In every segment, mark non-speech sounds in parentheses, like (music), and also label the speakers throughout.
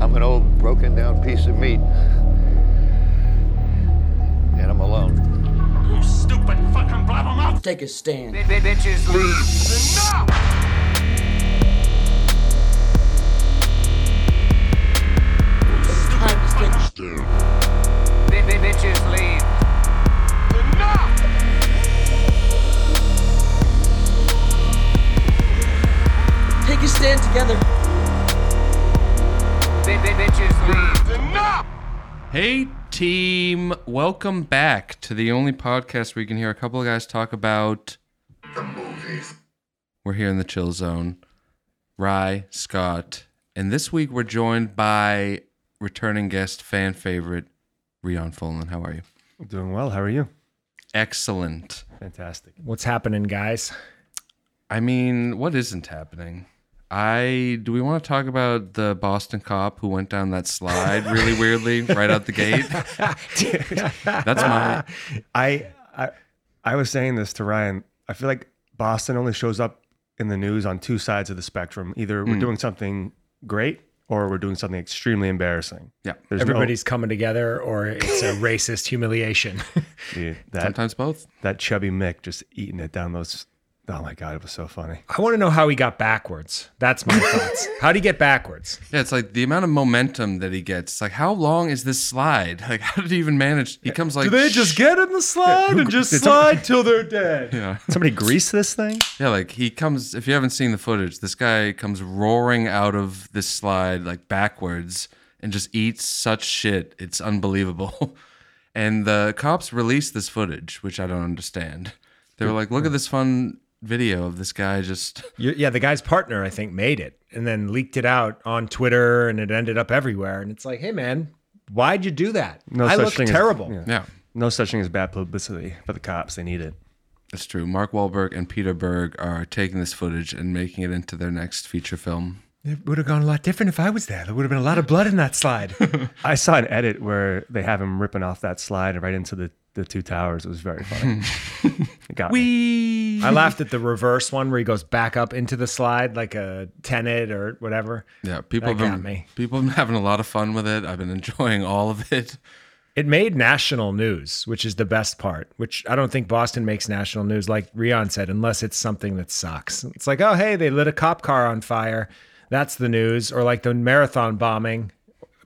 Speaker 1: I'm an old broken down piece of meat. And I'm alone.
Speaker 2: You stupid fucking blabbermouth!
Speaker 3: Take a stand.
Speaker 2: Enough! Enough!
Speaker 3: Take a stand together.
Speaker 2: Enough!
Speaker 4: Hey, team. Welcome back to the only podcast where you can hear a couple of guys talk about
Speaker 5: the movies.
Speaker 4: We're here in the chill zone. Rye, Scott, and this week we're joined by returning guest, fan favorite, Rion Folan. How are you?
Speaker 6: Doing well. How are you?
Speaker 4: Excellent.
Speaker 6: Fantastic.
Speaker 7: What's happening, guys?
Speaker 4: I mean, what isn't happening? I do we want to talk about the Boston cop who went down that slide really weirdly right out
Speaker 5: (laughs)
Speaker 4: the gate? That's my
Speaker 6: (laughs) I I I was saying this to Ryan. I feel like Boston only shows up in the news on two sides of the spectrum. Either
Speaker 7: Hmm.
Speaker 6: we're doing something great or we're doing something extremely embarrassing.
Speaker 4: yeah.
Speaker 6: There's
Speaker 7: Everybody's coming together, or it's (laughs) a racist humiliation. (laughs)
Speaker 6: no, dude, that
Speaker 4: Sometimes both.
Speaker 6: that chubby Mick just eating it down those. Oh my god, it was so funny.
Speaker 7: I want to know how he got backwards. That's my (laughs) thoughts. How do you get backwards?
Speaker 4: Yeah, it's like the amount of momentum that he gets. Like, how long is this slide? (laughs) Like, how did he even manage? He comes like,
Speaker 6: get in the slide and just slide till they're dead?
Speaker 4: Yeah.
Speaker 6: Somebody grease this thing.
Speaker 4: yeah, like he comes. If you haven't seen the footage, this guy comes roaring out of this slide like backwards and just eats such shit. It's unbelievable. (laughs) And the cops released this footage, which I don't understand. They were like, look at this fun video of this guy just (laughs)
Speaker 7: You- yeah, the guy's partner, I think, made it and then leaked it out on Twitter, and it ended up everywhere. And it's like, hey, man, why'd you do that?
Speaker 6: No
Speaker 7: I
Speaker 6: such
Speaker 7: look
Speaker 6: thing as-
Speaker 7: terrible.
Speaker 6: yeah.
Speaker 4: yeah.
Speaker 6: No such thing as bad publicity for the cops. They need it.
Speaker 4: That's true. Mark Wahlberg and Peter Berg are taking this footage and making it into their next feature film.
Speaker 7: It would have gone a lot different if I was there. There would have been a lot of blood in that (laughs) slide.
Speaker 6: I saw an edit where they have him ripping off that slide right into the, the two towers. It was very
Speaker 7: (laughs)
Speaker 6: funny. it got me.
Speaker 4: Wee!
Speaker 7: I laughed at the reverse one where he goes back up into the slide like a tenant or whatever.
Speaker 4: Yeah, people have
Speaker 7: That
Speaker 4: been
Speaker 7: got me.
Speaker 4: people have been (laughs) having a lot of fun with it. I've been enjoying (laughs) all of it.
Speaker 7: It made national news, which is the best part, which I don't think Boston makes national news, like Rion said, unless it's something that sucks. It's like, oh, hey, they lit a cop car on fire. That's the news. Or like the marathon bombing.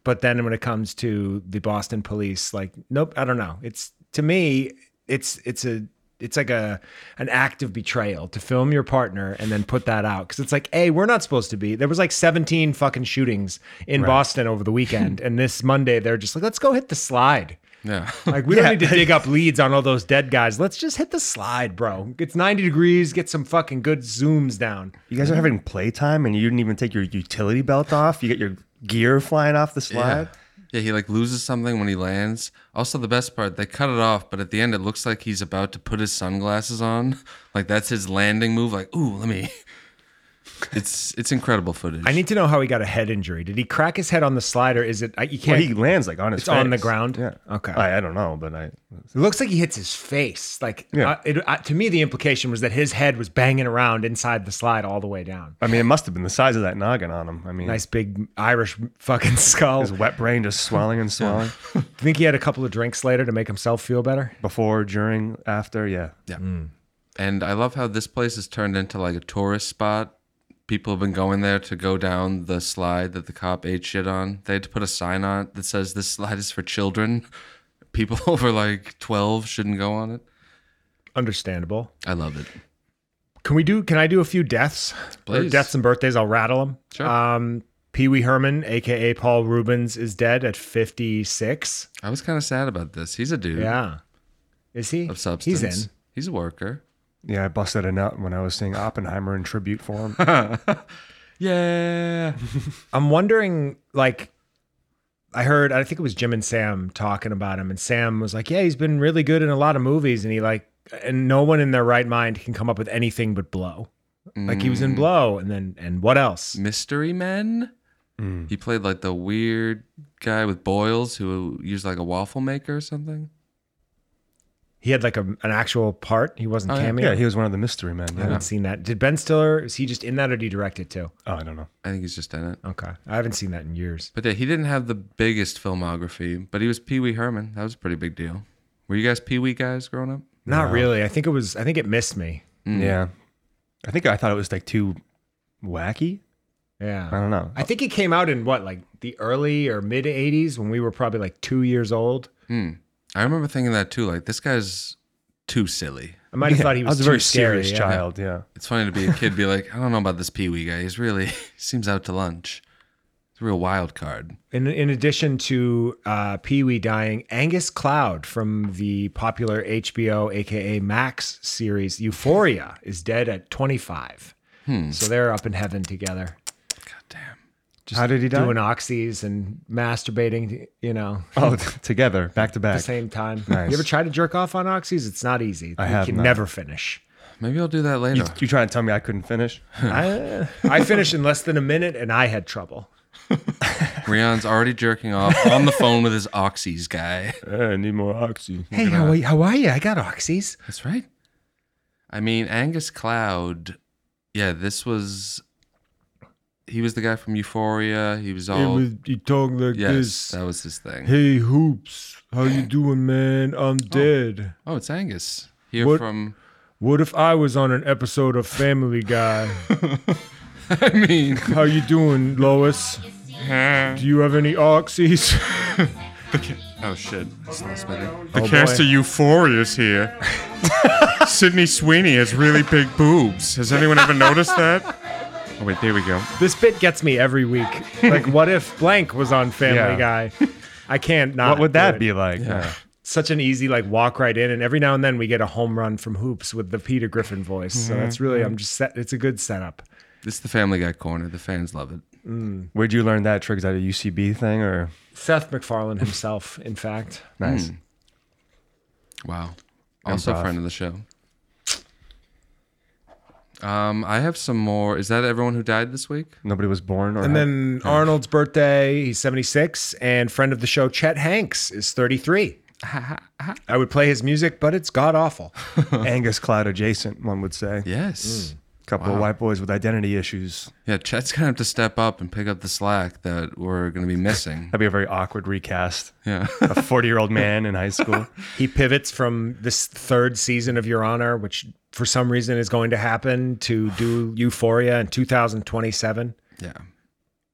Speaker 7: But then when it comes to the Boston police, like, nope, I don't know. It's to me, it's it's a it's like a an act of betrayal to film your partner and then put that out because it's like, hey, we're not supposed to be. There was like 17 fucking shootings in Boston over the weekend, and this Monday they're just like, let's go hit the slide.
Speaker 4: Yeah.
Speaker 7: Like we don't
Speaker 6: (laughs)
Speaker 7: need to dig up leads on all those dead guys. Let's just hit the slide, bro. It's 90 degrees, get some fucking good zooms down.
Speaker 6: You guys are having playtime and you didn't even take your utility belt off. You got your gear flying off the
Speaker 4: Yeah.
Speaker 6: slide.
Speaker 4: Yeah, he like loses something when he lands. Also, the best part, they cut it off, but at the end, it looks like he's about to put his sunglasses on. (laughs) Like that's his landing move. Like, ooh, let me. (laughs) It's it's incredible footage.
Speaker 7: I need to know how he got a head injury. Did he crack his head on the slide or is it I- you
Speaker 6: Well,
Speaker 7: can't
Speaker 6: he lands like on his
Speaker 7: It's on the
Speaker 6: face.
Speaker 7: ground?
Speaker 6: Yeah.
Speaker 7: Okay.
Speaker 6: I, I don't know, but I.
Speaker 7: It looks like he hits his face. Like
Speaker 6: Yeah.
Speaker 7: uh, it, uh, to me the implication was that his head was banging around inside the slide all the way down.
Speaker 6: I mean, it must have been the size of that noggin on him. I mean,
Speaker 7: Nice big Irish (laughs) fucking skull.
Speaker 6: his wet brain just swelling
Speaker 7: (laughs)
Speaker 6: and swelling
Speaker 7: think he had a couple of drinks later to make himself feel better?
Speaker 6: before, during, after. Yeah.
Speaker 4: and I love how this place has turned into like a tourist spot. People have been going there to go down the slide that the cop ate shit on. They had to put a sign on it that says this slide is for children. (laughs) People (laughs) over like twelve shouldn't go on it.
Speaker 7: Understandable.
Speaker 4: I love it.
Speaker 7: Can we do? Can I do a few deaths? Or
Speaker 4: Please.
Speaker 7: deaths and birthdays. I'll rattle them.
Speaker 4: Sure.
Speaker 7: Um, Pee Wee Herman, aka Paul Rubens, is dead at 56.
Speaker 4: I was kind of sad about this. He's a dude
Speaker 7: Yeah, is he?
Speaker 4: of substance.
Speaker 7: He's in.
Speaker 4: He's a worker.
Speaker 6: Yeah. I busted a nut when I was seeing Oppenheimer in tribute for
Speaker 7: (laughs)
Speaker 6: him.
Speaker 4: Yeah.
Speaker 7: I'm wondering, like, I heard, I think it was Jim and Sam talking about him, and Sam was like, "Yeah, he's been really good in a lot of movies," and he like, and no one in their right mind can come up with anything but Blow. Like he was in Blow, and then and what else?
Speaker 4: (laughs) Mystery Men. He played like the weird guy with boils who used like a waffle maker or something.
Speaker 7: He had like a, an actual part. He wasn't
Speaker 4: Oh, yeah.
Speaker 7: cameo.
Speaker 6: Yeah, he was one of the mystery men.
Speaker 7: I
Speaker 6: Yeah.
Speaker 7: haven't seen that. Did Ben Stiller? Is he just in that, or did he direct it too?
Speaker 6: Oh, I don't know.
Speaker 4: I think he's just in it.
Speaker 7: Okay, I haven't seen that in years.
Speaker 4: But yeah, he didn't have the biggest filmography, but he was Pee Wee Herman. That was a pretty big deal. Were you guys Pee Wee guys growing up?
Speaker 7: Not really. I think it was. I think it missed me.
Speaker 6: Yeah, I think I thought it was like too wacky.
Speaker 7: Yeah.
Speaker 6: I don't know.
Speaker 7: I think it came out in what, like the early or mid 80s when we were probably like two years old.
Speaker 4: I remember thinking that too. Like this guy's too silly.
Speaker 7: I might have thought he
Speaker 6: I
Speaker 7: was,
Speaker 6: was a very
Speaker 7: too scary,
Speaker 6: serious
Speaker 7: yeah.
Speaker 6: child. Yeah.
Speaker 4: It's funny to be a kid be like, I don't know about this Pee Wee guy. He's really (laughs) seems out to lunch. He's a real wild card.
Speaker 7: In, in addition to uh, Pee Wee dying, Angus Cloud from the popular HBO, aka Max series Euphoria, is dead at 25.
Speaker 6: Hmm.
Speaker 7: So they're up in heaven together,
Speaker 4: God damn.
Speaker 6: How did he die?
Speaker 7: doing oxys and masturbating, you know,
Speaker 6: oh, (laughs) together, back to
Speaker 7: at the
Speaker 6: back.
Speaker 7: same time.
Speaker 6: Nice.
Speaker 7: You ever try to jerk off on oxys? It's not easy.
Speaker 6: I
Speaker 7: you
Speaker 6: have
Speaker 7: can
Speaker 6: not.
Speaker 7: never finish.
Speaker 4: Maybe I'll do that (laughs) later.
Speaker 6: You trying to tell me I couldn't finish?
Speaker 7: I, I finished in less than a minute and I had trouble.
Speaker 4: Rion's already jerking off on the phone with his oxys guy.
Speaker 6: Eh, I need more oxy.
Speaker 7: Hey, how are, you, how are you? I got oxys.
Speaker 4: (laughs) That's right. I mean, Angus Cloud. Yeah, this was. He was the guy from Euphoria. He was all.
Speaker 7: you talking like
Speaker 4: yes, that was his thing.
Speaker 7: Hey, Hoops, how you doing, man? I'm dead.
Speaker 4: Oh, it's Angus. Here
Speaker 7: What-
Speaker 4: from.
Speaker 7: What if I was on an episode of Family Guy?
Speaker 4: I mean,
Speaker 7: how you doing, Lois? Do you have any oxys?
Speaker 4: (laughs)
Speaker 7: (laughs)
Speaker 4: oh shit! It's lost my thing.
Speaker 5: The cast
Speaker 7: Oh, boy.
Speaker 5: of Euphoria is here. Sydney Sweeney has really big boobs. Has anyone ever noticed that? Oh wait, there we go.
Speaker 7: this bit gets me every week. Like, what if blank was on Family Guy? I can't not.
Speaker 6: What would
Speaker 7: do
Speaker 6: that
Speaker 7: it.
Speaker 6: be like? Yeah.
Speaker 7: Such an easy like walk right in, and every now and then we get a home run from Hoops with the Peter Griffin voice. So that's really
Speaker 6: Mm-hmm.
Speaker 7: I'm just set. It's a good setup.
Speaker 4: This is the Family Guy corner. The fans love it.
Speaker 6: Where'd you learn that trick? Is that a UCB thing or
Speaker 7: Seth MacFarlane himself, in fact.
Speaker 6: nice?
Speaker 4: Wow. Also,
Speaker 6: Improv.
Speaker 4: friend of the show. Um, I have some more. Is that everyone who died this week?
Speaker 6: Nobody was born or
Speaker 7: And
Speaker 6: had-
Speaker 7: then Arnold's birthday, he's 76, and friend of the show, Chet Hanks, is 33. I would play his music, but it's god awful.
Speaker 6: (laughs) Angus Cloud adjacent, one would say.
Speaker 4: Yes.
Speaker 6: couple of white boys with identity issues.
Speaker 4: Mm. Yeah, Chet's gonna have to step up and pick up the slack that we're gonna be missing. (laughs)
Speaker 6: That'd be a very awkward recast.
Speaker 4: yeah.
Speaker 6: A 40 year old man in high (laughs) school.
Speaker 7: He pivots from this third season of Your Honor, which for some reason is going to happen, to do Euphoria in 2027.
Speaker 4: Yeah.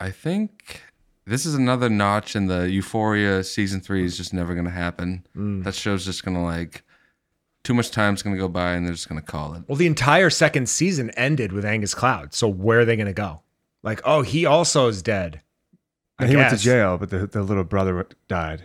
Speaker 4: I think this is another notch in the Euphoria season three is just never going to happen.
Speaker 7: Mm.
Speaker 4: That show's just going to like, too much time's going to go by and they're just going to call it.
Speaker 7: Well, the entire second season ended with Angus Cloud. So where are they going to go? Like, oh, he also is dead. I
Speaker 6: he went to
Speaker 7: guess.
Speaker 6: jail, but the, the little brother died.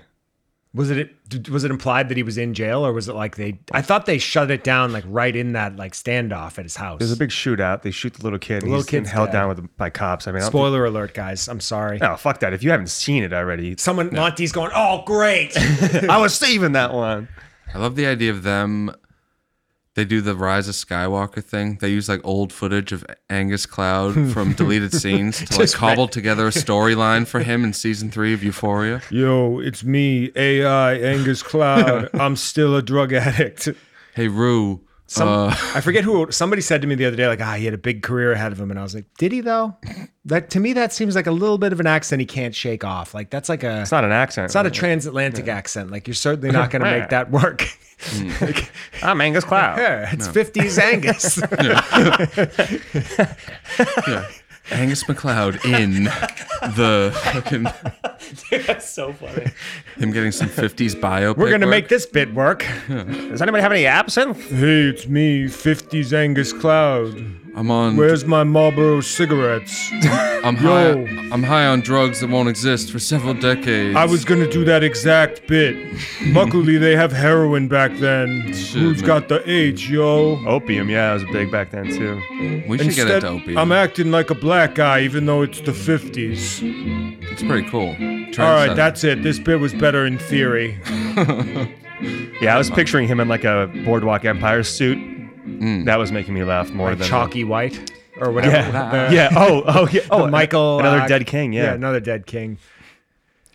Speaker 7: Was it did- was it implied that he was in jail, or was it like they? I thought they shut it down like right in that like standoff at his house.
Speaker 6: There's a big shootout. They shoot the little kid.
Speaker 7: little
Speaker 6: he's getting
Speaker 7: kid's
Speaker 6: held
Speaker 7: dead.
Speaker 6: down with, by cops. I mean, I don't think-
Speaker 7: Spoiler alert, guys. I'm sorry.
Speaker 6: No, fuck that. If you haven't seen it
Speaker 7: (laughs)
Speaker 6: already, (laughs)
Speaker 7: Someone Monty's going. Oh, great.
Speaker 6: I was saving that one.
Speaker 4: I love the idea of them. They do the Rise of Skywalker thing. They use like old footage of Angus
Speaker 7: (laughs)
Speaker 4: Cloud from deleted scenes to like
Speaker 7: Just right-
Speaker 4: cobble together a storyline for him in season three of Euphoria.
Speaker 7: Yo, it's me, AI Angus
Speaker 6: Uh,
Speaker 7: Cloud. (laughs) I'm still a drug addict.
Speaker 4: Hey, Rue.
Speaker 7: Some,
Speaker 4: uh,
Speaker 7: (laughs) I forget who. Somebody said to me the other day, like, ah, he had a big career ahead of him, and I was like, did he though? That to me, that seems like a little bit of an accent he can't shake off. Like that's like a.
Speaker 6: It's not an accent.
Speaker 7: It's not a transatlantic accent. Like you're certainly not going to make that work. (laughs) Like,
Speaker 6: I'm Angus Cloud.
Speaker 7: yeah, it's 50s Angus.
Speaker 4: Angus McLeod in the
Speaker 7: (laughs)
Speaker 4: fucking. That's so funny. Him getting some 50s biopic.
Speaker 7: We're going to
Speaker 4: work.
Speaker 7: make this bit (laughs) work.
Speaker 6: Does anybody have any absinthe?
Speaker 7: Hey, it's me, 50s Angus Cloud.
Speaker 4: I'm on.
Speaker 7: my Marlboro cigarettes?
Speaker 4: I'm high.
Speaker 7: Yo.
Speaker 4: I'm high on drugs that won't exist for several decades.
Speaker 7: going to do that exact bit. Luckily, they have heroin back then. Who's
Speaker 4: man.
Speaker 7: the H, yo?
Speaker 6: Opium, yeah, it was big back then too.
Speaker 4: We should get into opium.
Speaker 7: acting like a black guy, even though it's the 50s.
Speaker 4: it's pretty cool.
Speaker 7: All right, that's it. This bit was better
Speaker 6: (laughs)
Speaker 7: in theory.
Speaker 6: Yeah, I was picturing him in like a Boardwalk Empire suit. That was making me laugh more
Speaker 7: Like
Speaker 6: than
Speaker 7: chalky white or whatever. (laughs)
Speaker 6: Yeah, yeah. Oh, oh, yeah. Oh,
Speaker 7: Michael.
Speaker 6: another
Speaker 7: uh,
Speaker 6: dead king. Yeah.
Speaker 7: another dead king.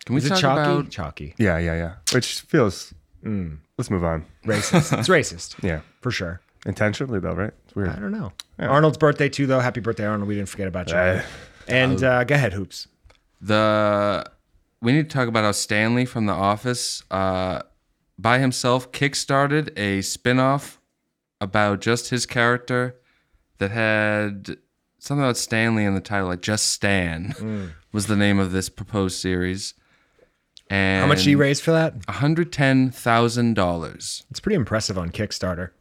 Speaker 4: Can we
Speaker 7: Is it
Speaker 4: talk
Speaker 7: chalky?
Speaker 4: about?
Speaker 7: Chalky.
Speaker 6: yeah, yeah, yeah. Which feels
Speaker 7: Mm.
Speaker 6: Let's move on.
Speaker 7: Racist. it's racist.
Speaker 6: Yeah.
Speaker 7: For sure.
Speaker 6: Intentionally, though, right? It's
Speaker 7: I
Speaker 6: weird.
Speaker 7: don't know. Arnold's birthday too, though. Happy birthday, Arnold. We didn't forget about you.
Speaker 6: Uh,
Speaker 7: and uh, go ahead, hoops.
Speaker 4: The we need to talk about how Stanley from The Office, uh, by himself, kickstarted a spin-off about just his character that had something about Stanley in the title, like just Stan
Speaker 7: Hmm.
Speaker 4: (laughs) was the name of this proposed series. And
Speaker 7: How much did you raise for that?
Speaker 4: One hundred ten thousand dollars.
Speaker 7: It's pretty impressive on Kickstarter.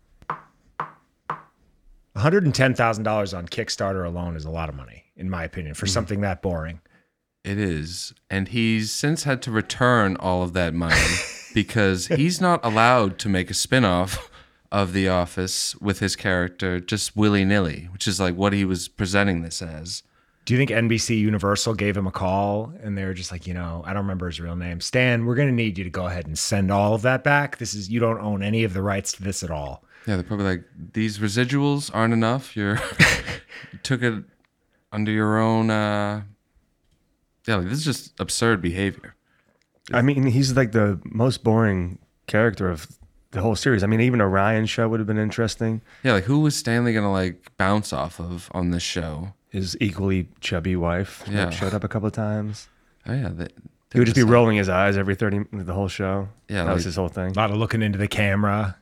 Speaker 7: One hundred and ten thousand dollars on Kickstarter alone is a lot of money, in my opinion, for something that boring.
Speaker 4: It is. And he's since had to return all of that money (laughs) because he's not allowed to make a spin-off of The Office with his character just willy-nilly, which is like what he was presenting this as.
Speaker 7: Do you think NBC Universal gave him a call and they were just like, you know, I don't remember his real name, Stan. We're going to need you to go ahead and send all of that back. This is you don't own any of the rights to this at all.
Speaker 4: Yeah, they're probably like, these residuals aren't enough. You're (laughs) you took it under your own uh Yeah, like, this is just absurd behavior.
Speaker 6: I mean, he's like the most boring character of the whole series. I mean, even a Ryan show would have been interesting.
Speaker 4: Yeah, like who was Stanley gonna like bounce off of on this show?
Speaker 6: His equally chubby wife like,
Speaker 4: Yeah.
Speaker 6: showed up a couple of times.
Speaker 4: Oh yeah, they,
Speaker 6: He would just be rolling his eyes every 30 the whole show.
Speaker 4: Yeah,
Speaker 6: That was
Speaker 4: like-
Speaker 6: his whole thing.
Speaker 7: A lot of looking into the camera.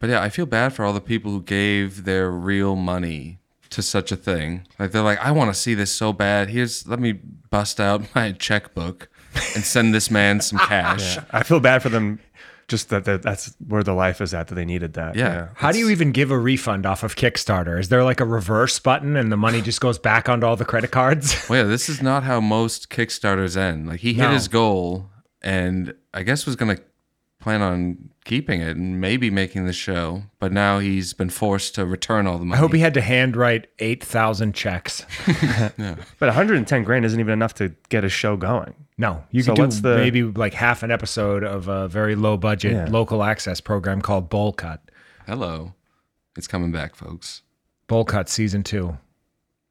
Speaker 4: But yeah, I feel bad for all the people who gave their real money to such a thing. Like they're like, I want to see this so bad. Here's let me bust out (laughs) my checkbook and send this man some cash. yeah.
Speaker 6: I feel bad for them just that, that that's where the life is at that they needed that.
Speaker 7: How do you even give a refund off of Kickstarter? Is there like a reverse button and the money just goes back onto all the credit cards? (laughs)
Speaker 4: Well, yeah, this is not how most Kickstarters end. Like he hit
Speaker 7: No.
Speaker 4: his goal, and I guess was gonna plan on keeping it and maybe making the show, but now he's been forced to return all the money.
Speaker 7: I hope he had to handwrite 8,000 checks.
Speaker 6: But 110 grand isn't even enough to get a show going.
Speaker 7: No, you
Speaker 6: So
Speaker 7: could do
Speaker 6: what's the-
Speaker 7: maybe like half an episode of a very low budget
Speaker 6: Yeah.
Speaker 7: local access program called Bowl Cut.
Speaker 4: Hello, it's coming back, folks.
Speaker 7: Bowl Cut season two,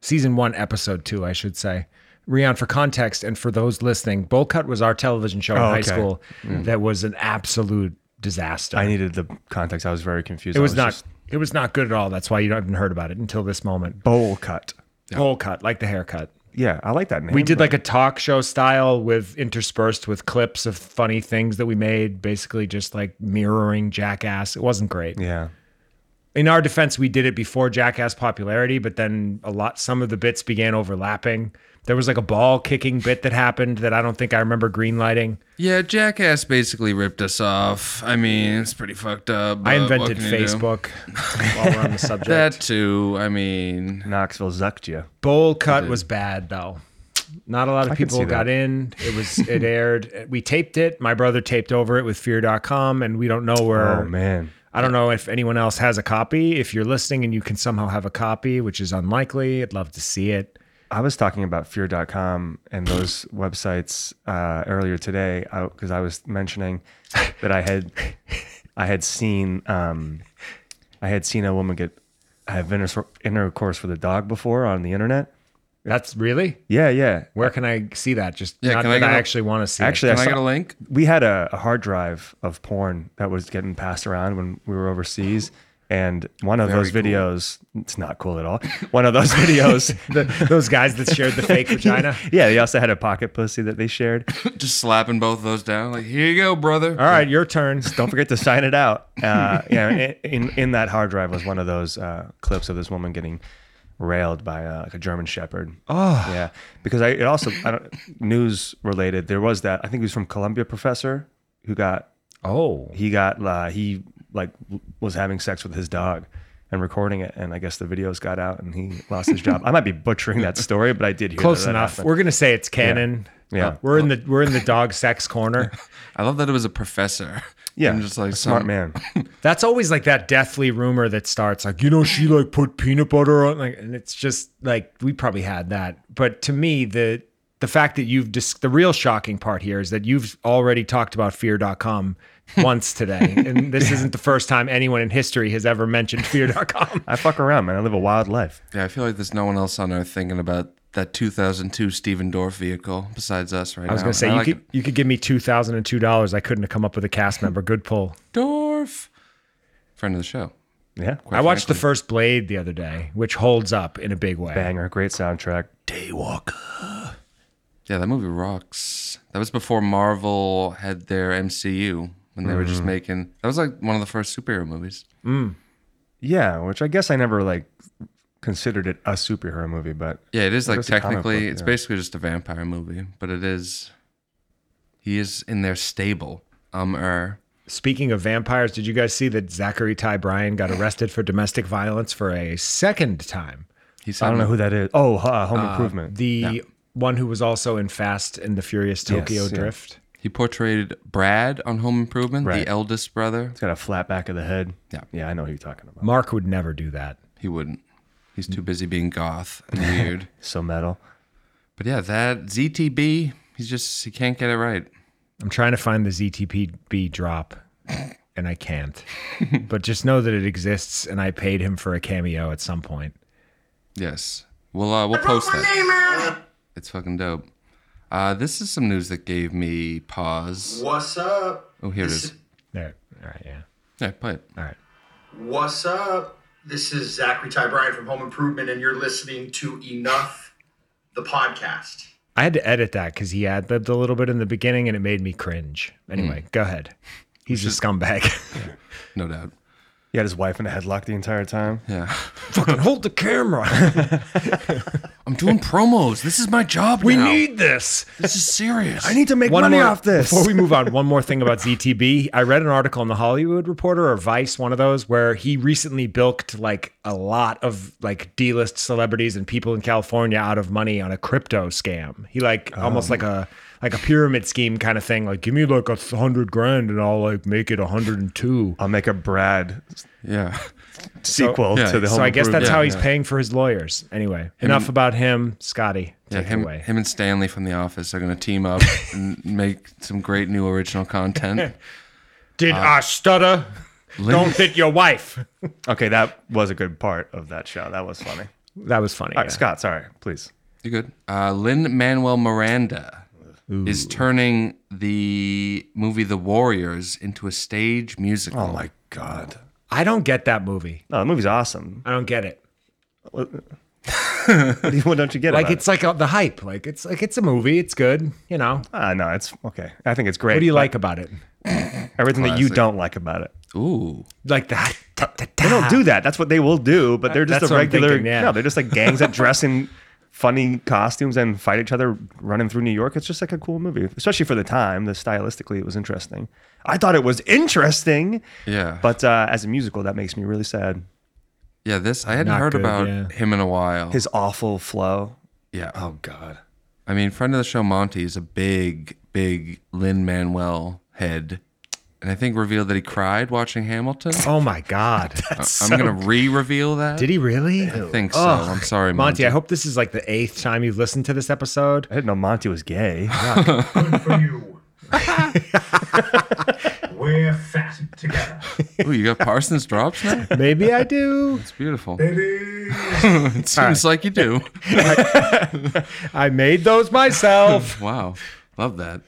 Speaker 7: season one, episode two, I should say. Rion, for context and for those listening, Bowl Cut was our television show in
Speaker 6: Oh,
Speaker 7: high
Speaker 6: okay.
Speaker 7: school that was an absolute disaster.
Speaker 6: I needed the context. I was very confused.
Speaker 7: it
Speaker 6: I
Speaker 7: was not.
Speaker 6: just
Speaker 7: It was not good at all. That's why you haven't heard about it until this moment.
Speaker 6: bowl cut.
Speaker 7: Bowl cut, like the haircut.
Speaker 6: Yeah, I like that name.
Speaker 7: We did
Speaker 6: but
Speaker 7: like a talk show style with interspersed with clips of funny things that we made, basically just like mirroring Jackass. It wasn't great.
Speaker 6: yeah.
Speaker 7: In our defense, we did it before Jackass popularity, but then a lot some of the bits began overlapping. There was like a ball kicking bit that happened that I don't think I remember green lighting.
Speaker 4: Yeah, Jackass basically ripped us off. I mean, it's pretty fucked up. but
Speaker 7: I
Speaker 4: Uh, what
Speaker 7: invented
Speaker 4: can you do?
Speaker 7: Facebook while we're
Speaker 4: (laughs)
Speaker 7: on the subject.
Speaker 4: That too. I mean,
Speaker 6: Knoxville zucked you.
Speaker 7: bowl cut was bad though. Not a lot of
Speaker 6: I can
Speaker 7: people
Speaker 6: see
Speaker 7: got
Speaker 6: that.
Speaker 7: in. It was it aired. We taped it. My brother taped over it with fear.com and we don't know where
Speaker 6: Oh man.
Speaker 7: I don't know if anyone else has a copy. If you're listening and you can somehow have a copy, which is unlikely, I'd love to see it.
Speaker 6: I was talking about fear.com and those websites uh, earlier today because I, was mentioning that I had I had seen um, I had seen a woman get have inter- intercourse with a dog before on the internet.
Speaker 7: That's really?
Speaker 6: Yeah, yeah.
Speaker 7: Where can I see that? Just
Speaker 4: Yeah,
Speaker 7: not
Speaker 4: can I
Speaker 7: that
Speaker 4: get
Speaker 7: I,
Speaker 4: a-
Speaker 7: actually want to see.
Speaker 6: Actually,
Speaker 4: can
Speaker 6: I
Speaker 4: I
Speaker 6: saw-
Speaker 4: get a link?
Speaker 6: we had a, a hard drive of porn that was getting passed around when we were overseas. And one of those videos, it's not cool at all. One of those (laughs) videos,
Speaker 7: it. those guys that shared the fake vagina.
Speaker 6: yeah, they also had a pocket pussy that they shared.
Speaker 4: Just slapping both of those down. Like, here you go, brother.
Speaker 7: All right, your turn.
Speaker 6: Don't forget to sign it out. Uh, yeah, in, in, in that hard drive was one of those uh, clips of this woman getting railed by uh, like a German Shepherd. Oh, yeah, because I it also I don't, news related. There was that I think he was from Columbia professor who got
Speaker 7: (laughs) Oh,
Speaker 6: he got uh, he like was having sex with his dog and recording it and i guess the videos got out and he lost his job i might be butchering that story but i did hear
Speaker 7: close
Speaker 6: that that
Speaker 7: enough.
Speaker 6: happened.
Speaker 7: We're gonna say it's canon. Uh,
Speaker 6: Yeah.
Speaker 7: we're in the we're in the dog sex
Speaker 6: (laughs)
Speaker 7: corner.
Speaker 4: I love that it was a
Speaker 7: (laughs)
Speaker 4: professor.
Speaker 6: yeah
Speaker 4: I'm just like
Speaker 6: a smart
Speaker 4: some-
Speaker 6: man
Speaker 7: That's always like that deathly rumor that starts like, you know, she like put peanut butter on like and it's just like we probably had that. But to me, the the fact that you've dis- the real shocking part here is that you've already talked about fear.com
Speaker 6: (laughs)
Speaker 7: once today. And this isn't the first time anyone in history has ever mentioned fear.com.
Speaker 6: i fuck around man i live a wild life
Speaker 4: Yeah, I feel like there's no one else on earth thinking about that 2002 Steven Dorff vehicle besides us right now.
Speaker 7: I was gonna say
Speaker 4: And
Speaker 7: you
Speaker 4: I like
Speaker 7: could
Speaker 4: it.
Speaker 7: you could give me two thousand and two dollars. I couldn't have come up with a cast member. Good pull.
Speaker 4: Dorff, friend of the show.
Speaker 6: Yeah.
Speaker 7: I watched the first Blade the other day, which holds up in a big way.
Speaker 6: Banger. Great soundtrack.
Speaker 4: Yeah, that movie rocks. That was before Marvel had their MCU when they were just
Speaker 7: Mm-hmm.
Speaker 4: making. That was like one of the first superhero movies.
Speaker 6: Yeah, which I guess I never like considered it a superhero movie, but
Speaker 4: Yeah, it is like
Speaker 6: is a comic
Speaker 4: technically,
Speaker 6: book,
Speaker 4: it's
Speaker 6: yeah.
Speaker 4: basically just a vampire movie, but it is. He is in their stable. Um, er.
Speaker 7: Speaking of vampires, did you guys see that Zachary Ty Bryan got arrested for domestic violence for a second time?
Speaker 4: He's
Speaker 6: I don't know who that is. Oh, uh, Home Improvement.
Speaker 7: The one who was also in Fast and the Furious Tokyo
Speaker 6: Yes, yeah.
Speaker 7: Drift.
Speaker 4: He portrayed Brad on Home Improvement,
Speaker 6: Right.
Speaker 4: the eldest brother.
Speaker 6: It's got a flat back of the head.
Speaker 4: Yeah.
Speaker 6: Yeah, I know who you're talking about.
Speaker 7: Mark would never do that.
Speaker 4: He wouldn't. He's too busy being goth and
Speaker 6: (laughs)
Speaker 4: weird.
Speaker 6: So metal.
Speaker 4: but yeah, that ZTB, he's just he can't get it right.
Speaker 7: I'm trying to find the ZTPB drop and I can't. but just know that it exists and I paid him for a cameo at some point.
Speaker 4: Yes. We'll uh, we'll post that. It's fucking dope. Uh, this is some news that gave me pause.
Speaker 8: What's up?
Speaker 4: Oh, here it is.
Speaker 7: There. All right, yeah.
Speaker 4: Yeah, play it.
Speaker 7: All right.
Speaker 8: What's up? This is Zachary Ty Bryan from Home Improvement, and you're listening to Enough, the podcast.
Speaker 7: I had to edit that because he ad libbed a little bit in the beginning and it made me cringe. Anyway, go ahead. He's a scumbag.
Speaker 4: No doubt.
Speaker 6: He had his wife in a headlock the entire time.
Speaker 4: Yeah. (laughs)
Speaker 7: Fucking hold the camera.
Speaker 4: I'm doing promos. This is my job
Speaker 7: (laughs) We
Speaker 4: now.
Speaker 7: need this.
Speaker 4: This is serious.
Speaker 6: I need to make
Speaker 7: One
Speaker 6: money
Speaker 7: more-
Speaker 6: off this.
Speaker 7: Before we move on, one more thing about ZTB. I read an article in the Hollywood Reporter or Vice, one of those, where he recently bilked like a lot of like D-list celebrities and people in California out of money on a crypto scam. He like almost like a like a pyramid scheme kind of thing. Like, give me like a hundred grand and I'll like make it a hundred and two.
Speaker 6: I'll make a Brad
Speaker 4: Yeah.
Speaker 6: sequel
Speaker 4: yeah,
Speaker 6: to the Home
Speaker 7: So I guess that's
Speaker 6: Improvement.
Speaker 7: how he's paying for his lawyers. Anyway, enough about him. Scotty,
Speaker 4: Yeah,
Speaker 7: take it
Speaker 4: him, uh,
Speaker 7: away.
Speaker 4: him and Stanley from The Office are going to team up and make some great new original content.
Speaker 6: (laughs)
Speaker 7: Did I stutter? (laughs) Don't hit your wife.
Speaker 6: Okay, that was a good part of that show. That was funny.
Speaker 7: That was funny.
Speaker 6: All right,
Speaker 7: yeah.
Speaker 6: Scott, sorry, please.
Speaker 4: You good? Uh, Lynn Manuel Miranda is turning the movie The Warriors into a stage musical.
Speaker 6: Oh my god.
Speaker 7: I don't get that movie.
Speaker 6: No, Oh, the movie's awesome. (laughs)
Speaker 7: I don't get it.
Speaker 6: What, what do you, what don't you get?
Speaker 7: Like
Speaker 6: about
Speaker 7: it's like uh, the hype. Like it's like it's a movie. It's good. You know.
Speaker 6: it? Ah, no, it's okay. I think it's great.
Speaker 7: What do you like about it?
Speaker 6: Everything that you don't like about it.
Speaker 4: Ooh.
Speaker 7: Like that? (laughs)
Speaker 6: They don't do that. That's what they will do, but they're just
Speaker 7: That's
Speaker 6: a
Speaker 7: what I'm
Speaker 6: regular.
Speaker 7: thinking, yeah.
Speaker 6: No, they're just like gangs that dress in funny costumes and fight each other running through New York. It's just like a cool movie, especially for the time. The stylistically, it was interesting. I thought it was interesting,
Speaker 4: Yeah.
Speaker 6: but uh, as a musical, that makes me really sad.
Speaker 4: Yeah, this I hadn't
Speaker 7: Not
Speaker 4: heard
Speaker 7: good,
Speaker 4: about
Speaker 7: yeah.
Speaker 4: him in a while.
Speaker 6: His awful flow.
Speaker 4: yeah.
Speaker 6: Oh God.
Speaker 4: I mean, friend of the show Monty is a big, big Lin Manuel head. And I think revealed that he cried watching Hamilton.
Speaker 7: Oh my (laughs) god!
Speaker 4: I'm gonna re-reveal that.
Speaker 7: Did he really?
Speaker 4: I think so.
Speaker 7: Ugh.
Speaker 4: I'm sorry, Monty.
Speaker 7: Monty, I hope this is like the eighth time you've listened to this episode.
Speaker 6: I didn't know Monty was gay.
Speaker 2: For you. We're fat together.
Speaker 4: Ooh, you got Parsons drops now.
Speaker 7: (laughs) Maybe
Speaker 4: (laughs)
Speaker 7: I do.
Speaker 4: It's beautiful.
Speaker 2: Baby.
Speaker 4: (laughs) It seems like you do.
Speaker 7: I made those myself.
Speaker 4: Wow, love that.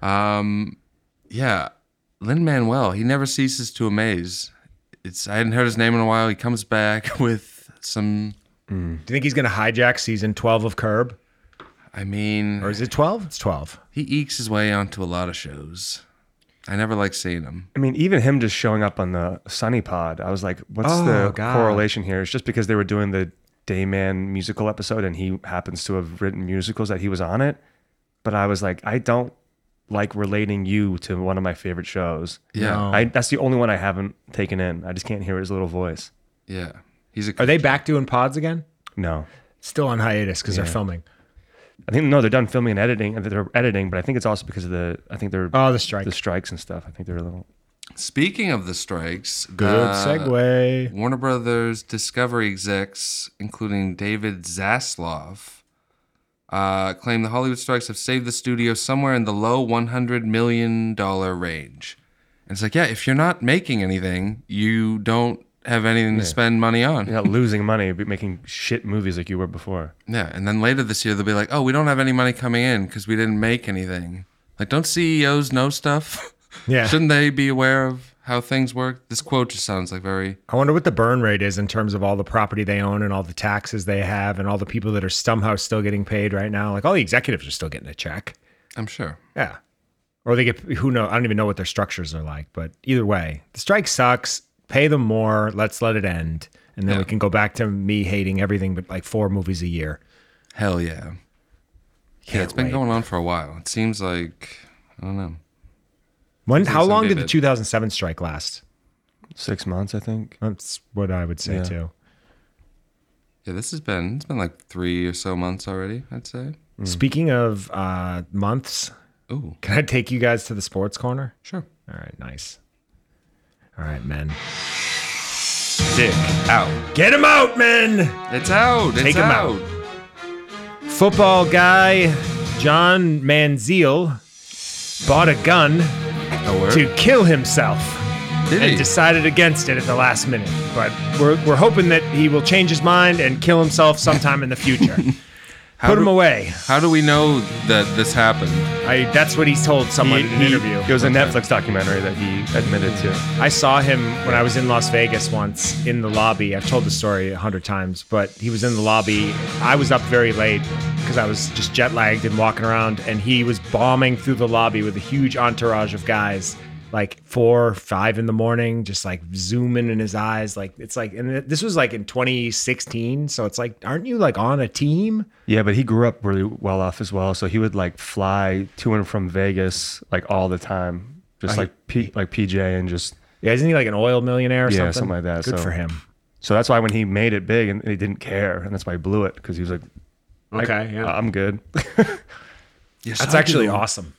Speaker 4: Um, yeah, Lin Manuel. He never ceases to amaze. It's I hadn't heard his name in a while. He comes back (laughs) with some.
Speaker 7: do you think he's gonna hijack season twelve of Curb,
Speaker 4: I mean,
Speaker 7: or is it twelve? It's twelve.
Speaker 4: he ekes his way onto a lot of shows. I never like seeing him.
Speaker 6: I mean, even him just showing up on the Sunny Pod, I was like, what's
Speaker 7: Oh,
Speaker 6: the
Speaker 7: God.
Speaker 6: correlation here? It's just because they were doing the Dayman musical episode and he happens to have written musicals that he was on it. But I was like, I don't like relating you to one of my favorite shows.
Speaker 4: Yeah,
Speaker 6: I, that's the only one I haven't taken in. I just can't hear his little voice.
Speaker 4: yeah. He's a.
Speaker 7: Are they back doing pods again?
Speaker 6: No.
Speaker 7: Still on hiatus because they're filming.
Speaker 6: I think, no, they're done filming and editing. They're editing, but I think it's also because of the, I think they're,
Speaker 7: Oh, the strike.
Speaker 6: the strikes and stuff. I think they're a little,
Speaker 4: Speaking of the strikes,
Speaker 7: Good
Speaker 4: uh,
Speaker 7: segue.
Speaker 4: Warner Brothers Discovery execs, including David Zaslav, uh, claim the Hollywood strikes have saved the studio somewhere in the low $100 million range. And it's like, yeah, if you're not making anything, you don't have anything to spend money on.
Speaker 6: You're not losing money but making shit movies like you were before.
Speaker 4: Yeah, and then later this year they'll be like, "Oh, we don't have any money coming in because we didn't make anything." Like, don't CEOs know stuff? (laughs)
Speaker 7: Yeah.
Speaker 4: Shouldn't they be aware of how things work? This quote just sounds like very
Speaker 7: I wonder what the burn rate is in terms of all the property they own and all the taxes they have and all the people that are somehow still getting paid right now. Like all the executives are still getting a check.
Speaker 4: I'm sure.
Speaker 7: Yeah. Or they get who know I don't even know what their structures are like, but either way, the strike sucks. Pay them more, let's let it end. And then we can go back to me hating everything but like four movies a year.
Speaker 4: Hell yeah. yeah, it's been going on for a while. It seems like I don't know.
Speaker 7: When how long
Speaker 4: someday
Speaker 7: did the
Speaker 4: that-
Speaker 7: 2007 strike last?
Speaker 6: Six months, I think.
Speaker 7: That's what I would say
Speaker 6: Yeah.
Speaker 7: too.
Speaker 4: Yeah, this has been it's been like three or so months already. I'd say.
Speaker 6: Hmm.
Speaker 7: Speaking of uh, months,
Speaker 4: Ooh,
Speaker 7: can I take you guys to the sports corner?
Speaker 4: sure.
Speaker 7: All right, nice. All right, men.
Speaker 4: Dick out.
Speaker 7: Get him out, men!
Speaker 4: It's out. It's
Speaker 7: Take 'em
Speaker 4: out.
Speaker 7: out. Football guy John Manziel bought a gun
Speaker 4: Oh, word?
Speaker 7: to kill himself
Speaker 4: Did
Speaker 7: and
Speaker 4: he?
Speaker 7: decided against it at the last minute. But we're, we're hoping that he will change his mind and kill himself sometime in
Speaker 6: (laughs)
Speaker 7: the future.
Speaker 4: How
Speaker 7: Put
Speaker 4: do-
Speaker 7: him away.
Speaker 4: How do we know that this happened?
Speaker 7: I, that's what he told someone in an interview.
Speaker 6: It was a Netflix documentary that he admitted to.
Speaker 7: I saw him when I was in Las Vegas once in the lobby. I've told the story a hundred times, but he was in the lobby. I was up very late because I was just jet lagged and walking around, and he was bombing through the lobby with a huge entourage of guys, like four, five in the morning, just like zooming in his eyes. Like it's like, and it- this was like in 2016, so it's like, aren't you like on a team?
Speaker 6: Yeah, but he grew up really well off as well, so he would like fly to and from Vegas like all the time, just like P, like PJ and just.
Speaker 7: Yeah, isn't he like an oil millionaire or
Speaker 6: Yeah,
Speaker 7: something?
Speaker 6: something like that,
Speaker 7: Good
Speaker 6: so-
Speaker 7: for him.
Speaker 6: So that's why when he made it big and he didn't care, and that's why he blew it because he was like, like,
Speaker 7: Okay, yeah.
Speaker 6: I'm good.
Speaker 4: Yes,
Speaker 7: That's
Speaker 4: I
Speaker 7: actually
Speaker 4: do.
Speaker 7: awesome.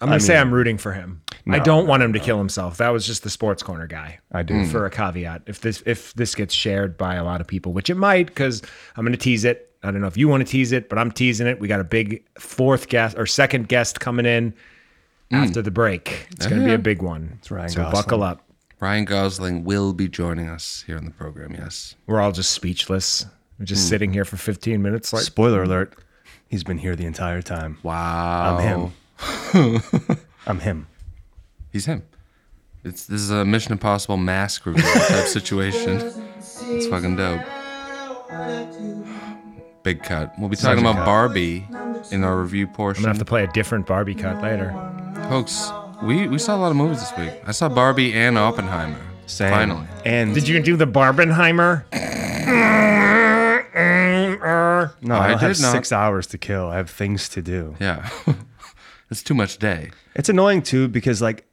Speaker 7: I'm gonna say
Speaker 6: mean-
Speaker 7: I'm rooting for him. I
Speaker 6: No,
Speaker 7: don't want him to kill himself. That was just the sports corner guy.
Speaker 6: I do.
Speaker 7: for a caveat. If this if this gets shared by a lot of people, which it might, because I'm gonna tease it. I don't know if you want to tease it, but I'm teasing it. We got a big fourth guest or second guest coming in after the break. It's gonna be a big one. That's
Speaker 6: Uh-huh. Ryan
Speaker 7: So
Speaker 6: Gosling.
Speaker 7: buckle up.
Speaker 4: Ryan Gosling will be joining us here on the program. Yes.
Speaker 7: We're all just speechless. We're just
Speaker 6: Hmm.
Speaker 7: sitting here for 15 minutes. Like
Speaker 6: Spoiler alert: he's been here the entire time.
Speaker 4: Wow.
Speaker 6: I'm him. I'm him.
Speaker 4: He's him. It's this is a Mission Impossible mask review
Speaker 7: (laughs)
Speaker 4: type situation. It's fucking
Speaker 7: (gasps)
Speaker 4: dope. Big cut. We'll be talking about Barbie in our review
Speaker 7: I'm
Speaker 4: portion.
Speaker 7: gonna have to play a different Barbie cut later.
Speaker 4: Folks, we we saw a lot of movies this week. I saw Barbie and Oppenheimer.
Speaker 6: Same.
Speaker 4: Finally.
Speaker 6: And
Speaker 7: Did you do the Barbenheimer?
Speaker 6: no, I,
Speaker 4: I
Speaker 6: don't have
Speaker 4: did not.
Speaker 6: six hours to kill. I have things to do.
Speaker 4: Yeah. (laughs) it's too much day.
Speaker 6: It's annoying too because like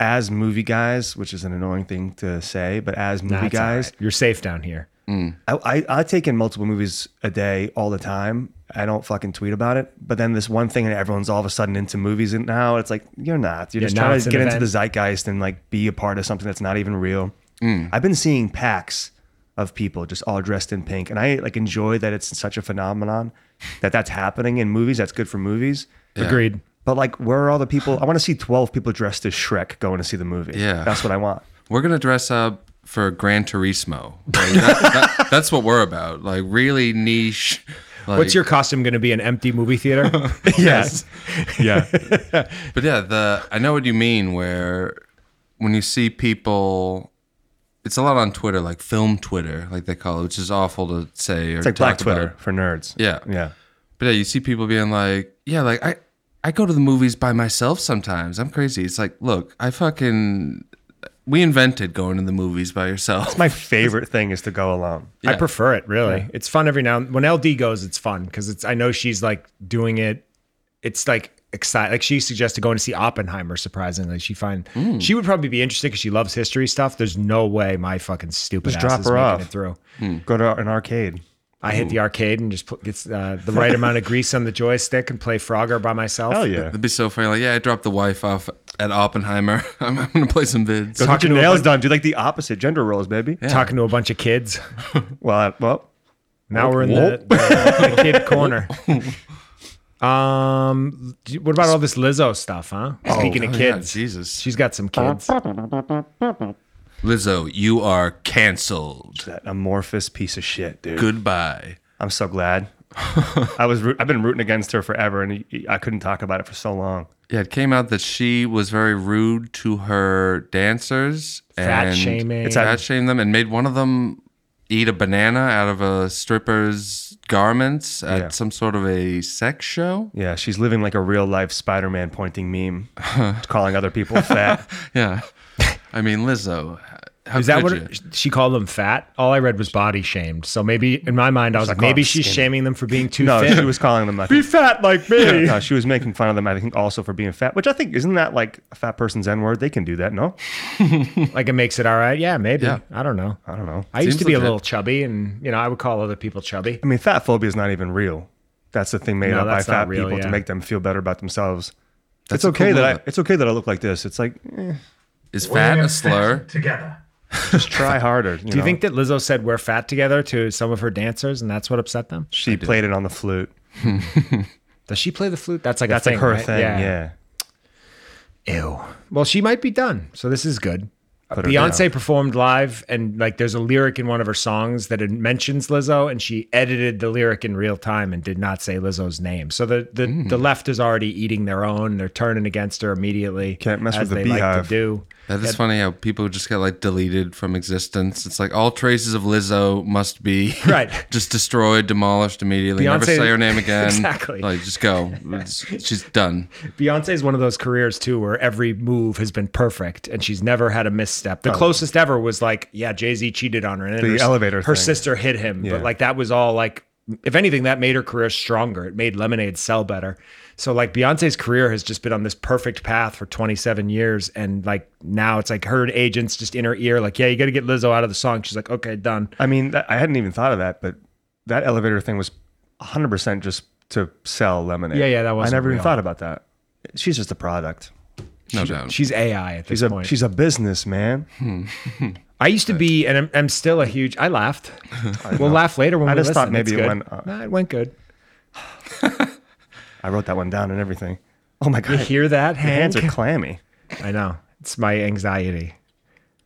Speaker 6: as movie guys, which is an annoying thing to say, but as movie
Speaker 7: Nah, it's all
Speaker 6: guys,
Speaker 7: right. you're safe down here.
Speaker 6: I, I I take in multiple movies a day all the time. I don't fucking tweet about it. But then this one thing and everyone's all of a sudden into movies and now it's like you're not. You're
Speaker 7: Yeah,
Speaker 6: just
Speaker 7: now
Speaker 6: trying
Speaker 7: it's
Speaker 6: to
Speaker 7: an
Speaker 6: get into
Speaker 7: event.
Speaker 6: the zeitgeist and like be a part of something that's not even real. I've been seeing packs of people just all dressed in pink and I like enjoy that it's such a phenomenon that that's happening in movies. That's good for movies.
Speaker 7: Agreed.
Speaker 6: But like, where are all the people? I want to see 12 people dressed as Shrek going to see the movie.
Speaker 4: Yeah.
Speaker 6: That's what I want.
Speaker 4: We're gonna dress up for Gran Turismo. Like, that- that- that's what we're about. Like really
Speaker 7: (laughs)
Speaker 4: niche. Like,
Speaker 7: What's your costume going to be? An empty movie theater?
Speaker 6: (laughs) Yes. yeah.
Speaker 4: But yeah, the I know what you mean. Where when you see people, it's a lot on Twitter, like film Twitter, like they call it, which is awful to say. Or
Speaker 6: It's like Black
Speaker 4: talk about.
Speaker 6: Twitter for nerds.
Speaker 4: Yeah.
Speaker 6: Yeah.
Speaker 4: But yeah, you see people being like, yeah, like I I go to the movies by myself sometimes. I'm crazy. It's like, look, I fucking we invented going to the movies by yourself. (laughs)
Speaker 6: My favorite thing is to go alone.
Speaker 7: (laughs) I prefer it really. It's fun every now and when LD goes, it's fun because it's I know she's like doing it. It's like exciting. Like she suggested going to see Oppenheimer. Surprisingly, she find
Speaker 6: Hmm.
Speaker 7: she would probably be interested because she loves history stuff. There's no way my fucking stupid
Speaker 6: Just
Speaker 7: ass
Speaker 6: drop
Speaker 7: is
Speaker 6: her
Speaker 7: making
Speaker 6: off.
Speaker 7: it through.
Speaker 6: Go to an arcade.
Speaker 7: I hit the arcade and just put, gets uh, the right amount of grease on the joystick and play Frogger by myself.
Speaker 6: Hell yeah.
Speaker 4: It'd be so funny. Like, yeah, I dropped the wife off at Oppenheimer. (laughs) I'm, I'm gonna play some vids.
Speaker 6: Get
Speaker 7: Talking
Speaker 6: your
Speaker 7: to a
Speaker 6: nails
Speaker 7: bunch-
Speaker 6: done. Do like the opposite gender roles, baby.
Speaker 7: Talking to a bunch of kids.
Speaker 6: Well, I, well,
Speaker 7: Now we're in the, the, the kid corner.
Speaker 6: (laughs)
Speaker 7: Um, do you- what about
Speaker 6: Oh,
Speaker 7: all this Lizzo stuff, huh? Speaking of
Speaker 4: Oh, yeah,
Speaker 7: kids,
Speaker 4: Jesus.
Speaker 7: she's got some kids.
Speaker 4: Lizzo, you are canceled.
Speaker 6: That amorphous piece of shit, dude.
Speaker 4: Goodbye.
Speaker 6: I'm so
Speaker 7: (laughs)
Speaker 6: glad. I was root- I've been rooting against her forever, and I couldn't talk about it for so long.
Speaker 4: Yeah, it came out that she was very rude to her dancers.
Speaker 7: Fat
Speaker 4: and
Speaker 7: shaming.
Speaker 6: It's
Speaker 4: Fat shamed them and made one of them eat a banana out of a stripper's garments at
Speaker 6: Yeah.
Speaker 4: some sort of a sex show.
Speaker 6: Yeah, she's living like a real life Spider-Man pointing
Speaker 7: (laughs)
Speaker 6: meme, calling other people fat.
Speaker 4: Yeah. I mean, Lizzo, how
Speaker 7: Is that
Speaker 4: could
Speaker 7: what
Speaker 4: you?
Speaker 7: she called them fat? All I read was body shamed. So maybe in my mind, I was like,
Speaker 6: like, oh,
Speaker 7: maybe
Speaker 6: I'm
Speaker 7: she's
Speaker 6: skinny.
Speaker 7: shaming them for being too
Speaker 6: No,
Speaker 7: thin.
Speaker 6: she was calling them. I
Speaker 7: (laughs) be
Speaker 6: think,
Speaker 7: fat like me.
Speaker 6: no, Uh, she was making fun of them. I think also for being fat, which I think isn't that like a fat person's N word? They can do that. No,
Speaker 7: Like it makes it all right. Yeah, maybe.
Speaker 4: Yeah.
Speaker 7: I don't know.
Speaker 6: I don't know.
Speaker 7: I used
Speaker 4: Seems
Speaker 7: to be a
Speaker 4: legit.
Speaker 7: little chubby, and you know, I would call other people chubby.
Speaker 6: I mean, fat phobia is not even real. That's the thing made
Speaker 7: No,
Speaker 6: up by
Speaker 7: that's not
Speaker 6: fat
Speaker 7: real,
Speaker 6: people
Speaker 7: yeah.
Speaker 6: to make them feel better about themselves.
Speaker 4: That's
Speaker 6: it's
Speaker 4: a
Speaker 6: okay
Speaker 4: cool
Speaker 6: that I
Speaker 4: movement.
Speaker 6: it's okay that I look like this. It's
Speaker 7: (laughs)
Speaker 6: like eh,
Speaker 4: Is fat
Speaker 2: We're
Speaker 4: a slur?
Speaker 2: fat Together.
Speaker 6: just try harder.
Speaker 7: Do you think that Lizzo said we're fat together to some of her dancers, and that's what upset them?
Speaker 6: she played it on the flute?
Speaker 7: Does she play the flute? That's like
Speaker 6: That's
Speaker 7: a thing,
Speaker 6: like her
Speaker 7: right?
Speaker 6: thing. Yeah.
Speaker 7: Ew. Well, she might be done, so this is good.
Speaker 6: Put her down.
Speaker 7: Beyonce performed live, and like there's a lyric in one of her songs that it mentions Lizzo, and she edited the lyric in real time and did not say Lizzo's name. So the the, the left is already eating their own. They're turning against her immediately.
Speaker 6: Can't mess
Speaker 7: as
Speaker 6: with the
Speaker 7: they Like
Speaker 6: beehive.
Speaker 7: to do.
Speaker 4: That is funny how people just get like deleted from existence. It's like all traces of Lizzo must be
Speaker 7: (laughs) Right.
Speaker 4: (laughs) just destroyed, demolished immediately. Never
Speaker 7: Beyonce-
Speaker 4: say
Speaker 7: (laughs)
Speaker 4: her name again.
Speaker 7: Exactly.
Speaker 4: Like just
Speaker 7: (laughs)
Speaker 4: go. It's- she's done.
Speaker 7: Beyonce's one of those careers too, where every move has been perfect, and she's never had a misstep. The closest ever was like, yeah, Jay Z cheated on her, and then
Speaker 6: Oh. The
Speaker 7: her,
Speaker 6: elevator
Speaker 7: Her
Speaker 6: thing.
Speaker 7: sister hit him,
Speaker 6: Yeah.
Speaker 7: but like that was all like, if anything, that made her career stronger. It made Lemonade sell better. So like Beyonce's career has just been on this perfect path for 27 years, and like now it's like her agents just in her ear, like, yeah, you got to get Lizzo out of the song. She's like, okay, done.
Speaker 6: I mean, that, I hadn't even thought of that, but that elevator thing was 100% just to sell lemonade.
Speaker 7: Yeah, yeah, that wasn't
Speaker 6: I never
Speaker 7: real.
Speaker 6: even thought about that. She's just a product.
Speaker 4: No doubt.
Speaker 7: She's AI at this
Speaker 6: She's a
Speaker 7: point.
Speaker 6: she's a business man.
Speaker 7: I used to be, and I'm, I'm still a huge. I laughed. we'll laugh later
Speaker 6: (laughs)
Speaker 7: when
Speaker 6: I
Speaker 7: we
Speaker 6: just thought
Speaker 7: listen. It's
Speaker 6: maybe it
Speaker 7: good.
Speaker 6: went, uh,
Speaker 7: Nah, it went good.
Speaker 6: I wrote that one down and everything. Oh my god,
Speaker 7: You hear that,
Speaker 6: your hands
Speaker 7: Hank?
Speaker 6: are clammy.
Speaker 7: I know. It's my anxiety.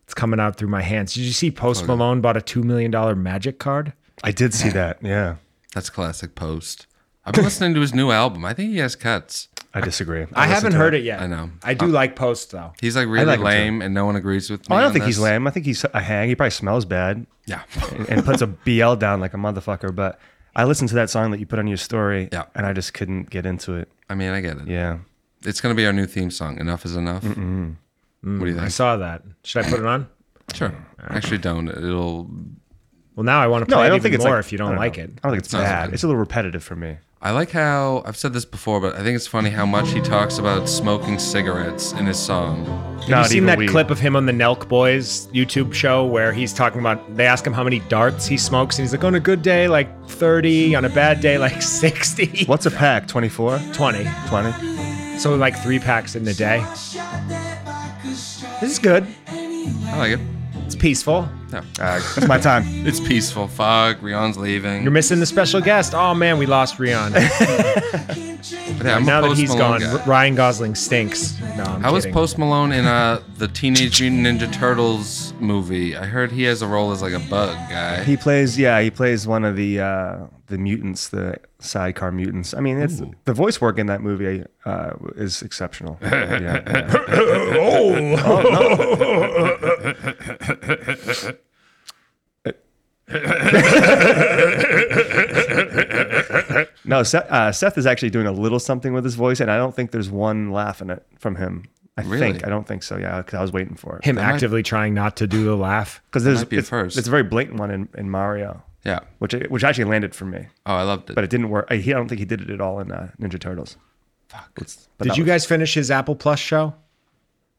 Speaker 7: It's coming out through my hands. Did you see Post Malone bought a $2 million magic card?
Speaker 6: I did see that. Yeah,
Speaker 4: That's classic post. I've been listening to his new album. I think he has cuts.
Speaker 6: I disagree.
Speaker 7: I, haven't heard it yet.
Speaker 4: I know.
Speaker 7: I do like Post, though.
Speaker 4: He's like really
Speaker 6: like him, too.
Speaker 4: lame and no one agrees with me.
Speaker 6: Oh, I don't
Speaker 4: on
Speaker 6: think he's
Speaker 4: this.
Speaker 6: lame. I think he's a hang. He probably smells bad
Speaker 4: Yeah.
Speaker 6: and, and puts a (laughs) BL down like a motherfucker. But I listened to that song that you put on your story,
Speaker 4: Yeah.
Speaker 6: and I just couldn't get into it.
Speaker 4: I mean, I get it.
Speaker 6: Yeah,
Speaker 4: It's going to be our new theme song. Enough is enough. What do you
Speaker 7: I
Speaker 4: think?
Speaker 7: saw that. Should I put it on?
Speaker 4: Sure. Actually, don't. It'll.
Speaker 7: Well, now I want to play
Speaker 6: no,
Speaker 7: it
Speaker 6: I don't
Speaker 7: even
Speaker 6: think it's
Speaker 7: more
Speaker 6: like,
Speaker 7: if you don't
Speaker 6: I
Speaker 7: like
Speaker 6: know.
Speaker 7: it.
Speaker 6: I don't think it's
Speaker 4: Sounds
Speaker 6: bad.
Speaker 4: okay.
Speaker 6: It's a little repetitive for me.
Speaker 4: I like how I've said this before, but I think it's funny how much he talks about smoking cigarettes in his song.
Speaker 7: Have you seen that clip of him on the Nelk Boys YouTube show where he's talking about they ask him how many darts he smokes and he's like on a good day like 30, on a bad day like (laughs) 60,
Speaker 6: What's a pack? 24?
Speaker 7: 20.
Speaker 6: 20?
Speaker 7: So like 3 packs in a day. This is good.
Speaker 4: I like it.
Speaker 7: It's peaceful.
Speaker 6: That's my time.
Speaker 4: (laughs) It's peaceful. Fuck. Rion's leaving.
Speaker 7: You're missing the special guest. Oh man, we lost Rion.
Speaker 4: But yeah, (laughs) I'm a
Speaker 7: now that
Speaker 4: Post
Speaker 7: he's
Speaker 4: Malone
Speaker 7: gone,
Speaker 4: guy.
Speaker 7: Ryan Gosling stinks. No, I'm
Speaker 4: How was
Speaker 7: kidding.
Speaker 4: Post Malone in uh, the Teenage Mutant Ninja Turtles movie? I heard he has a role as like a bug guy.
Speaker 6: He plays, yeah, he plays one of the uh, the mutants, the sidecar mutants. I mean, it's the voice work in that movie uh, is
Speaker 4: (laughs)
Speaker 6: exceptional. Yeah, yeah.
Speaker 4: Oh,
Speaker 6: (laughs) No, Seth, uh, Seth is actually doing a little something with his voice, and I don't think there's one laugh in it from him. I
Speaker 4: Really?
Speaker 6: think I don't think so. Yeah, 'cause I was waiting for it
Speaker 7: him actively trying not to do the laugh?
Speaker 6: because there's
Speaker 4: might be a
Speaker 6: it's,
Speaker 4: first.
Speaker 6: it's a very blatant one in, in Mario,
Speaker 4: Yeah.
Speaker 6: which which actually landed for me,
Speaker 4: Oh, I loved it.
Speaker 6: but it didn't work. I, he, I don't think he did it at all in uh, Ninja Turtles. Fuck.
Speaker 7: Did you guys finish his Apple Plus show?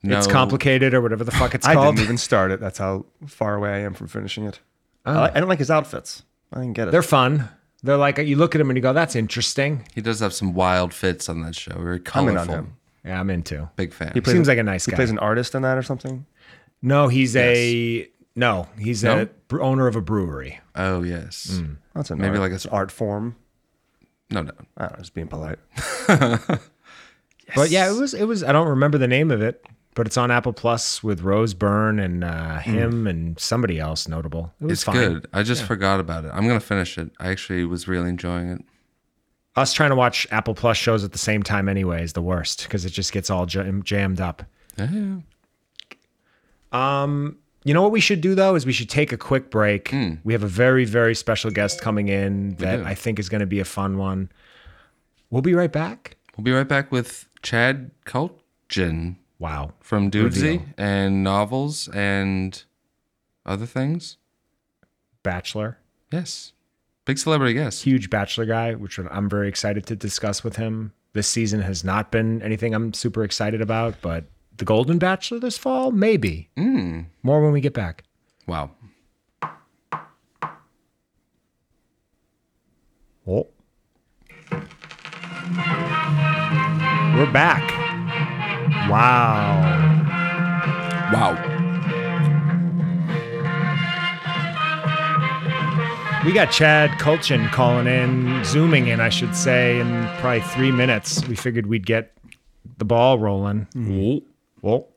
Speaker 4: No.
Speaker 7: It's complicated or whatever the fuck
Speaker 4: (laughs)
Speaker 7: it's
Speaker 6: I
Speaker 7: called.
Speaker 6: didn't even start it. That's how far away I am from finishing it. I, li- I don't like his outfits. I didn't get it.
Speaker 7: They're fun. They're like you look at him and you go, "That's interesting."
Speaker 4: He does have some wild fits on that show. Very
Speaker 6: I'm in
Speaker 4: colorful.
Speaker 6: on him.
Speaker 7: Yeah, I'm into.
Speaker 4: Big fan.
Speaker 6: plays
Speaker 7: Seems
Speaker 6: an-
Speaker 7: like a nice
Speaker 6: He
Speaker 7: guy.
Speaker 6: plays an artist in that or something.
Speaker 7: no, he's a no. He's a
Speaker 4: No?
Speaker 7: bre- owner of a brewery.
Speaker 4: oh yes.
Speaker 6: That's an
Speaker 4: Maybe
Speaker 6: art-
Speaker 4: like a-
Speaker 6: it's an art form.
Speaker 4: No, no.
Speaker 6: I don't know, just being polite.
Speaker 7: But yeah, it was it was. I don't remember the name of it. but it's on Apple Plus with Rose Byrne and uh, him and somebody else notable. It was
Speaker 4: Hmm. It's
Speaker 7: fine.
Speaker 4: good. I just forgot about it. I'm gonna finish it. I actually was really enjoying it.
Speaker 7: Us trying to watch Apple Plus shows at the same time anyway is the worst because it just gets all jam- jammed up.
Speaker 4: Yeah.
Speaker 7: You know what we should do though is we should take a quick break. We have a very very special guest coming in that
Speaker 4: do.
Speaker 7: I think is going to be a fun one. We'll be right back.
Speaker 4: We'll be right back with Chad Culkin
Speaker 7: Wow.
Speaker 4: from Dudesy
Speaker 7: Reveal.
Speaker 4: and novels and other things.
Speaker 7: Bachelor.
Speaker 4: Yes. Big celebrity guest.
Speaker 7: huge Bachelor guy, which I'm very excited to discuss with him. This season has not been anything I'm super excited about, but the Golden Bachelor this fall, maybe. More when we get back.
Speaker 4: Wow.
Speaker 7: Oh. We're back. Wow.
Speaker 4: Wow.
Speaker 7: We got Chad Kulchin calling in, zooming in, I should say, in probably three minutes. We figured we'd get the ball rolling. Well,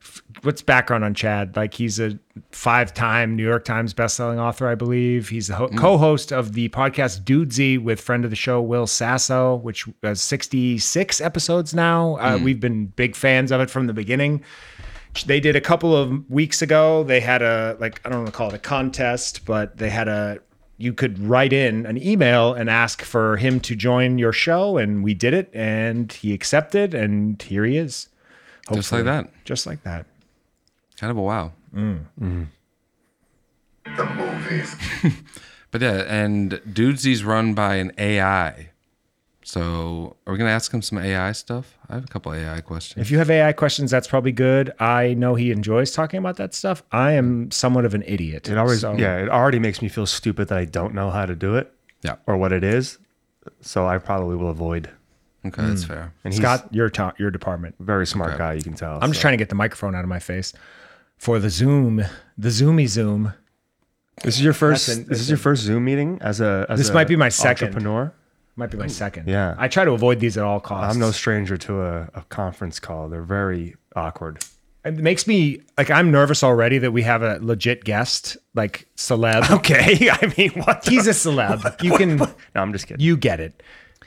Speaker 7: f- what's background on Chad? Like he's a five-time New York Times best-selling author, I believe. He's the ho-
Speaker 4: Mm.
Speaker 7: co-host of the podcast Dudesy with friend of the show Will Sasso, which has 66 episodes now.
Speaker 4: Mm.
Speaker 7: Uh, we've been big fans of it from the beginning. They did a couple of weeks ago. They had a like I don't want to call it a contest, but they had a you could write in an email and ask for him to join your show, and we did it, and he accepted, and here he is.
Speaker 4: Just like
Speaker 7: Hopefully.
Speaker 4: that.
Speaker 7: Just like that.
Speaker 4: Kind of a wow. Mm-hmm.
Speaker 8: The movies.
Speaker 4: (laughs) But yeah, and Dudesy's run by an AI. So are we gonna ask him some AI stuff? I have a couple AI questions.
Speaker 7: If you have AI questions, that's probably good. I know he enjoys talking about that stuff. I am somewhat of an idiot.
Speaker 6: It always,
Speaker 7: so-
Speaker 6: yeah, it already makes me feel stupid that I don't know how to do it
Speaker 4: Yeah.
Speaker 6: or what it is. So I probably will avoid.
Speaker 4: Okay, that's fair.
Speaker 6: And he's
Speaker 7: Scott, your ta- your department.
Speaker 6: a very smart guy, you can tell.
Speaker 7: I'm just trying to get the microphone out of my face for the Zoom, the Zoomy Zoom.
Speaker 6: This is your first.
Speaker 7: That's an-
Speaker 6: this is your first Zoom meeting as a. As
Speaker 7: This
Speaker 6: a
Speaker 7: might be my second.
Speaker 6: entrepreneur.
Speaker 7: Might be my second.
Speaker 6: yeah.
Speaker 7: I try to avoid these at all costs.
Speaker 6: I'm no stranger to a, a conference call. They're very awkward.
Speaker 7: It makes me like I'm nervous already that we have a legit guest, like
Speaker 6: (laughs)
Speaker 7: celeb. Okay, I mean, what? He's a celeb. you can.
Speaker 6: No, I'm just kidding.
Speaker 7: You get it.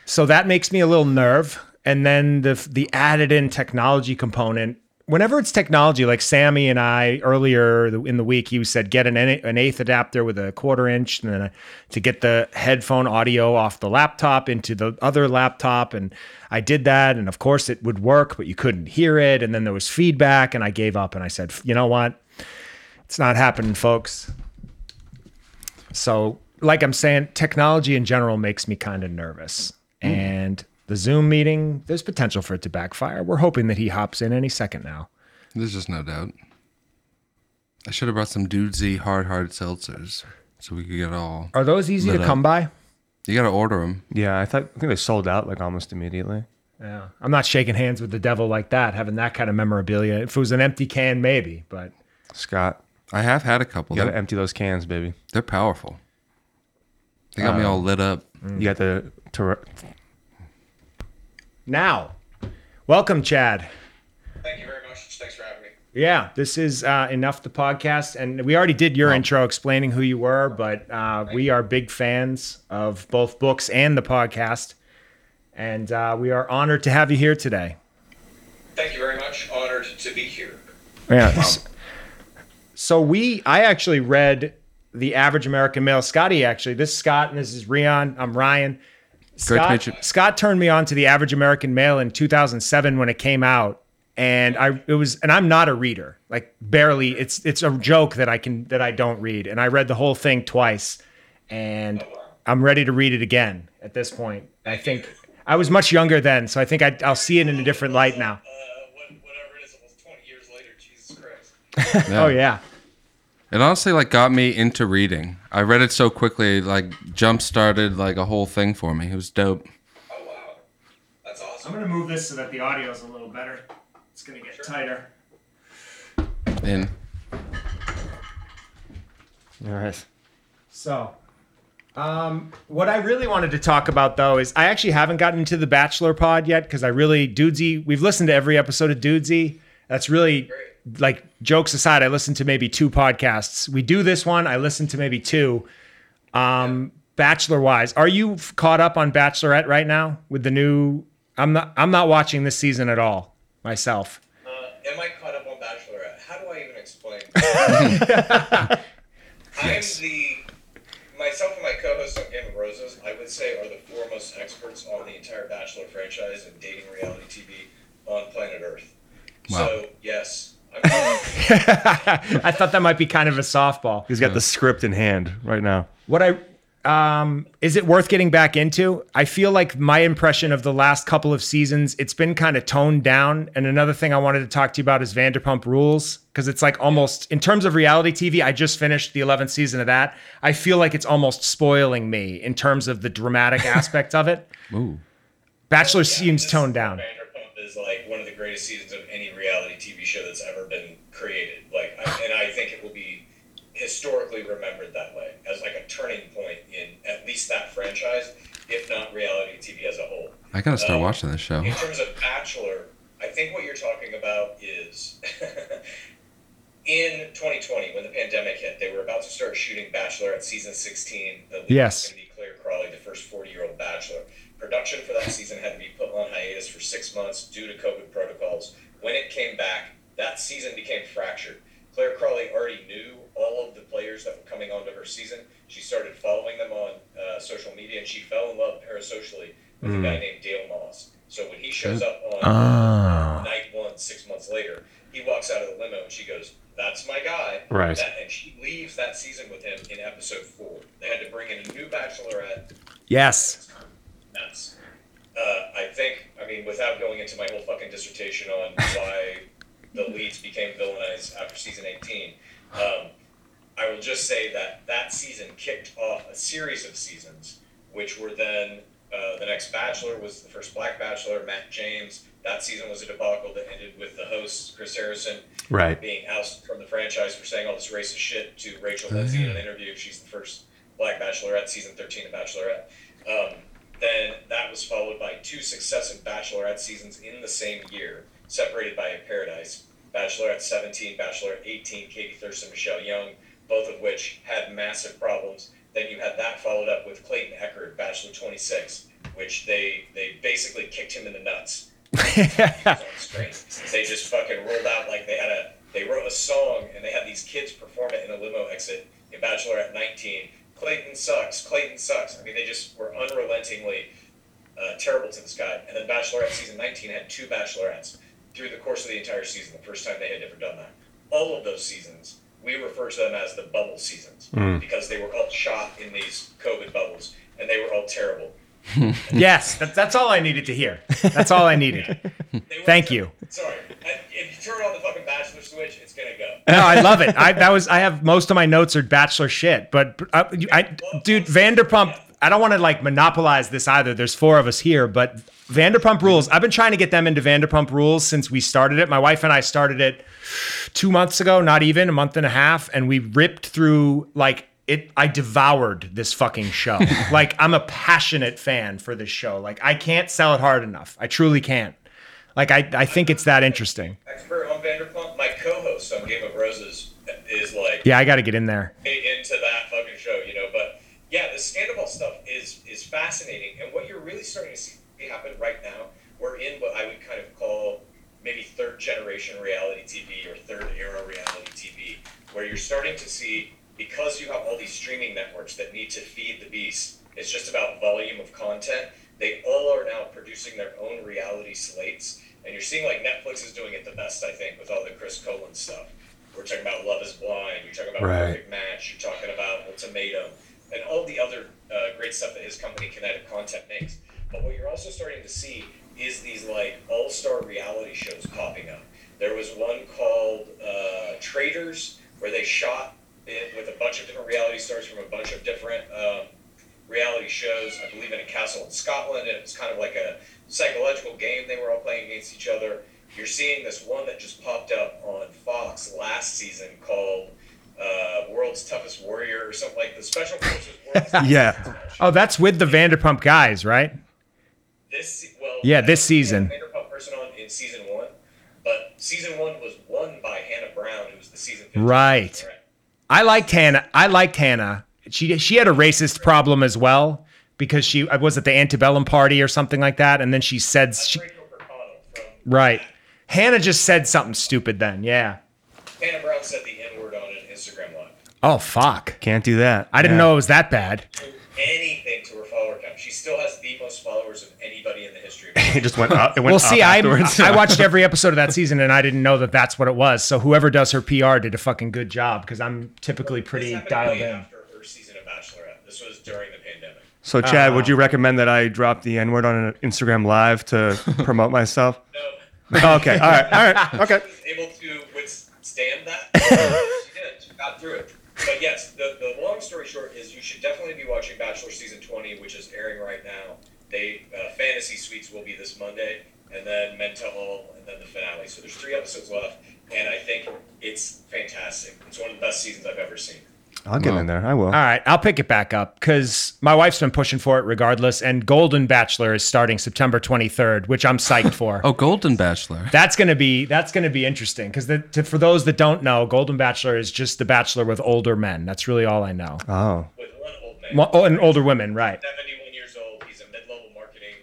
Speaker 7: So that makes me a little nerve. And then the the added in technology component. Whenever it's technology, like Sammy and I earlier in the week, you said get an an eighth adapter with a quarter inch, and then a, to get the headphone audio off the laptop into the other laptop. And I did that, and of course it would work, but you couldn't hear it. And then there was feedback, and I gave up, and I said, you know what, it's not happening, folks. So, like I'm saying, technology in general makes me kind of nervous. And the Zoom meeting, there's potential for it to backfire. We're hoping that he hops in any second now.
Speaker 4: There's just no doubt. I should have brought some Dudesy hard hard seltzers so we could get all.
Speaker 7: Are those easy
Speaker 4: Lit
Speaker 7: to
Speaker 4: up.
Speaker 7: come by?
Speaker 4: You gotta order them.
Speaker 6: Yeah, I thought I think they sold out like almost immediately.
Speaker 7: Yeah. I'm not shaking hands with the devil like that, having that kind of memorabilia. If it was an empty can, maybe, but
Speaker 6: Scott,
Speaker 4: I have had a couple.
Speaker 6: you gotta
Speaker 4: They're,
Speaker 6: empty those cans, baby.
Speaker 4: they're powerful. They got me all lit up.
Speaker 6: You got the ter-
Speaker 7: now, welcome, Chad.
Speaker 9: Thank you very much. Thanks for having me.
Speaker 7: Yeah, this is uh, enough the podcast, and we already did your intro explaining who you were, but uh, we are big fans of both books and the podcast, and uh, we are honored to have you here today.
Speaker 9: Thank you very much. Honored to be here.
Speaker 7: Yeah.
Speaker 6: (laughs)
Speaker 7: So we, I actually read the average American male. Scotty actually, this is Scott and this is Rion. I'm Ryan.
Speaker 4: Great to
Speaker 7: Scott,
Speaker 4: meet you.
Speaker 7: Scott turned me on to the average American male in 2007 when it came out, and I it was and I'm not a reader, like barely. It's it's a joke that I can that I don't read, and I read the whole thing twice, and I'm ready to read it again at this point. I think I was much younger then, so I think I, I'll see it in a different light now.
Speaker 9: Uh, what, whatever it is, almost 20 years later, Jesus Christ.
Speaker 7: Oh yeah.
Speaker 4: It honestly like got me into reading. I read it so quickly, it, like jump started like a whole thing for me. It was dope.
Speaker 9: Oh, wow. That's
Speaker 7: I'm
Speaker 9: awesome.
Speaker 7: gonna move this so that the audio is a little better. It's gonna get tighter.
Speaker 4: And
Speaker 6: All right.
Speaker 7: So, um, what I really wanted to talk about though is I actually haven't gotten into the Bachelor pod yet because I really Dudesy. We've listened to every episode of Dudesy. That's really like jokes aside. I listen to maybe two podcasts. We do this one. I listen to maybe two. Um, Bachelor wise, are you f- caught up on Bachelorette right now with the new? I'm not. I'm not watching this season at all myself. (laughs)
Speaker 9: Uh, am I caught up on Bachelorette? How do I even explain? I'm the myself and my co-host on Game of Roses. I would say are the four most experts on the entire Bachelor franchise and dating reality TV on planet Earth. So yes, I'm caught up.
Speaker 7: I thought that might be kind of a softball.
Speaker 6: He's got the script in hand right now.
Speaker 7: What I um is it worth getting back into? I feel like my impression of the last couple of seasons, it's been kind of toned down. And another thing I wanted to talk to you about is Vanderpump Rules because it's like almost in terms of reality TV, I just finished the 11th season of that. I feel like it's almost spoiling me in terms of the
Speaker 9: (laughs)
Speaker 7: dramatic aspect of it.
Speaker 4: Ooh.
Speaker 7: Bachelor seems
Speaker 9: This
Speaker 7: toned down.
Speaker 9: Vanderpump is like one of the greatest seasons of any reality TV show that's ever been created. Like, I, and I think it will be historically remembered that way as like a turning point in at least that franchise, if not reality TV as a whole.
Speaker 4: I gotta start
Speaker 9: Um,
Speaker 4: watching this show.
Speaker 9: In terms of Bachelor, I think what you're talking about is (laughs) in 2020, when the pandemic hit, they were about to start shooting Bachelor at season 16. The lead was
Speaker 7: Yes.
Speaker 9: gonna be Claire Crawley, the first 40 year old Bachelor. Production for that season had to be put on hiatus for six months due to COVID protocols. When it came back, that season became fractured. Claire Crawley already knew all of the players that were coming onto her season. She started following them on uh, social media and she fell in love parasocially with a guy named Dale Moss. So when he shows up on night one, six months later, he walks out of the limo and she goes, That's my guy.
Speaker 6: Right.
Speaker 9: That- and she leaves that season with him in episode four. They had to bring in a new bachelorette.
Speaker 7: Yes.
Speaker 9: Nuts. Uh, I think, I mean, without going into my whole fucking dissertation on why the leads became villainized after season 18, um, I will just say that that season kicked off a series of seasons, which were then uh, the next Bachelor was the first Black Bachelor, Matt James. That season was a debacle that ended with the host, Chris Harrison,
Speaker 6: Right.
Speaker 9: being ousted from the franchise for saying all this racist shit to Rachel Lindsay in an interview. She's the first black bachelorette, season 13 of Bachelorette. Um, then that was followed by two successive bachelorette seasons in the same year, separated by a paradise. Bachelorette 17, Bachelorette 18, Katie Thurston, Michelle Young, both of which had massive problems. Then you had that followed up with Clayton Eckerd, Bachelor 26, which they, they basically kicked him in the nuts on screen. They just fucking rolled out like they had a they wrote a song and they had these kids perform it in a limo exit in Bachelor at 19. Clayton sucks. Clayton sucks. I mean, they just were unrelentingly uh, terrible to this guy. And then Bachelorette season 19 had two Bachelorettes through the course of the entire season. The first time they had ever done that. All of those seasons, we refer to them as the bubble seasons because they were all shot in these COVID bubbles and they were all terrible.
Speaker 7: Yes. That, that's all I needed to hear. That's all I needed.
Speaker 9: (laughs) They were
Speaker 7: Thank
Speaker 9: ter-
Speaker 7: you.
Speaker 9: Sorry. I- If you turn on the fucking Bachelor switch, it's gonna go.
Speaker 7: No, I love it. I that was I have most of my notes are bachelor shit, but uh, I, dude, Vanderpump. I don't want to like monopolize this either. There's four of us here, but Vanderpump Rules. I've been trying to get them into Vanderpump Rules since we started it. My wife and I started it two months ago, not even a month and a half, and we ripped through like it. I devoured this fucking show. like I'm a passionate fan for this show. Like I can't sell it hard enough. I truly can't. Like I, I think it's that interesting.
Speaker 9: expert on Vanderpump. My co-host on Game of Roses is like
Speaker 7: Yeah, I got to get in there.
Speaker 9: into that fucking show, you know. But yeah, the Scandal stuff is is fascinating, and what you're really starting to see happen right now, we're in what I would kind of call maybe third generation reality TV or third era reality TV, where you're starting to see because you have all these streaming networks that need to feed the beast. It's just about volume of content. They all are now producing their own reality slates, and you're seeing like Netflix is doing it the best, I think, with all the Chris Colin stuff. We're talking about Love Is Blind. You're talking about
Speaker 6: Right.
Speaker 9: Perfect Match. You're talking about Ultimatum, and all the other uh, great stuff that his company Kinetic Content makes. But what you're also starting to see is these like all-star reality shows popping up. There was one called uh, Traders, where they shot it with a bunch of different reality stars from a bunch of different um, reality shows, I believe in a castle in Scotland, and it was kind of like a psychological game they were all playing against each other. You're seeing this one that just popped up on Fox last season called uh, World's Toughest Warrior or something like the Special Forces
Speaker 7: (laughs)
Speaker 9: World's Toughest
Speaker 6: Yeah.
Speaker 7: Oh, that's with the Vanderpump guys, right?
Speaker 9: this se- well
Speaker 7: Yeah, this
Speaker 9: I think they
Speaker 7: season.
Speaker 9: had Vanderpump person on in season one, But season one was won by Hannah Brown, who was the season 15
Speaker 7: Right.
Speaker 9: Bachelorette.
Speaker 7: I liked Hannah. I liked Hannah. She she had a racist problem as well because she was at the antebellum party or something like that, and then she said she,
Speaker 9: Rachel Bercano from
Speaker 7: right. Hannah just said something stupid. Then yeah.
Speaker 9: Hannah Brown said the N word on an Instagram live.
Speaker 7: Oh fuck!
Speaker 6: Can't do that.
Speaker 7: I didn't
Speaker 6: Yeah.
Speaker 7: know
Speaker 6: (laughs)
Speaker 7: it was that bad.
Speaker 9: Anything to her follower count. She still has the most followers of anybody in the history of
Speaker 6: It just went up. It went
Speaker 7: Well,
Speaker 6: up
Speaker 7: see, I
Speaker 6: afterwards.
Speaker 7: (laughs) I watched every episode of that season, and I didn't know that that's what it was. So whoever does her PR did a fucking good job because I'm typically
Speaker 9: This
Speaker 7: pretty
Speaker 9: happened
Speaker 7: dialed
Speaker 9: way
Speaker 7: in.
Speaker 9: After her season of Bachelorette, this was during the pandemic.
Speaker 6: (laughs) So, Chad, would you recommend that I drop the N word on an Instagram live to promote myself? (laughs)
Speaker 9: No,
Speaker 6: Okay. All right. All right. Okay.
Speaker 9: she was able to withstand
Speaker 7: (laughs)
Speaker 9: that. she did. She got through it. But yes, the, the long story short is you should definitely be watching Bachelor season 20, which is airing right now. They uh, fantasy suites will be this Monday, and then Men Tell All, and then the finale. So there's three episodes left, and I think it's fantastic. It's one of the best seasons I've ever seen.
Speaker 6: I'll get in there. I will.
Speaker 7: All right, I'll pick it back up because my wife's been pushing for it regardless. And Golden Bachelor is starting September 23rd, which I'm psyched for.
Speaker 4: Oh, Golden Bachelor.
Speaker 7: That's gonna be that's gonna be interesting because for those that don't know, Golden Bachelor is just the Bachelor with older men. That's really all I know.
Speaker 6: Oh.
Speaker 9: With one old man,
Speaker 7: Well, oh, and older women, right?
Speaker 9: 71 years old, he's a mid-level marketing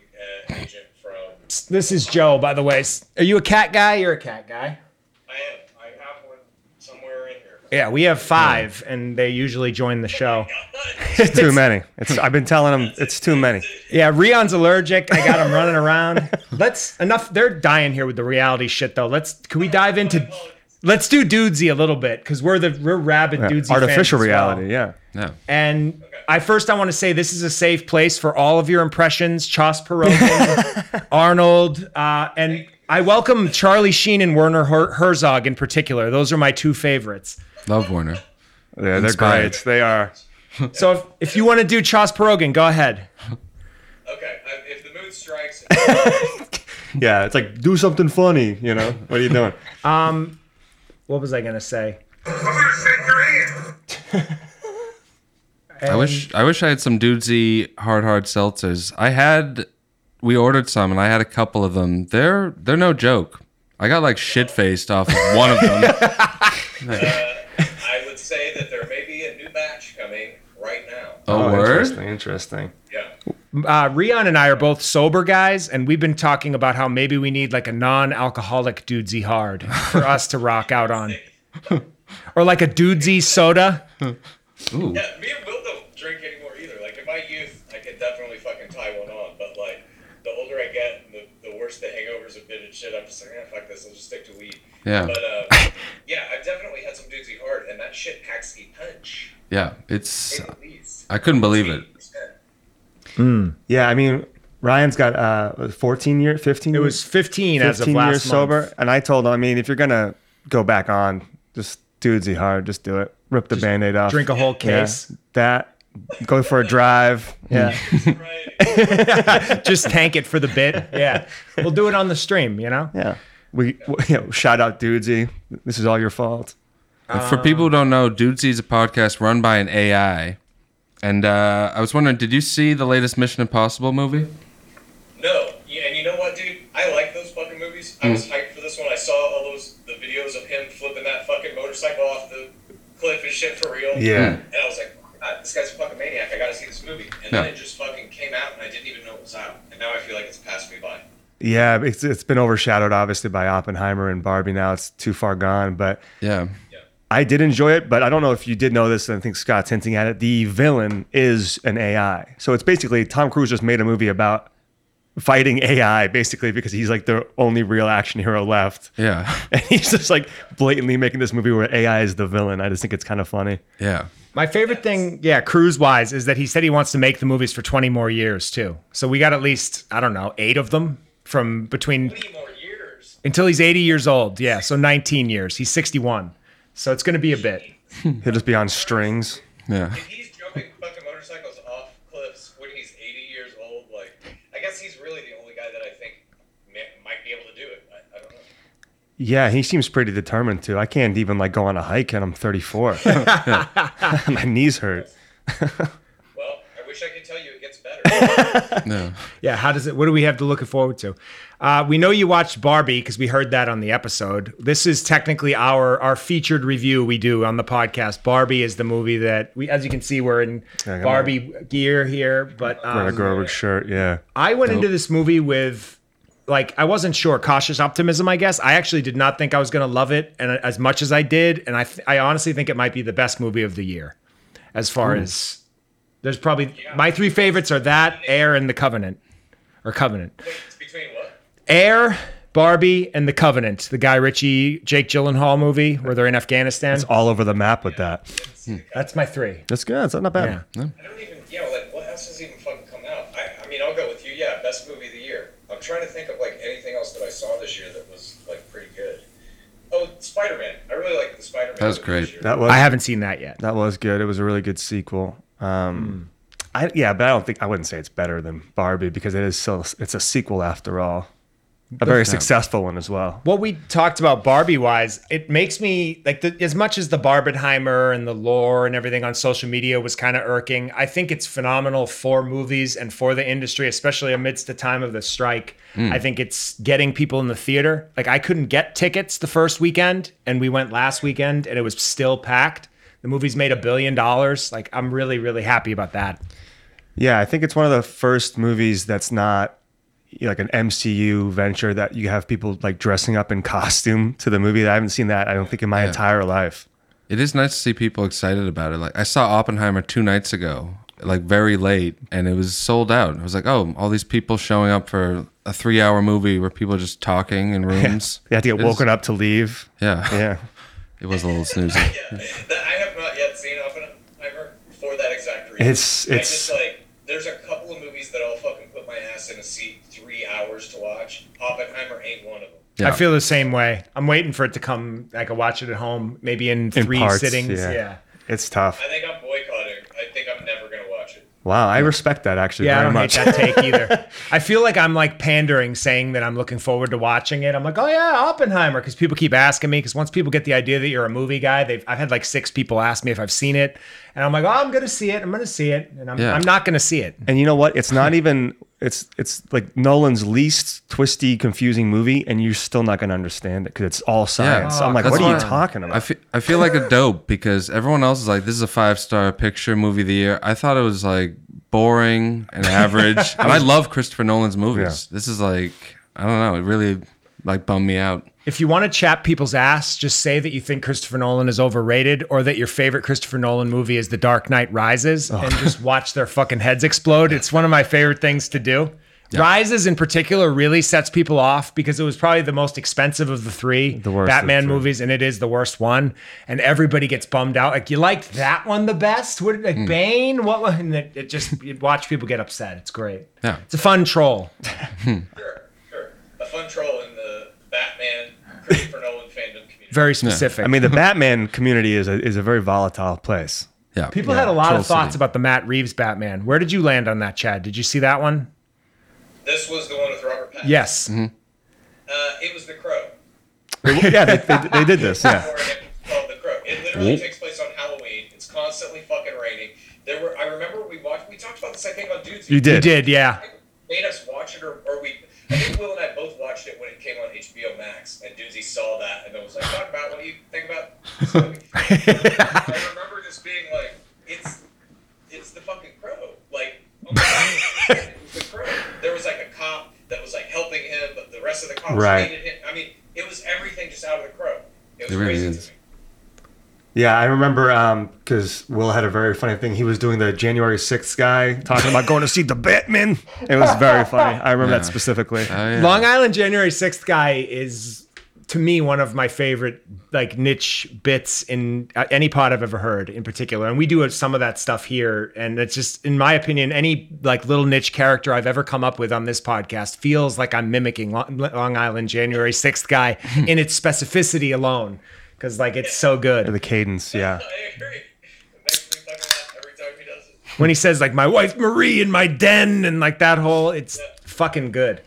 Speaker 9: uh, agent from
Speaker 7: This is Joe, by the way. S- Are you a cat guy? You're a cat guy.
Speaker 9: I am. I have one somewhere in here.
Speaker 7: Yeah, we have five, and they usually join the show.
Speaker 6: It's too many. It's. I've been telling him it's too many.
Speaker 7: Yeah, Rion's allergic. I got him running
Speaker 6: (laughs)
Speaker 7: around. Let's enough. They're dying here with the reality shit, though. Let's can we dive into? Let's do dudesy a little bit because we're the we're rabid
Speaker 6: Yeah.
Speaker 7: dudesy.
Speaker 6: Artificial
Speaker 7: fans as well.
Speaker 6: reality. Yeah.
Speaker 4: No.
Speaker 7: And I first I want to say this is a safe place for all of your impressions, Chas
Speaker 6: (laughs)
Speaker 7: Perot, Arnold, uh, and I welcome Charlie Sheen and Werner Her- Herzog in particular. Those are my two favorites.
Speaker 4: Love Warner.
Speaker 6: Yeah. They're
Speaker 4: Inspired.
Speaker 6: great. They are.
Speaker 7: So if, if you want to do Chas Perogin, go ahead.
Speaker 9: (laughs) Okay, I- if the mood strikes, (laughs)
Speaker 6: Yeah. It's like do something funny. You know. What are you doing?
Speaker 7: What was I gonna say?
Speaker 4: I wish I wish I had some dudesy hard hard seltzers. I had we ordered some and I had a couple of them. They're they're no joke. I got like shit faced off of one of them.
Speaker 9: I would say that there may be a new batch coming right now.
Speaker 4: oh, (laughs) word.
Speaker 6: Interesting. Interesting.
Speaker 9: Yeah.
Speaker 7: uh, Rion and I are both sober guys, and we've been talking about how maybe we need like a non-alcoholic dudesy hard
Speaker 6: (laughs)
Speaker 7: for us to rock out on, or like a dudesy soda.
Speaker 4: Ooh.
Speaker 9: Yeah, me and Will don't drink anymore either. Like, in my youth, I could definitely fucking tie one on, but like, the older I get, and the, the worse the hangovers have been and shit, I'm just like, eh, fuck this, I'll just stick to weed.
Speaker 4: Yeah.
Speaker 9: But, uh, yeah, I've definitely had some dudesy hard, and that shit packs a punch.
Speaker 4: Yeah. It's
Speaker 9: At least.
Speaker 4: I couldn't believe it.
Speaker 6: Yeah. I mean, Ryan's got uh 14 year, 15.
Speaker 7: It was 15, as of
Speaker 6: 15
Speaker 7: last
Speaker 6: years
Speaker 7: month.
Speaker 6: sober, and I told him, I mean, if you're gonna go back on, just dudesy hard, just do it. Rip the band-aid off.
Speaker 7: Drink a whole
Speaker 6: Yeah,
Speaker 7: case.
Speaker 6: that. Go for a drive. Yeah.
Speaker 9: Right.
Speaker 7: Just tank it for the bit.
Speaker 6: (laughs)
Speaker 7: Yeah, we'll do it on the stream. You know.
Speaker 6: yeah. (laughs) We, we you know, shout out dudesy. This is all your fault.
Speaker 4: And for people who don't know, Dudesy is a podcast run by an AI. And uh, I was wondering, did you see the latest Mission Impossible movie?
Speaker 9: No, yeah, and you know what, dude? I like those fucking movies. I
Speaker 4: Hmm.
Speaker 9: was hyped for this one. I saw all those the videos of him flipping that fucking motorcycle off the cliff and shit for real.
Speaker 6: Yeah.
Speaker 9: And I was like, "Oh God, this guy's a fucking maniac. I gotta see this movie. And
Speaker 4: Yeah.
Speaker 9: then it just fucking came out, and I didn't even know it was out. And now I feel like it's passed me by.
Speaker 6: Yeah, it's it's been overshadowed obviously by Oppenheimer and Barbie. Now it's too far gone, but
Speaker 4: Yeah.
Speaker 6: I did enjoy it. But I don't know if you did know this, and I think Scott's hinting at it. The villain is an AI, so it's basically Tom Cruise just made a movie about fighting AI, basically because he's like the only real action hero left, (laughs)
Speaker 4: Yeah.
Speaker 6: and he's just like blatantly making this movie where AI is the villain. I just think it's kind of funny.
Speaker 4: Yeah. (laughs)
Speaker 7: My favorite thing, yeah, cruise wise, is that he said he wants to make the movies for 20 more years too. So we got at least I don't know eight of them from between
Speaker 9: Three more years.
Speaker 7: until he's 80 years old. Yeah, so 19 years. He's 61. So it's going to be a bit.
Speaker 6: He'll just be on strings.
Speaker 4: Yeah.
Speaker 9: If he's jumping fucking motorcycles off cliffs when he's 80 years old, like, I guess he's really the only guy that I think ma- might be able to do it. I, I don't know.
Speaker 6: Yeah, he seems pretty determined to. I can't even like go on a hike, and I'm 34. (laughs) My knees hurt.
Speaker 4: (laughs)
Speaker 9: Well, I wish I could tell you it gets better.
Speaker 4: No.
Speaker 7: Yeah, how does it? What do we have to look forward to? Uh, we know you watched Barbie because we heard that on the episode. This is technically our our featured review we do on the podcast. Barbie is the movie that we, as you can see, we're in
Speaker 6: I got
Speaker 7: Barbie gear here. But
Speaker 6: Wearing
Speaker 7: um,
Speaker 6: a Gerwig shirt, yeah.
Speaker 7: I went into this movie with like I wasn't sure, cautious optimism, I guess. I actually did not think I was going to love it, and uh, as much as I did, and I th- I honestly think it might be the best movie of the year, as far
Speaker 6: Hmm.
Speaker 7: as there's probably my three favorites are that Air and The Covenant, or Covenant,
Speaker 9: It's between what?
Speaker 7: Air. Barbie and the Covenant, the Guy Ritchie, Jake Gyllenhaal movie where they're in Afghanistan.
Speaker 6: It's all over the map with that.
Speaker 7: That's my three.
Speaker 6: That's good. It's not
Speaker 7: Yeah.
Speaker 6: bad.
Speaker 9: I don't even. Yeah, like what else has even fucking come out? I, I mean, I'll go with you. Yeah, best movie of the year. I'm trying to think of like anything else that I saw this year that was like pretty good. Oh, Spider Man. I really like the Spider Man.
Speaker 4: That was great.
Speaker 6: That was
Speaker 7: I haven't seen that yet.
Speaker 6: that was good. It was a really good sequel. Um, I yeah, but I don't think I wouldn't say it's better than Barbie because it is still it's a sequel after all, a very successful one as well.
Speaker 7: what we talked about Barbie wise, it makes me like the, as much as the Barbenheimer and the lore and everything on social media was kind of irking. I think it's phenomenal for movies and for the industry, especially amidst the time of the strike. I think it's getting people in the theater. Like I couldn't get tickets the first weekend, and we went last weekend, and it was still packed. The movie's made a billion dollars. Like I'm really, really happy about that.
Speaker 6: Yeah, I think it's one of the first movies that's not you know, like an MCU venture that you have people like dressing up in costume to the movie. I haven't seen that. I don't think in my entire life.
Speaker 4: It is nice to see people excited about it. Like I saw Oppenheimer two nights ago, like very late, and it was sold out. I was like, oh, all these people showing up for a three-hour movie where people are just talking in rooms.
Speaker 6: They have to get woken up to leave.
Speaker 4: Yeah,
Speaker 6: Yeah.
Speaker 4: it was a little snoozy.
Speaker 9: Yeah, that, I have not yet seen Oppenheimer for that exact reason.
Speaker 6: It's
Speaker 9: I
Speaker 6: it's
Speaker 9: just like there's a couple of movies that I'll fucking put my ass in a seat three hours to watch. Oppenheimer ain't one of them.
Speaker 4: Yeah.
Speaker 7: I feel the same way. I'm waiting for it to come. I could watch it at home, maybe in
Speaker 6: In
Speaker 7: three
Speaker 6: parts,
Speaker 7: sittings.
Speaker 6: yeah.
Speaker 7: yeah.
Speaker 6: it's tough.
Speaker 9: I think I'm boycotting. I think I'm never gonna watch it.
Speaker 6: Wow, I respect that actually
Speaker 7: Yeah, I
Speaker 6: very
Speaker 7: don't
Speaker 6: much.
Speaker 7: hate that
Speaker 6: (laughs)
Speaker 7: take either. I feel like I'm like pandering, saying that I'm looking forward to watching it. I'm like, oh yeah, Oppenheimer, because people keep asking me. Because once people get the idea that you're a movie guy, they've I've had like six people ask me if I've seen it, and I'm like, oh, I'm gonna see it. I'm gonna see it, and I'm
Speaker 4: Yeah.
Speaker 7: I'm not gonna see it.
Speaker 6: And you know what? It's not even it's it's like Nolan's least twisty, confusing movie, and you're still not going to understand it because it's all science.
Speaker 7: Oh,
Speaker 6: I'm like,
Speaker 4: That's
Speaker 6: what are you
Speaker 4: why
Speaker 6: talking about?
Speaker 4: I feel, I feel like a dope because everyone else is like, this is a five star picture movie of the year. I thought it was like boring
Speaker 6: (laughs)
Speaker 4: and average. and I love Christopher Nolan's movies. This is like, I don't know. It really like bummed me out.
Speaker 7: If you want to chap people's ass, just say that you think Christopher Nolan is overrated, or that your favorite Christopher Nolan movie is The Dark Knight Rises,
Speaker 6: Oh.
Speaker 7: and just watch their fucking heads explode. It's one of my favorite things to do. Rises in particular really sets people off because it was probably the most expensive of the three
Speaker 6: The worst of
Speaker 7: Batman
Speaker 6: the three.
Speaker 7: movies, and it is the worst one. And everybody gets bummed out. Like you liked that one the best? What like
Speaker 6: Hmm.
Speaker 7: Bane? What? wa- And it, it just you watch people get upset. It's great.
Speaker 4: Yeah.
Speaker 7: It's a fun troll.
Speaker 9: Sure, sure. A fun troll in the Batman Christopher Nolan fandom community.
Speaker 7: Very specific.
Speaker 6: I mean, the Batman (laughs) community is a, is a very volatile place. (laughs)
Speaker 4: Yeah.
Speaker 7: People had a lot
Speaker 4: Troll
Speaker 7: of thoughts
Speaker 4: City.
Speaker 7: about the Matt Reeves Batman. Where did you land on that, Chad? Did you see that one?
Speaker 9: This was the one with Robert Pattinson.
Speaker 7: Yes.
Speaker 4: Mm-hmm.
Speaker 9: Uh, it was The Crow.
Speaker 6: yeah, they, they, they did this. Yeah,
Speaker 9: Or it was called The Crow. It literally takes place on Halloween. It's constantly fucking raining. There were. I remember we watched. We talked about this. I think on Dudes.
Speaker 6: you
Speaker 7: You
Speaker 6: did.
Speaker 7: did, yeah.
Speaker 9: made us watch it, or, or we. I think Will and I both watched it when it came on HBO Max, and Doozy saw that and then was like, "Talk about what do you think about?" This movie? I remember just being like, "It's, it's the fucking crow." Like, oh my God, it was the crow. There was like a cop that was like helping him, but the rest of the cops
Speaker 6: Right.
Speaker 9: hated him. I mean, it was everything just out of the crow. It was
Speaker 4: It really
Speaker 9: crazy
Speaker 4: is.
Speaker 9: to me.
Speaker 6: Yeah, I remember because Will had a very funny thing. He was doing the January 6th guy talking about going to see the Batman. It was very funny. I remember that specifically.
Speaker 4: Oh, yeah.
Speaker 7: Long Island January 6th guy is to me one of my favorite like niche bits in uh, any pod I've ever heard in particular. And we do some of that stuff here and it's just in my opinion any like little niche character I've ever come up with on this podcast feels like I'm mimicking Lo- Long Island January
Speaker 4: (laughs)
Speaker 7: 6th guy in its specificity alone cuz like it's so good.
Speaker 6: the cadence. Yeah,
Speaker 9: I agree. It makes me fucking laugh every time he does it.
Speaker 7: when he says like my wife Marie in my den and like that whole it's fucking good.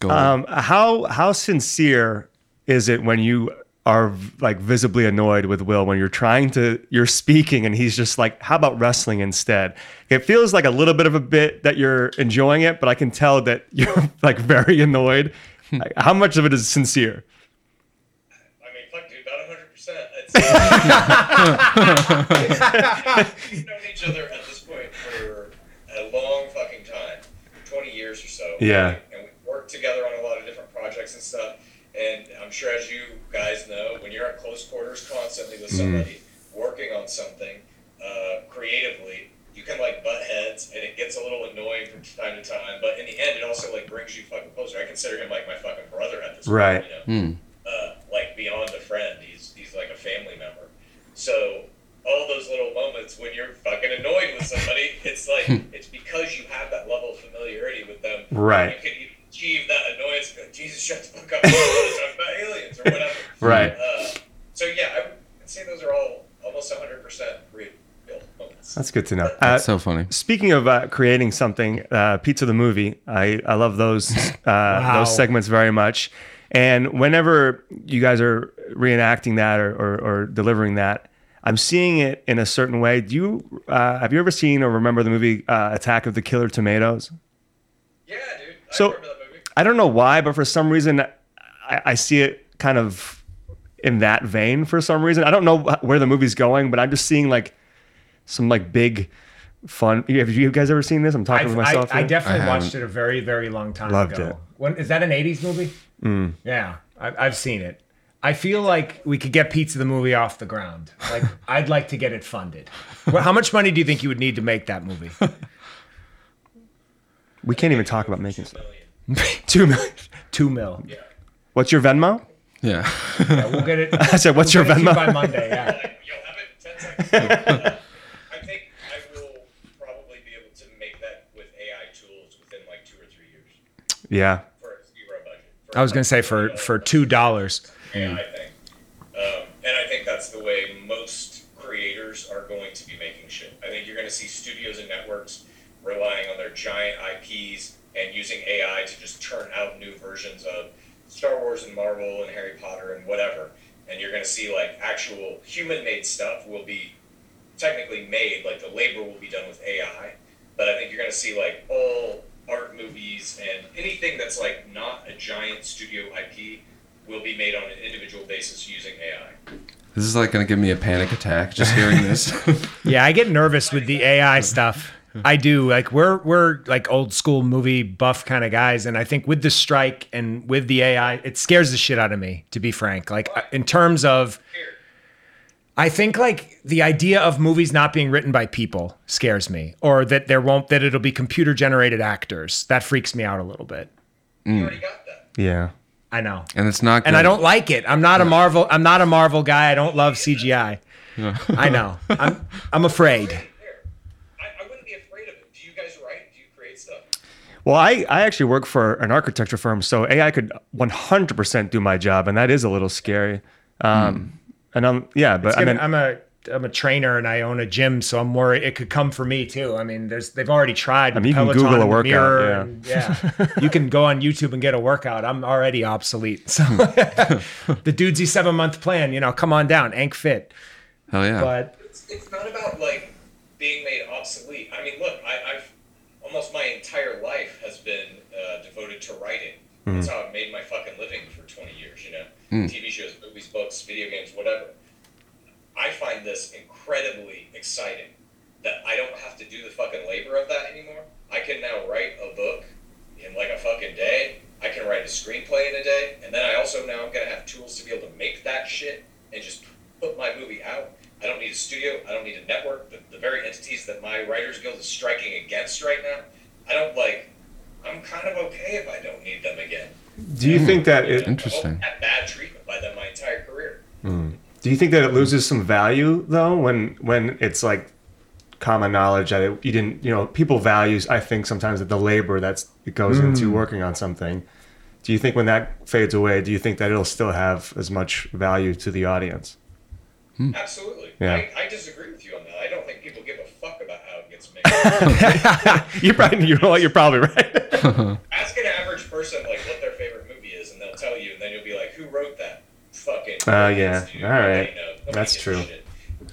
Speaker 4: Gold.
Speaker 6: Um, how how sincere is it when you are like visibly annoyed with Will when you're trying to you're speaking and he's just like, "How about wrestling instead?" It feels like a little bit of a bit that you're enjoying it, but I can tell that (laughs) you're like very annoyed. Like, how much of it is sincere?
Speaker 9: I mean, fuck, dude, about
Speaker 6: (laughs)
Speaker 9: 100%. It's, we've known each other at this point for a long fucking time 20 years or so.
Speaker 6: Yeah.
Speaker 9: And we worked together on a lot of different projects and stuff. And I'm sure, as you guys know, when you're at close quarters constantly
Speaker 6: Mm.
Speaker 9: with somebody working on something uh, creatively, you can like butt heads, and it gets a little annoying from time to time. But in the end, it also like brings you fucking closer. I consider him like my fucking brother at this
Speaker 6: Right.
Speaker 9: point. You know? uh, like beyond a friend. He's he's like a family member. So all those little moments when you're fucking annoyed with somebody, (laughs) it's like
Speaker 6: Hmm.
Speaker 9: it's because you have that level of familiarity with them. that
Speaker 6: Right.
Speaker 9: You can achieve that annoyance. and Go, Jesus, shut the fuck up! I'm talking about aliens or whatever.
Speaker 6: (laughs) Right.
Speaker 9: Uh, so yeah, I would say those are all almost 100 percent real moments.
Speaker 6: That's good to know. Uh,
Speaker 4: So funny.
Speaker 6: Speaking of uh, creating something, uh, Pizza the Movie, I, I love those uh, those segments very much. And whenever you guys are reenacting that or, or, or delivering that, I'm seeing it in a certain way. Do you uh, have you ever seen or remember the movie uh, Attack of the Killer Tomatoes?
Speaker 9: Yeah, dude. I
Speaker 6: So-
Speaker 9: remember that movie.
Speaker 6: I don't know why, but for some reason, I, I see it kind of in that vein for some reason. I don't know wh- where the movie's going, but I'm just seeing like some like big fun. Have you guys ever seen this? I'm talking
Speaker 7: I've-
Speaker 6: to myself.
Speaker 7: I, I
Speaker 6: here.
Speaker 7: definitely
Speaker 4: I
Speaker 7: watched it a very, very long time
Speaker 6: Loved
Speaker 7: ago.
Speaker 6: it.
Speaker 7: When is that an '80s movie? Yeah, I, I've seen it. I feel like we could get Pizza the movie off the ground. Like I'd like to get it funded. Well, how much money do you think you would need to make that movie?
Speaker 6: we can't even talk about making stuff.
Speaker 9: Million.
Speaker 6: Two million.
Speaker 7: Two mil.
Speaker 6: What's your Venmo? (laughs)
Speaker 4: Yeah.
Speaker 7: Yeah, we'll get it.
Speaker 6: I said, "What's
Speaker 7: we'll
Speaker 6: your
Speaker 7: get it to
Speaker 6: Venmo?"
Speaker 7: you by Monday? Yeah.
Speaker 9: (laughs) You'll have it in 10 seconds. Uh, (laughs) I think I will probably be able to make that with AI tools within like two or three years
Speaker 6: (laughs) Yeah.
Speaker 9: for a zero budget. For
Speaker 7: I was gonna say for for two dollars.
Speaker 9: AI thing. Um, and I think that's the way most creators are going to be making shit. I think you're going to see studios and networks relying on their giant IPs and using AI to just turn out new versions of Star Wars and Marvel and Harry Potter and whatever. And you're going to see like actual human made stuff will be technically made, like the labor will be done with AI. But I think you're going to see like all art movies and anything that's like not a giant studio IP will be made on an individual basis using AI.
Speaker 4: (laughs) This is like gonna give me a panic attack just hearing
Speaker 7: (laughs)
Speaker 4: this. (laughs)
Speaker 7: Yeah, I get nervous with the AI stuff. I do. Like we're we're like old school movie buff kind of guys, and I think with the strike and with the AI, it scares the shit out of me. To be frank, like uh, in terms of, I think like the idea of movies not being written by people scares me, or that there won't that it'll be computer generated actors. That freaks me out a little bit.
Speaker 9: You already got that.
Speaker 6: Yeah.
Speaker 7: I know.
Speaker 4: and it's not good.
Speaker 7: and I don't like it. I'm not a Marvel. I'm not a Marvel guy. I don't love CGI. I know. I'm I'm afraid.
Speaker 9: There. I, I wouldn't be afraid of it. Do you guys write? Do you create stuff?
Speaker 6: Well, I, I actually work for an architecture firm, so AI could 100% do my job, and that is a little scary. Um, And I'm, yeah, but I
Speaker 7: I
Speaker 6: mean,
Speaker 7: am a I'm a trainer and I own a gym, so I'm worried it could come for me too. I mean, there's they've already tried. with
Speaker 6: mean, you can
Speaker 7: Peloton
Speaker 6: Google a
Speaker 7: and the
Speaker 6: workout,
Speaker 7: mirror
Speaker 6: yeah. (laughs)
Speaker 7: and- yeah. you can go on YouTube and get a workout. I'm already obsolete. (laughs) So the dudesy seven month plan, you know, come on down, Ank Fit.
Speaker 4: Hell yeah.
Speaker 7: But
Speaker 9: It's, it's not about like being made obsolete. I mean, look, I, I've almost my entire life has been uh, devoted to writing. That's how I made my fucking living for 20 years. You know, TV shows, movies, books, video games, whatever. I find this incredibly exciting that I don't have to do the fucking labor of that anymore. I can now write a book in like a fucking day. I can write a screenplay in a day, and then I also now I'm gonna have tools to be able to make that shit and just put my movie out. I don't need a studio. I don't need a network. The, the very entities that my writers guild is striking against right now, I don't like. I'm kind of okay if I don't need them again.
Speaker 6: do you think that it,
Speaker 4: Interesting.
Speaker 9: I've had bad treatment by them my entire career.
Speaker 6: Do you think that it loses some value though when when it's like common knowledge that it, you didn't you know people values I think sometimes that the labor that's it goes into working on something. Do you think when that fades away, do you think that it'll still have as much value to the audience?
Speaker 9: Absolutely.
Speaker 6: Yeah.
Speaker 9: I, I disagree with you on that. I don't think people give a fuck about how it gets
Speaker 10: (laughs)
Speaker 6: (laughs)
Speaker 9: made.
Speaker 6: You're probably you're, right- you're probably right.
Speaker 9: Ask an average person like what their favorite movie is, and they'll tell you, and then you'll be like, "Who wrote that?" fucking.
Speaker 10: Oh, yeah.
Speaker 9: dude.
Speaker 10: All right.
Speaker 9: They know. Nobody
Speaker 10: That's
Speaker 9: gives a
Speaker 10: true.
Speaker 9: shit.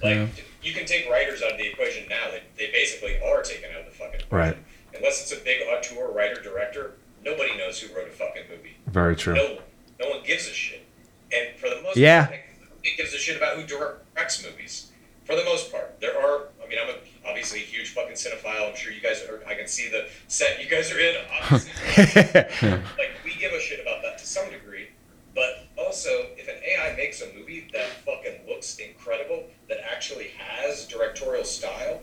Speaker 9: Like you can take writers out of the equation now. They, they basically are taken out of the fucking equation.
Speaker 10: Right.
Speaker 9: Unless it's a big auteur, writer, director, nobody knows who wrote a fucking movie.
Speaker 10: Very true.
Speaker 9: No one. No one gives a shit. And for the most
Speaker 7: Yeah.
Speaker 9: part, it gives a shit about who directs movies. For the most part, there are. I mean, I'm a, obviously a huge fucking cinephile. I'm sure you guys are. I can see the set you guys are in.
Speaker 10: (laughs)
Speaker 9: Obviously, like we give a shit about that to some degree. But also, if an AI makes a movie that fucking looks incredible, that actually has directorial style,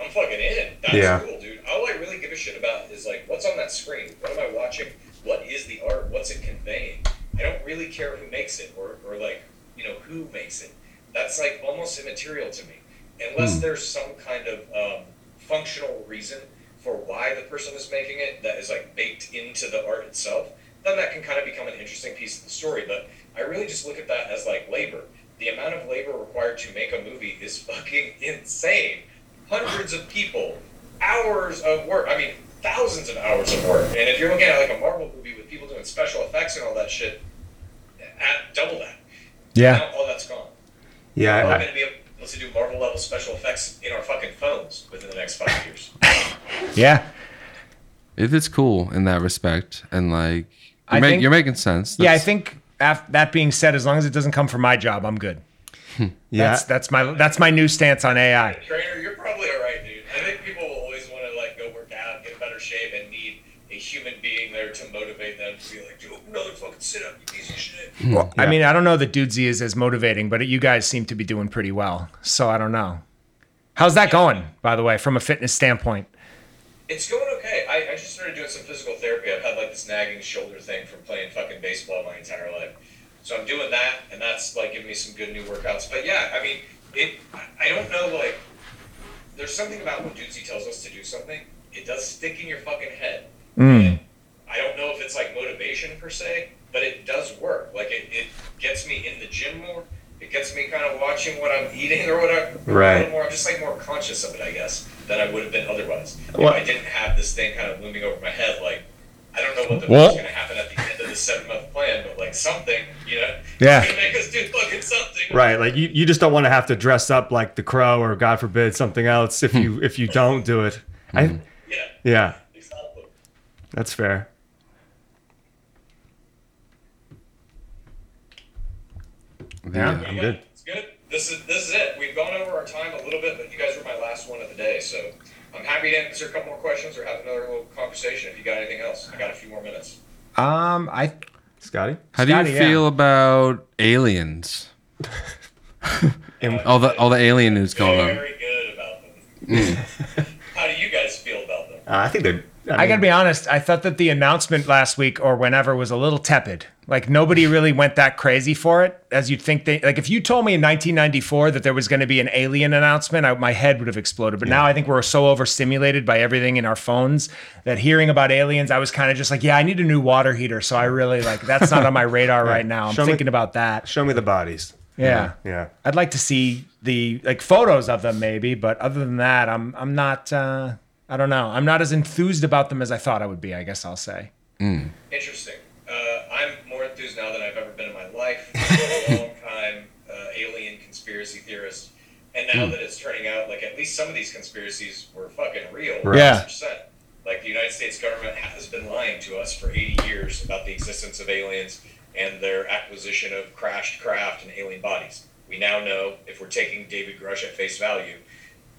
Speaker 9: I'm fucking in. That's
Speaker 10: Yeah.
Speaker 9: cool, dude. All I really give a shit about is like what's on that screen. What am I watching? What is the art? What's it conveying? I don't really care who makes it or, or like you know who makes it. That's like almost immaterial to me, unless there's some kind of um, functional reason for why the person is making it that is like baked into the art itself. Then that can kind of become an interesting piece of the story. But I really just look at that as like labor. The amount of labor required to make a movie is (laughs) fucking insane hundreds of people, hours of work. I mean, thousands of hours of work. And if you're looking at like a Marvel movie with people doing special effects and all that shit, at double that.
Speaker 7: Yeah.
Speaker 9: Now all that's gone.
Speaker 10: Yeah,
Speaker 9: We're
Speaker 10: I-
Speaker 9: going to be able to do Marvel level special effects in our fucking phones within the next five years.
Speaker 7: Yeah.
Speaker 4: If it's cool in that respect, and like
Speaker 7: I
Speaker 4: you're, make,
Speaker 7: think-
Speaker 4: you're making sense.
Speaker 7: Yeah, I
Speaker 4: That's-
Speaker 7: think af- that being said, as long as it doesn't come from my job, I'm good.
Speaker 6: Yeah.
Speaker 7: That's that's my that's my new stance on AI.
Speaker 9: Trainer, you're probably all right, dude. I think people will always want to like go work out, get in better shape, and need a human being there to motivate them to be like, do another fucking sit up, you piece of shit.
Speaker 7: I mean, I don't know that Dudesy is as motivating, but you guys seem to be doing pretty well. So I don't know. How's that going, by the way, from a fitness standpoint?
Speaker 9: It's going okay. I, I just started doing some physical therapy. I've had like this nagging shoulder thing from playing fucking baseball my entire life. So I'm doing that, and that's like giving me some good new workouts. But yeah, I mean, it. I- I don't know. Like, there's something about when Dudesy tells us to do something, it does stick in your fucking head. And I don't know if it's like motivation per se, but it does work. Like it, it gets me in the gym more. It gets me kind of watching what I'm eating or what I'm
Speaker 10: Right.
Speaker 9: a little more. I'm just like more conscious of it, I guess, than I would have been otherwise.
Speaker 10: Well-
Speaker 9: if I didn't have this thing kind of looming over my head, like I don't know what the
Speaker 7: Well-
Speaker 9: fuck's going to happen at the end of the seven month plan, but like something, you know,
Speaker 7: Yeah.
Speaker 9: it's going to make us do fucking something.
Speaker 6: Right, like you, you just don't want to have to dress up like the crow or God forbid something else if you if you don't do it. I
Speaker 9: Yeah.
Speaker 6: yeah,
Speaker 9: Exactly.
Speaker 6: that's fair.
Speaker 4: Yeah.
Speaker 9: I'm good. It's good. This is this is it. We've gone over our time a little bit, but you guys were my last one of the day, so I'm happy to answer a couple more questions or have another little conversation if you got anything else. I got a few more minutes.
Speaker 7: Um, I
Speaker 6: Scotty?
Speaker 4: How do you
Speaker 7: Scotty, yeah.
Speaker 4: feel about aliens?
Speaker 6: And-
Speaker 4: all the all the alien news going on. Mm.
Speaker 9: Very good about them. (laughs) How do you guys feel about them?
Speaker 10: Uh, I think they're. I,
Speaker 7: I
Speaker 10: mean,
Speaker 7: gotta be honest. I thought that the announcement last week or whenever was a little tepid. Like nobody really went that crazy for it, as you'd think. They like if you told me in 1994 that there was going to be an alien announcement, I, my head would have exploded. But now I think we're so overstimulated by everything in our phones that hearing about aliens, I was kind of just like, yeah, I need a new water heater. So I really like that's not on
Speaker 6: (laughs)
Speaker 7: my radar right now. I'm
Speaker 6: Show me-
Speaker 7: thinking about that.
Speaker 6: Show me the bodies.
Speaker 7: Yeah.
Speaker 6: Yeah.
Speaker 7: I'd like to see the like photos of them maybe, but other than that, I'm I'm not uh I don't know. I'm not as enthused about them as I thought I would be, I guess I'll say.
Speaker 9: Interesting. Uh, I'm more enthused now than I've ever been in my life. (laughs) I'm a long time uh, alien conspiracy theorist, and now that it's turning out like at least some of these conspiracies were fucking real.
Speaker 7: Yeah.
Speaker 9: 100%. Like the United States government has been lying to us for 80 years about the existence of aliens and their acquisition of crashed craft and alien bodies. We now know if we're taking David Grush at face value,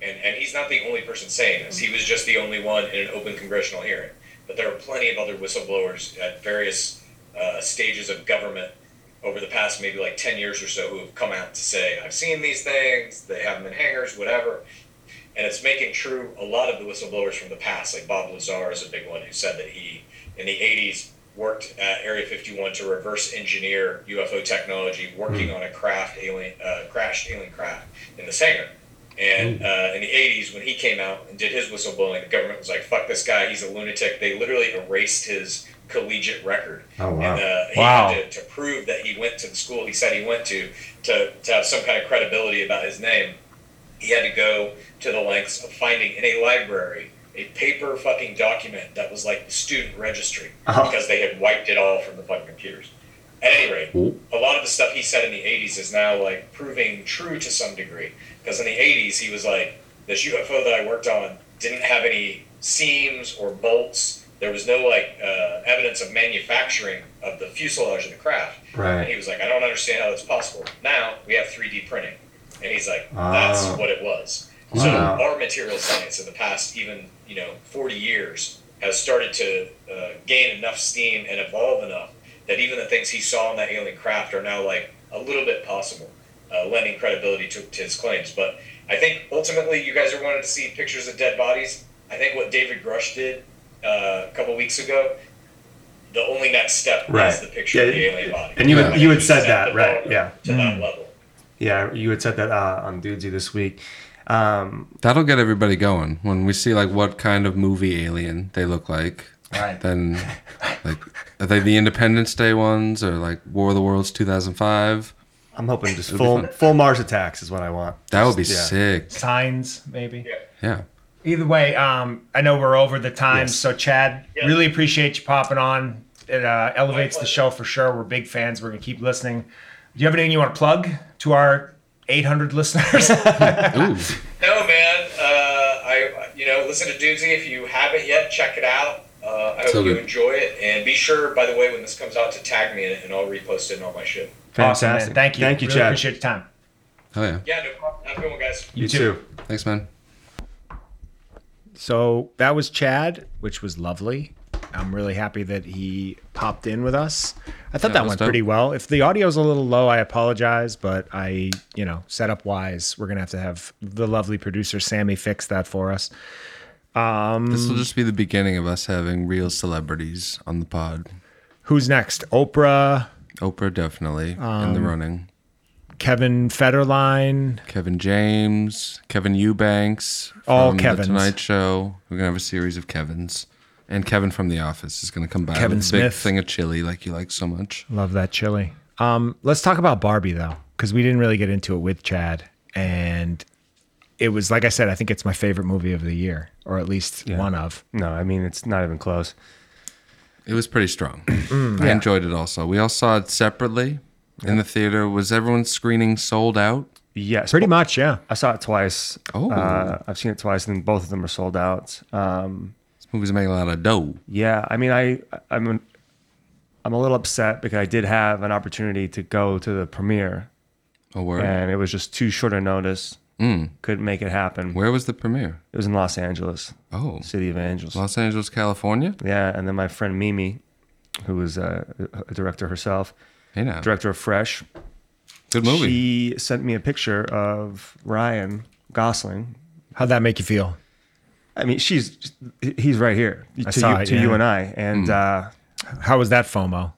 Speaker 9: and, and he's not the only person saying this. He was just the only one in an open congressional hearing. But there are plenty of other whistleblowers at various uh, stages of government over the past maybe like 10 years or so who have come out to say, I've seen these things, they have them in hangars, whatever. And it's making true a lot of the whistleblowers from the past. Like Bob Lazar is a big one who said that he, in the 80s, worked at Area 51 to reverse engineer UFO technology, working
Speaker 10: Hmm.
Speaker 9: on a craft alien, uh, crashed alien craft in the hangar.
Speaker 10: Hmm.
Speaker 9: And uh, in the 80s, when he came out and did his whistleblowing, the government was like, fuck this guy, he's a lunatic. They literally erased his collegiate record.
Speaker 10: Oh, wow.
Speaker 9: And, uh, he
Speaker 7: Wow.
Speaker 9: had to, to prove that he went to the school he said he went to, to, to have some kind of credibility about his name he had to go to the lengths of finding in a library a paper fucking document that was like the student registry
Speaker 10: Oh.
Speaker 9: because they had wiped it all from the fucking computers. At any rate, a lot of the stuff he said in the 80s is now like proving true to some degree. Because in the 80s, he was like, this UFO that I worked on didn't have any seams or bolts. There was no like uh, evidence of manufacturing of the fuselage of the craft.
Speaker 10: Right.
Speaker 9: And he was like, I don't understand how that's possible. Now we have 3D printing. And he's like, that's
Speaker 10: Ah.
Speaker 9: what it was.
Speaker 10: Wow.
Speaker 9: So our material science in the past, even you know, 40 years, has started to uh, gain enough steam and evolve enough that even the things he saw in that alien craft are now like a little bit possible, uh, lending credibility to, to his claims. But I think ultimately, you guys are wanting to see pictures of dead bodies. I think what David Grush did uh, a couple weeks ago, the only next step
Speaker 10: Right.
Speaker 9: is the picture of the
Speaker 10: Yeah,
Speaker 9: alien body.
Speaker 10: and you had-
Speaker 9: Like,
Speaker 10: you had
Speaker 9: just
Speaker 6: said
Speaker 9: set
Speaker 6: that,
Speaker 9: the
Speaker 6: right,
Speaker 9: bar
Speaker 6: yeah.
Speaker 9: To that level.
Speaker 10: Yeah, you had said that uh, on Dudesy this week. Um,
Speaker 4: That'll get everybody going when we see like what kind of movie alien they look like.
Speaker 10: Right.
Speaker 4: Then, like, are they the Independence Day ones or like War of the Worlds 2005?
Speaker 6: I'm hoping just
Speaker 4: It'll be
Speaker 6: full
Speaker 4: fun.
Speaker 6: full Mars attacks is what I want.
Speaker 4: That would be
Speaker 6: Yeah.
Speaker 4: sick.
Speaker 7: Signs, maybe.
Speaker 4: Yeah.
Speaker 7: Either way, um, I know we're over the time,
Speaker 6: Yes.
Speaker 7: so Chad,
Speaker 9: Yeah.
Speaker 7: really appreciate you popping on. It uh, elevates the
Speaker 9: pleasure.
Speaker 7: show for sure. We're big fans. We're gonna keep listening. Do you have anything you want to plug to our 800
Speaker 6: (laughs)
Speaker 7: listeners?
Speaker 4: Ooh.
Speaker 9: No, man. Uh, I you know listen to Doozy if you haven't yet. Check it out. Uh, I hope
Speaker 4: So
Speaker 9: you
Speaker 4: good.
Speaker 9: enjoy it, and be sure, by the way, when this comes out, to tag me in it, and I'll repost it and all my shit.
Speaker 7: Awesome, man.
Speaker 10: Fantastic.
Speaker 7: Thank you.
Speaker 6: Thank you,
Speaker 7: really
Speaker 6: Chad.
Speaker 7: Appreciate your time.
Speaker 4: Oh yeah.
Speaker 9: Yeah, no problem. Have a good one, guys.
Speaker 10: you
Speaker 7: too.
Speaker 10: too.
Speaker 4: Thanks, man.
Speaker 7: So that was Chad, which was lovely. I'm really happy that he popped in with us. I thought
Speaker 4: Yeah,
Speaker 7: that
Speaker 4: it was
Speaker 7: went
Speaker 4: dope.
Speaker 7: pretty well. If the audio's a little low, I apologize, but I, you know, setup wise, we're gonna have to have the lovely producer Sammy fix that for us.
Speaker 4: This will just be the beginning of us having real celebrities on the pod.
Speaker 7: Who's next? Oprah,
Speaker 4: Oprah definitely in the running.
Speaker 7: Kevin Federline.
Speaker 4: Kevin James, Kevin Eubanks,
Speaker 7: All
Speaker 4: from
Speaker 7: Kevins.
Speaker 4: The Tonight Show. We're gonna have a series of Kevins, and Kevin from The Office is gonna come by.
Speaker 7: Kevin
Speaker 4: with a big
Speaker 7: Smith.
Speaker 4: thing of chili like you like so much.
Speaker 7: Love that chili. Um, let's talk about Barbie though, because we didn't really get into it with Chad, and it was like I said, I think it's my favorite movie of the year, or at least one of.
Speaker 6: No, I mean it's not even close.
Speaker 4: It was pretty
Speaker 7: (clears throat)
Speaker 4: strong.
Speaker 7: Mm,
Speaker 4: I enjoyed it also. We all saw it separately in the theater. Was everyone's screening sold out?
Speaker 6: Yes,
Speaker 7: Pretty much, yeah.
Speaker 6: I saw it twice.
Speaker 4: Oh.
Speaker 6: uh, I've seen it twice, and both of them are sold out. Um,
Speaker 4: This movie's making a lot of dough.
Speaker 6: yeah, I mean, I I'm an, I'm a little upset because I did have an opportunity to go to the premiere,
Speaker 4: Oh, word.
Speaker 6: and it was just too short a notice. Couldn't make it happen.
Speaker 4: Where was the premiere?
Speaker 6: It was in Los Angeles,
Speaker 4: Oh,
Speaker 6: City of Angels.
Speaker 4: Los Angeles, California.
Speaker 6: Yeah, and then my friend Mimi, who was uh, a director herself,
Speaker 4: Hey now,
Speaker 6: director of Fresh,
Speaker 4: good movie.
Speaker 6: she sent me a picture of Ryan Gosling.
Speaker 7: How'd that make you feel?
Speaker 6: I mean, she's he's right here to,
Speaker 7: saw
Speaker 6: you,
Speaker 7: it,
Speaker 6: to you
Speaker 7: yeah.
Speaker 6: and I, and uh,
Speaker 7: How was that FOMO?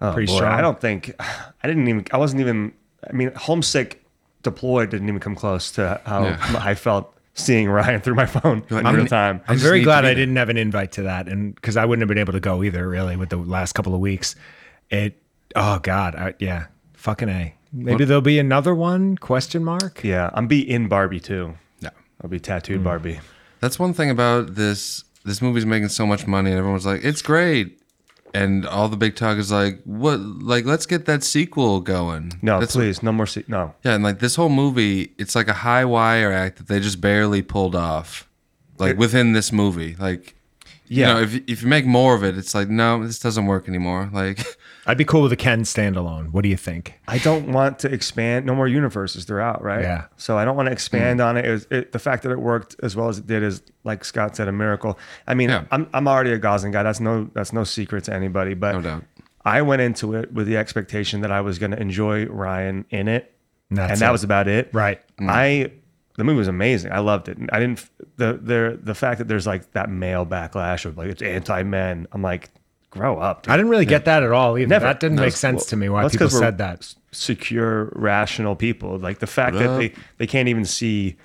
Speaker 6: oh,
Speaker 7: Pretty
Speaker 6: boy,
Speaker 7: strong.
Speaker 6: I don't think I didn't even I wasn't even I mean, homesick deployed didn't even come close to how
Speaker 4: Yeah.
Speaker 6: I felt seeing Ryan through my phone in
Speaker 4: I'm-
Speaker 6: real time.
Speaker 7: I'm
Speaker 4: just
Speaker 7: very
Speaker 4: need to
Speaker 7: glad
Speaker 4: be
Speaker 7: I
Speaker 4: there.
Speaker 7: didn't have an invite to that, and because I wouldn't have been able to go either, really, with the last couple of weeks. It, oh god, I, yeah, fucking a. Maybe there'll be another one? Question mark.
Speaker 6: yeah, I'm be in Barbie too.
Speaker 4: yeah.
Speaker 6: I'll be tattooed Barbie.
Speaker 4: That's one thing about this. This movie's making so much money, and everyone's like, "It's great," and all the big talk is like, "What? Like, let's get that sequel going."
Speaker 6: No,
Speaker 4: That's-
Speaker 6: please, no more. Se- no,
Speaker 4: Yeah, and like this whole movie, it's like a high wire act that they just barely pulled off, like within this movie. Like,
Speaker 6: Yeah.
Speaker 4: you know, if if you make more of it, it's like, no, this doesn't work anymore. (laughs) Like,
Speaker 7: I'd be cool with a Ken standalone. What do you think?
Speaker 6: I don't want to expand. No more universes. They're out, right?
Speaker 7: Yeah.
Speaker 6: So I don't want to expand on it. It, was, it. The fact that it worked as well as it did is, like Scott said, a miracle. I mean,
Speaker 4: Yeah.
Speaker 6: I'm I'm already a Gosling guy. That's no that's no secret to anybody. But
Speaker 4: no doubt.
Speaker 6: I went into it with the expectation that I was going to enjoy Ryan in it,
Speaker 7: That's
Speaker 6: and that
Speaker 7: it.
Speaker 6: was about it. Mm.
Speaker 7: Right.
Speaker 6: I the movie was amazing. I loved it. I didn't the the the fact that there's like that male backlash of like it's anti men. I'm like, grow up. dude.
Speaker 7: I didn't really get that at all either.
Speaker 6: Never.
Speaker 7: That didn't make sense to me why
Speaker 6: That's
Speaker 7: people
Speaker 6: 'cause we're
Speaker 7: said that.
Speaker 6: s- Secure, rational people. Like the fact
Speaker 4: What
Speaker 6: that
Speaker 4: up?
Speaker 6: they, they can't even see,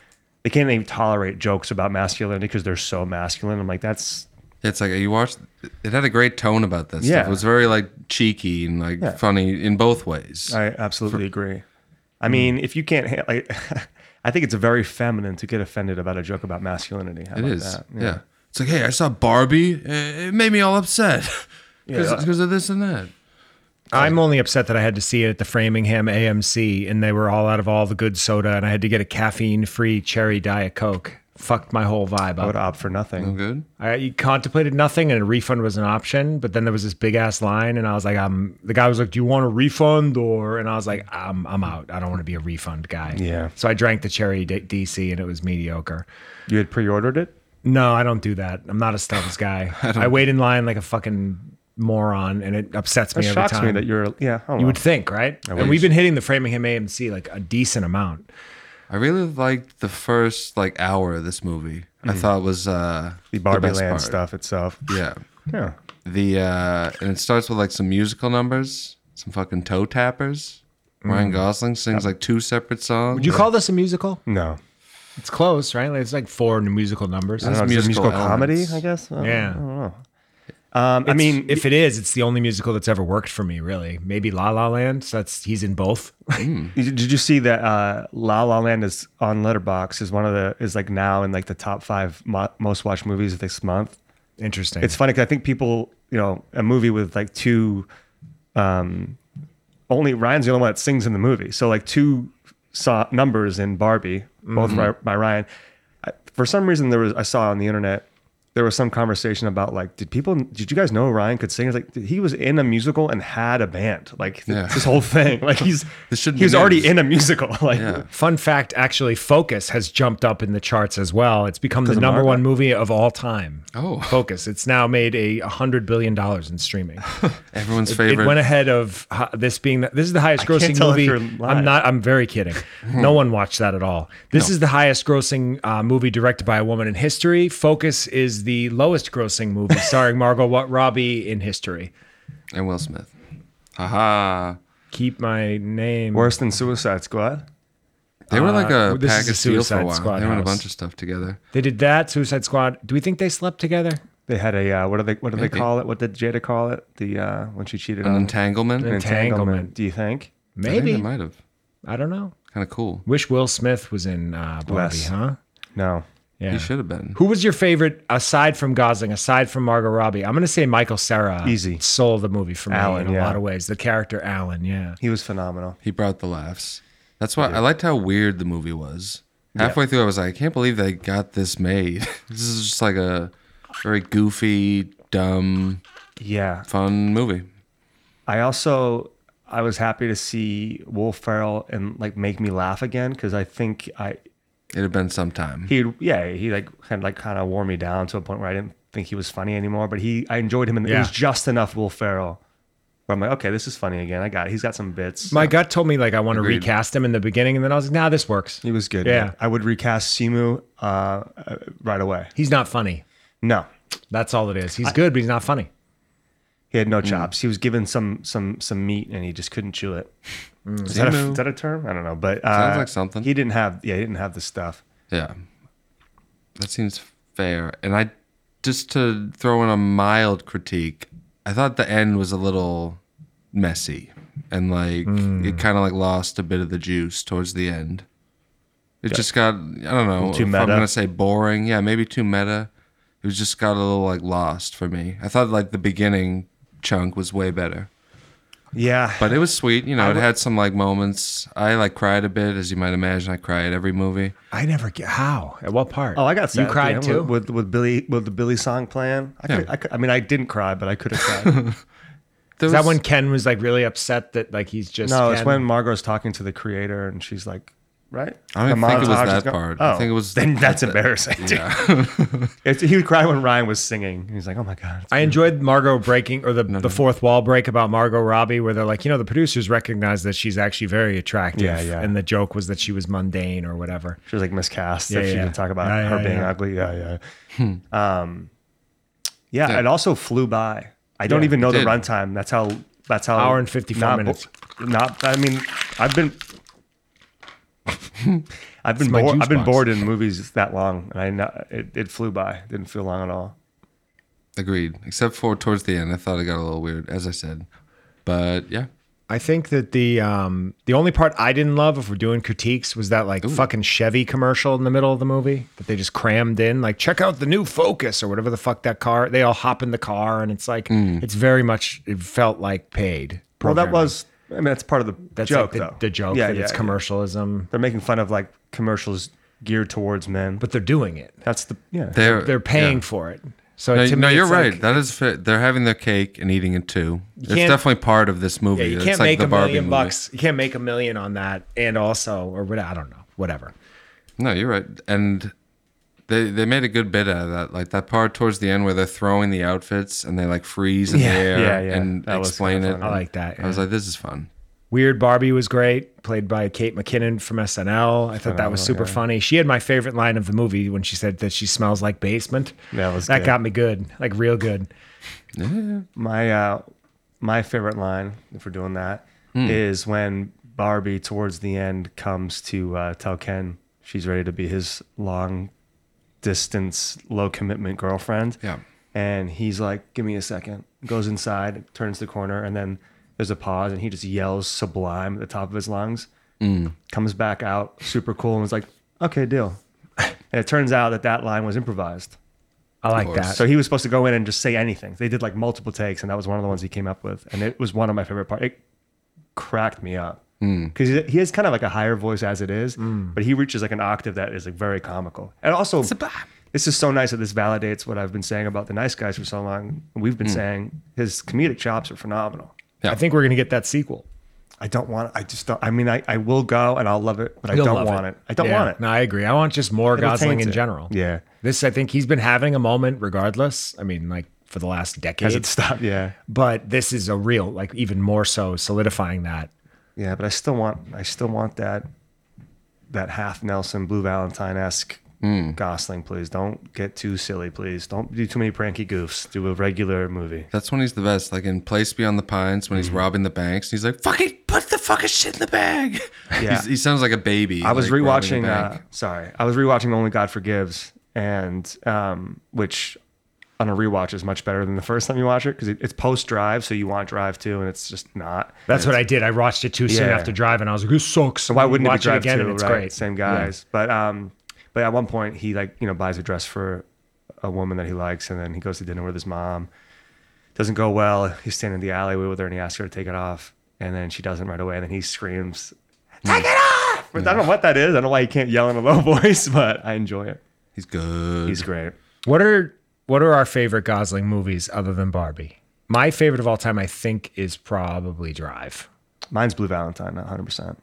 Speaker 6: they can't even tolerate jokes about masculinity because they're so masculine. I'm like, that's
Speaker 4: It's like you watched. It had a great tone about that stuff.
Speaker 6: Yeah.
Speaker 4: It was very like cheeky and like funny in both ways.
Speaker 6: I absolutely agree.
Speaker 4: Hmm.
Speaker 6: I mean, if you can't, ha- like, (laughs) I think it's very feminine to get offended about a joke about masculinity. How
Speaker 4: It
Speaker 6: about
Speaker 4: is.
Speaker 6: that?
Speaker 4: Yeah. It's like, hey, I saw Barbie. eh, It made me all upset
Speaker 6: Yeah.
Speaker 4: because of this and that.
Speaker 7: I'm only upset that I had to see it at the Framingham AMC and they were all out of all the good soda and I had to get a caffeine free cherry Diet Coke. Fucked my whole vibe
Speaker 6: I would
Speaker 7: up.
Speaker 6: opt for nothing.
Speaker 4: Good.
Speaker 7: I you contemplated nothing and a refund was an option, but then there was this big ass line and I was like, I'm the guy was like, Do you want a refund or and I was like, I'm I'm out. I don't want to be a refund guy.
Speaker 6: Yeah.
Speaker 7: So I drank the cherry D- DC and it was mediocre.
Speaker 6: You had pre-ordered it.
Speaker 7: No, I don't do that. I'm not a
Speaker 6: (laughs)
Speaker 7: Stubbs guy. I, wait in line like a fucking moron, and it upsets
Speaker 6: It
Speaker 7: me every
Speaker 6: shocks
Speaker 7: time.
Speaker 6: me that you're. Yeah, I don't
Speaker 7: you
Speaker 6: know.
Speaker 7: would think, right? and we've been hitting the Framingham AMC like a decent amount.
Speaker 4: I really liked the first like hour of this movie. I thought was uh,
Speaker 6: the Barbie
Speaker 4: best
Speaker 6: Land
Speaker 4: part.
Speaker 6: stuff itself.
Speaker 4: Yeah,
Speaker 6: Yeah,
Speaker 4: the uh, and it starts with like some musical numbers, some fucking toe tappers. Ryan Gosling sings like two separate songs.
Speaker 7: Mm. Would you call this a musical?
Speaker 6: no,
Speaker 7: It's close, right? Like, it's like four musical numbers.
Speaker 6: I don't know, it's a
Speaker 4: musical
Speaker 6: musical comedy,
Speaker 4: elements.
Speaker 6: I guess. I don't-
Speaker 7: Yeah.
Speaker 6: I don't know. Um, I mean,
Speaker 7: if it is, it's the only musical that's ever worked for me, really. Maybe La La Land. So that's he's in both. (laughs)
Speaker 6: Did you see that uh, La La Land is on Letterbox is one of the is like now in like the top five mo- most watched movies this month.
Speaker 7: Interesting.
Speaker 6: It's funny because I think people, you know, a movie with like two, um, only Ryan's the only one that sings in the movie. So like two saw numbers in Barbie, both
Speaker 4: Mm-hmm.
Speaker 6: by, by Ryan. I, for some reason, there was I saw on the internet there was some conversation about like, did people, did you guys know Ryan could sing? It's like he was in a musical and had a band, like th-
Speaker 4: Yeah.
Speaker 6: (laughs) this whole thing. Like he's
Speaker 4: (laughs) This shouldn't be
Speaker 6: he was already
Speaker 4: news.
Speaker 6: in a musical. (laughs) Like
Speaker 4: Yeah.
Speaker 7: Fun fact, actually, Focus has jumped up in the charts as well. It's become the
Speaker 6: of
Speaker 7: number
Speaker 6: Marvel?
Speaker 7: one movie of all time.
Speaker 4: Oh.
Speaker 7: Focus. It's now made a hundred billion dollars in streaming.
Speaker 4: Everyone's
Speaker 7: it
Speaker 4: favorite.
Speaker 7: went ahead of ho- this being the, this is the highest
Speaker 6: can't
Speaker 7: grossing
Speaker 6: tell if
Speaker 7: movie.
Speaker 6: you're Hmm.
Speaker 7: I'm
Speaker 6: live.
Speaker 7: not. I'm very kidding. no one watched that at all. This is the highest grossing uh, movie directed by a woman in history. Focus is the lowest grossing
Speaker 6: (laughs)
Speaker 7: movie starring Margot Wa- Robbie in history.
Speaker 4: and Will Smith. Haha.
Speaker 7: Keep my name.
Speaker 6: worse than Suicide Squad.
Speaker 4: They were like a
Speaker 7: Uh, this
Speaker 4: pack
Speaker 7: is a
Speaker 4: of steel for
Speaker 7: Suicide
Speaker 4: a while.
Speaker 7: Squad
Speaker 4: they were in a
Speaker 7: house.
Speaker 4: bunch of stuff together.
Speaker 7: They did that. Suicide Squad. Do we think they slept together?
Speaker 6: They had a uh, what do they what do
Speaker 4: Maybe.
Speaker 6: they call it? What did Jada call it? The uh, when she cheated
Speaker 4: An
Speaker 6: on
Speaker 4: entanglement.
Speaker 6: an
Speaker 7: Entanglement.
Speaker 6: Do you think?
Speaker 4: I think they
Speaker 7: Maybe.
Speaker 4: might have.
Speaker 7: I don't know.
Speaker 4: Kind of cool.
Speaker 7: Wish Will Smith was in uh, Barbie,
Speaker 6: Less.
Speaker 7: huh?
Speaker 6: No.
Speaker 7: Yeah.
Speaker 4: He should have been.
Speaker 7: Who was your favorite aside from Gosling, aside from Margot Robbie? I'm going to say Michael Sarah.
Speaker 6: Easy.
Speaker 7: Soul of the movie for me
Speaker 6: Alan,
Speaker 7: in a
Speaker 6: yeah.
Speaker 7: lot of ways. The character Alan, yeah.
Speaker 6: He was phenomenal.
Speaker 4: He brought the laughs. That's why I liked how weird the movie was. Halfway through, I was like, I can't believe they got this made. (laughs) this is just like a very goofy, dumb,
Speaker 6: Yeah.
Speaker 4: fun movie.
Speaker 6: I also I was happy to see Will Ferrell and like make me laugh again because I think I
Speaker 4: It had been some time.
Speaker 6: he yeah he like had like kind of wore me down to a point where I didn't think he was funny anymore. But he I enjoyed him and it
Speaker 7: Yeah.
Speaker 6: was just enough Will Ferrell where I'm like okay this is funny again. I got it. He's got some bits.
Speaker 7: My gut told me like I want to
Speaker 4: Agreed.
Speaker 7: recast him in the beginning, and then I was like, nah, this works.
Speaker 6: he was good.
Speaker 7: Yeah.
Speaker 6: man. I would recast Simu uh, uh, right away.
Speaker 7: He's not funny.
Speaker 6: No,
Speaker 7: That's all it is. He's good, but he's not funny.
Speaker 6: He
Speaker 4: Mm.
Speaker 6: had no chops. He was given some some some meat, and he just couldn't chew it. Is, that a,
Speaker 4: Zemo.
Speaker 6: is that a term? I don't know, but uh,
Speaker 4: Mm. Sounds like something.
Speaker 6: He didn't have. Yeah, he didn't have the stuff.
Speaker 4: Yeah. That seems fair. And I just to throw in a mild critique, I thought the end was a little messy and like it kind of like lost a bit of the juice towards the end. It just got I don't know
Speaker 6: Too
Speaker 4: if
Speaker 6: meta?
Speaker 4: I'm gonna say boring. Yeah, maybe too meta. It was just got a little like lost for me. I thought like the beginning chunk was way better.
Speaker 6: Yeah,
Speaker 4: But it was sweet, you know, it had some like moments. I like cried a bit, as you might imagine. I cry at every movie.
Speaker 7: I never get how. At what part?
Speaker 6: oh, I got.
Speaker 7: You
Speaker 6: Sad at the
Speaker 7: cried
Speaker 6: end
Speaker 7: too.
Speaker 6: with, with with Billy with the Billy song playing. I, could,
Speaker 4: Yeah.
Speaker 6: I, could, I mean, I didn't cry, but I could
Speaker 4: (laughs)
Speaker 6: have cried.
Speaker 4: There
Speaker 7: is that
Speaker 4: was-
Speaker 7: when Ken was like really upset that like he's just
Speaker 6: no, it's
Speaker 7: Ken?
Speaker 6: when Margot's talking to the creator, and she's like, "Right."
Speaker 4: I don't
Speaker 6: The
Speaker 4: think it was
Speaker 6: montage
Speaker 4: that
Speaker 6: is go-
Speaker 4: part. I
Speaker 6: Oh,
Speaker 4: think it was- (laughs)
Speaker 6: Then that's embarrassing. dude. It's- he would cry when Ryan was singing. He's like, "Oh my god."
Speaker 7: I enjoyed Margot breaking or the, the fourth wall break about Margot Robbie, where they're like, you know, the producers recognize that she's actually very attractive.
Speaker 6: Yeah, yeah.
Speaker 7: And the joke was that she was mundane or whatever.
Speaker 6: she was like miscast
Speaker 7: Yeah,
Speaker 6: if she
Speaker 7: yeah.
Speaker 6: didn't talk about
Speaker 7: Yeah,
Speaker 6: her
Speaker 7: yeah,
Speaker 6: being
Speaker 7: yeah.
Speaker 6: ugly. Yeah, yeah. um,
Speaker 7: Hmm.
Speaker 6: yeah,
Speaker 4: Yeah.
Speaker 6: It also flew by. I don't even know the
Speaker 4: did.
Speaker 6: runtime. That's how. That's how.
Speaker 7: Hour and 54
Speaker 6: not
Speaker 7: minutes.
Speaker 6: bo- not. I mean, I've been. I've been
Speaker 7: my
Speaker 6: bored.
Speaker 7: juice
Speaker 6: I've been
Speaker 7: box.
Speaker 6: bored in movies that long, and I know it, it flew by. Didn't feel long at all.
Speaker 4: Agreed. Except for towards the end, I thought it got a little weird, as I said. But yeah,
Speaker 7: I think that the um, the only part I didn't love, if we're doing critiques, was that like fucking Chevy commercial in the middle of the movie that they just crammed in, like check out the new Focus or whatever the fuck that car. They all hop in the car, and it's like it's very much it felt like paid.
Speaker 6: Mm. Well, that
Speaker 7: programming.
Speaker 6: was. I mean, that's part of the
Speaker 7: That's
Speaker 6: joke,
Speaker 7: like the,
Speaker 6: though.
Speaker 7: the joke
Speaker 6: Yeah,
Speaker 7: that
Speaker 6: yeah,
Speaker 7: it's
Speaker 6: yeah.
Speaker 7: commercialism,
Speaker 6: They're making fun of like commercials geared towards men, but
Speaker 7: but they're doing it.
Speaker 6: that's the yeah.
Speaker 4: They're
Speaker 7: They're paying
Speaker 4: Uh, yeah.
Speaker 7: for it. So
Speaker 4: No,
Speaker 7: to
Speaker 4: no,
Speaker 7: me,
Speaker 4: you're
Speaker 7: it's
Speaker 4: right.
Speaker 7: like-
Speaker 4: that is fit. They're having their cake and eating it too. It's
Speaker 7: can't-
Speaker 4: definitely part of this movie.
Speaker 7: yeah, you
Speaker 4: It's
Speaker 7: can't
Speaker 4: like
Speaker 7: make
Speaker 4: the
Speaker 7: a
Speaker 4: Barbie
Speaker 7: million
Speaker 4: movie.
Speaker 7: bucks. You can't make a million on that, and also or what I don't know, whatever.
Speaker 4: No, you're right. And they they made a good bit out of that. Like that part towards the end where they're throwing the outfits and they like freeze in
Speaker 7: Yeah,
Speaker 4: the air
Speaker 6: yeah, yeah.
Speaker 4: and
Speaker 6: That was
Speaker 4: explain
Speaker 6: kinda
Speaker 4: it.
Speaker 6: fun.
Speaker 7: I like that.
Speaker 4: I was
Speaker 7: yeah.
Speaker 4: like, this is fun.
Speaker 7: Weird Barbie was great, played by Kate McKinnon from SNL. I thought that
Speaker 4: Oh,
Speaker 7: was super funny. She had my favorite line of the movie when she said that she smells like basement.
Speaker 6: That was
Speaker 7: that
Speaker 6: good.
Speaker 7: got me good, like real good.
Speaker 6: My uh, my favorite line, if we're doing that, is when Barbie towards the end comes to uh, tell Ken she's ready to be his long distance, low commitment girlfriend.
Speaker 4: Yeah.
Speaker 6: And he's like, "Give me a second. Goes inside, turns the corner, and then there's a pause, and he just yells "Sublime" at the top of his lungs. Comes back out, super cool, and was like, "Okay, deal." (laughs) and it turns out that that line was improvised.
Speaker 7: I like
Speaker 4: course.
Speaker 7: that.
Speaker 6: Uh, So he was supposed to go in and just say anything. They did like multiple takes, and that was one of the ones he came up with. And it was one of my favorite parts. It cracked me up
Speaker 7: Hmm.
Speaker 6: because he has kind of like a higher voice as it is, but he reaches like an octave that is like very comical. And also, this is so nice that this validates what I've been saying about the nice guys for so long. We've
Speaker 7: Hmm.
Speaker 6: been saying his comedic chops are phenomenal.
Speaker 7: I think we're gonna get that sequel.
Speaker 6: I don't want. I just don't. I mean, I, I will go and I'll love it, but I
Speaker 7: You'll
Speaker 6: don't
Speaker 7: love
Speaker 6: want it. I don't
Speaker 7: Yeah.
Speaker 6: want it.
Speaker 7: No, I agree. I want just more
Speaker 6: It'll
Speaker 7: Gosling
Speaker 6: taint
Speaker 7: in
Speaker 6: it.
Speaker 7: general.
Speaker 6: Yeah.
Speaker 7: This, I think he's been having a moment regardless. I mean, like for the last decade.
Speaker 6: Has it stopped? Yeah.
Speaker 7: but this is a real, like even more so solidifying that.
Speaker 6: Yeah, but I still want I still want that that half Nelson Blue Valentine esque Gosling, please. Don't get too silly, please. Don't do too many pranky goofs. Do a regular movie.
Speaker 4: That's when he's the best. Like in Place Beyond the Pines, when he's
Speaker 7: Mm-hmm.
Speaker 4: robbing the banks, he's like, "Fucking put the fucking shit in the bag." (laughs) He's- he sounds like a baby.
Speaker 6: I was
Speaker 4: like, robbing a
Speaker 6: rewatching. Uh,
Speaker 4: bank.
Speaker 6: sorry, I was rewatching Only God Forgives, and um, which on a rewatch is much better than the first time you watch it because it, it's post Drive, so you want Drive too, and it's just not.
Speaker 7: That's what I did. I watched it too soon
Speaker 6: Yeah.
Speaker 7: after Drive, and I was like, "This sucks."
Speaker 6: So why wouldn't it
Speaker 7: watch
Speaker 6: be Drive
Speaker 7: it again?
Speaker 6: too,
Speaker 7: and it's
Speaker 6: right?
Speaker 7: great.
Speaker 6: Same guys, but um, but at one point he like you know buys a dress for a woman that he likes, and then he goes to dinner with his mom. Doesn't go well. He's standing in the alleyway with her, and he asks her to take it off, and then she doesn't right away, and then he screams, "Take it off!" But I don't know what that is. I don't know why he can't yell in a low (laughs) voice, but I enjoy it.
Speaker 4: he's good.
Speaker 6: He's great.
Speaker 7: What are what are our favorite Gosling movies other than Barbie? My favorite of all time, I think, is probably Drive.
Speaker 6: Mine's Blue Valentine, not 100. percent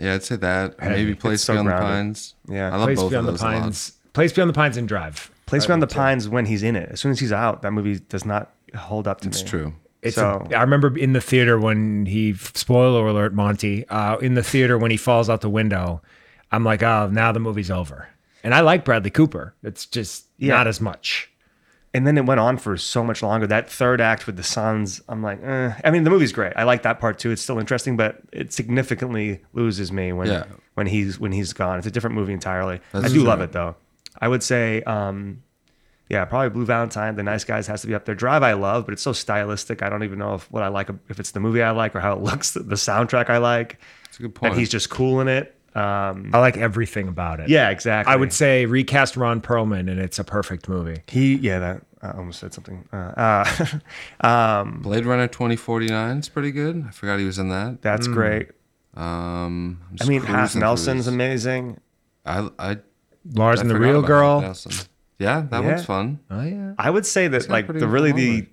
Speaker 4: yeah, I'd say that. Maybe Place
Speaker 6: so
Speaker 4: Beyond
Speaker 6: grounded.
Speaker 4: the Pines.
Speaker 6: Yeah.
Speaker 4: I love
Speaker 7: Place
Speaker 4: both
Speaker 7: Beyond the
Speaker 4: of those a lot.
Speaker 7: Pines. Place Beyond the Pines and Drive.
Speaker 6: Place Beyond the Pines when he's in it. As soon as he's out, that movie does not hold up to me.
Speaker 4: It's true.
Speaker 7: It's
Speaker 6: So-
Speaker 7: a, I remember in the theater when he spoiler alert Monty uh, in the theater when he falls out the window. I'm like, oh, now the movie's over. And I like Bradley Cooper. It's just
Speaker 6: Yeah.
Speaker 7: not as much.
Speaker 6: and then it went on for so much longer. That third act with the sons, I'm like, eh. I mean, the movie's great. I like that part too. It's still interesting, but it significantly loses me when
Speaker 4: Yeah.
Speaker 6: when he's when he's gone. It's a different movie entirely. I
Speaker 4: That's
Speaker 6: do
Speaker 4: true.
Speaker 6: love it though. I would say, um, yeah, probably Blue Valentine. The Nice Guys has to be up there. Drive I love, but it's so stylistic. I don't even know if what I like if it's the movie I like or how it (laughs) looks, the soundtrack I like.
Speaker 4: It's a good point.
Speaker 6: That he's just cool in it. Um,
Speaker 7: I like everything about it.
Speaker 6: yeah, exactly.
Speaker 7: I would say recast Ron Perlman, and it's a perfect movie.
Speaker 6: he. Yeah, that I almost said something. Uh, uh, (laughs) um,
Speaker 4: Blade Runner 2049 is pretty good. I forgot he was in that.
Speaker 6: That's
Speaker 7: Mm.
Speaker 6: great.
Speaker 4: Um, I'm
Speaker 6: I
Speaker 4: just
Speaker 6: mean, Half
Speaker 4: cruising
Speaker 6: Nelson's
Speaker 4: through this.
Speaker 6: amazing.
Speaker 4: I, I,
Speaker 7: Lars
Speaker 4: I
Speaker 7: and the
Speaker 4: forgot
Speaker 7: Real
Speaker 4: about
Speaker 7: Girl.
Speaker 4: Nelson. Yeah, that
Speaker 6: Yeah.
Speaker 4: one's fun.
Speaker 7: Oh yeah.
Speaker 6: I would say that
Speaker 4: got
Speaker 6: like
Speaker 4: pretty
Speaker 6: the
Speaker 4: good
Speaker 6: really the
Speaker 4: moment.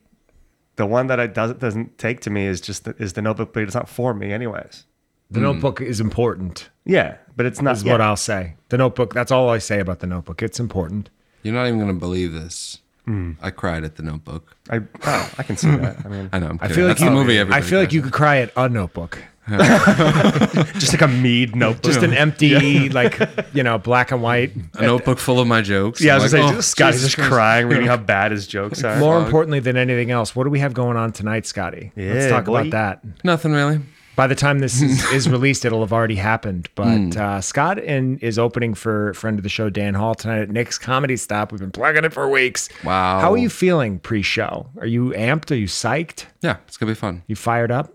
Speaker 6: the one that I doesn't doesn't take to me is just the, is the Notebook, but it's not for me anyways.
Speaker 7: The
Speaker 4: Hmm.
Speaker 7: Notebook is important.
Speaker 6: Yeah, but it's not.
Speaker 7: Is
Speaker 6: yeah.
Speaker 7: what I'll say. The Notebook. That's all I say about the Notebook. It's important.
Speaker 4: You're not even gonna believe this.
Speaker 7: Hmm.
Speaker 4: I cried at the Notebook.
Speaker 6: I oh, I can see that. I mean,
Speaker 4: I know. I'm
Speaker 7: I
Speaker 4: kidding.
Speaker 7: feel like
Speaker 4: That's
Speaker 7: you.
Speaker 4: the movie.
Speaker 7: I
Speaker 4: everybody
Speaker 7: feel like
Speaker 4: cries
Speaker 7: you
Speaker 4: at.
Speaker 7: could cry at a Notebook.
Speaker 6: (laughs) just like a mead Notebook.
Speaker 7: Just an (laughs) empty, like you know, black and white.
Speaker 4: a notebook full of my jokes.
Speaker 6: yeah, I
Speaker 4: I'm
Speaker 6: was
Speaker 4: like,
Speaker 6: gonna say,
Speaker 4: "Oh,
Speaker 6: just, Scotty's
Speaker 4: Jesus
Speaker 6: just
Speaker 4: Christ."
Speaker 6: crying, reading how bad his jokes are.
Speaker 7: More importantly than anything else, what do we have going on tonight, Scotty? Let's
Speaker 6: Yeah,
Speaker 7: talk
Speaker 6: boy.
Speaker 7: about that.
Speaker 4: Nothing really.
Speaker 7: By the time
Speaker 4: (laughs)
Speaker 7: this is, is released, it'll have already happened. But
Speaker 4: Hmm.
Speaker 7: uh, Scott and is opening for friend of the show Dan Hall tonight at Nick's Comedy Stop. We've been plugging it for weeks.
Speaker 4: Wow.
Speaker 7: How are you feeling pre-show? Are you amped? Are you psyched?
Speaker 4: Yeah, it's gonna be fun.
Speaker 7: You fired up?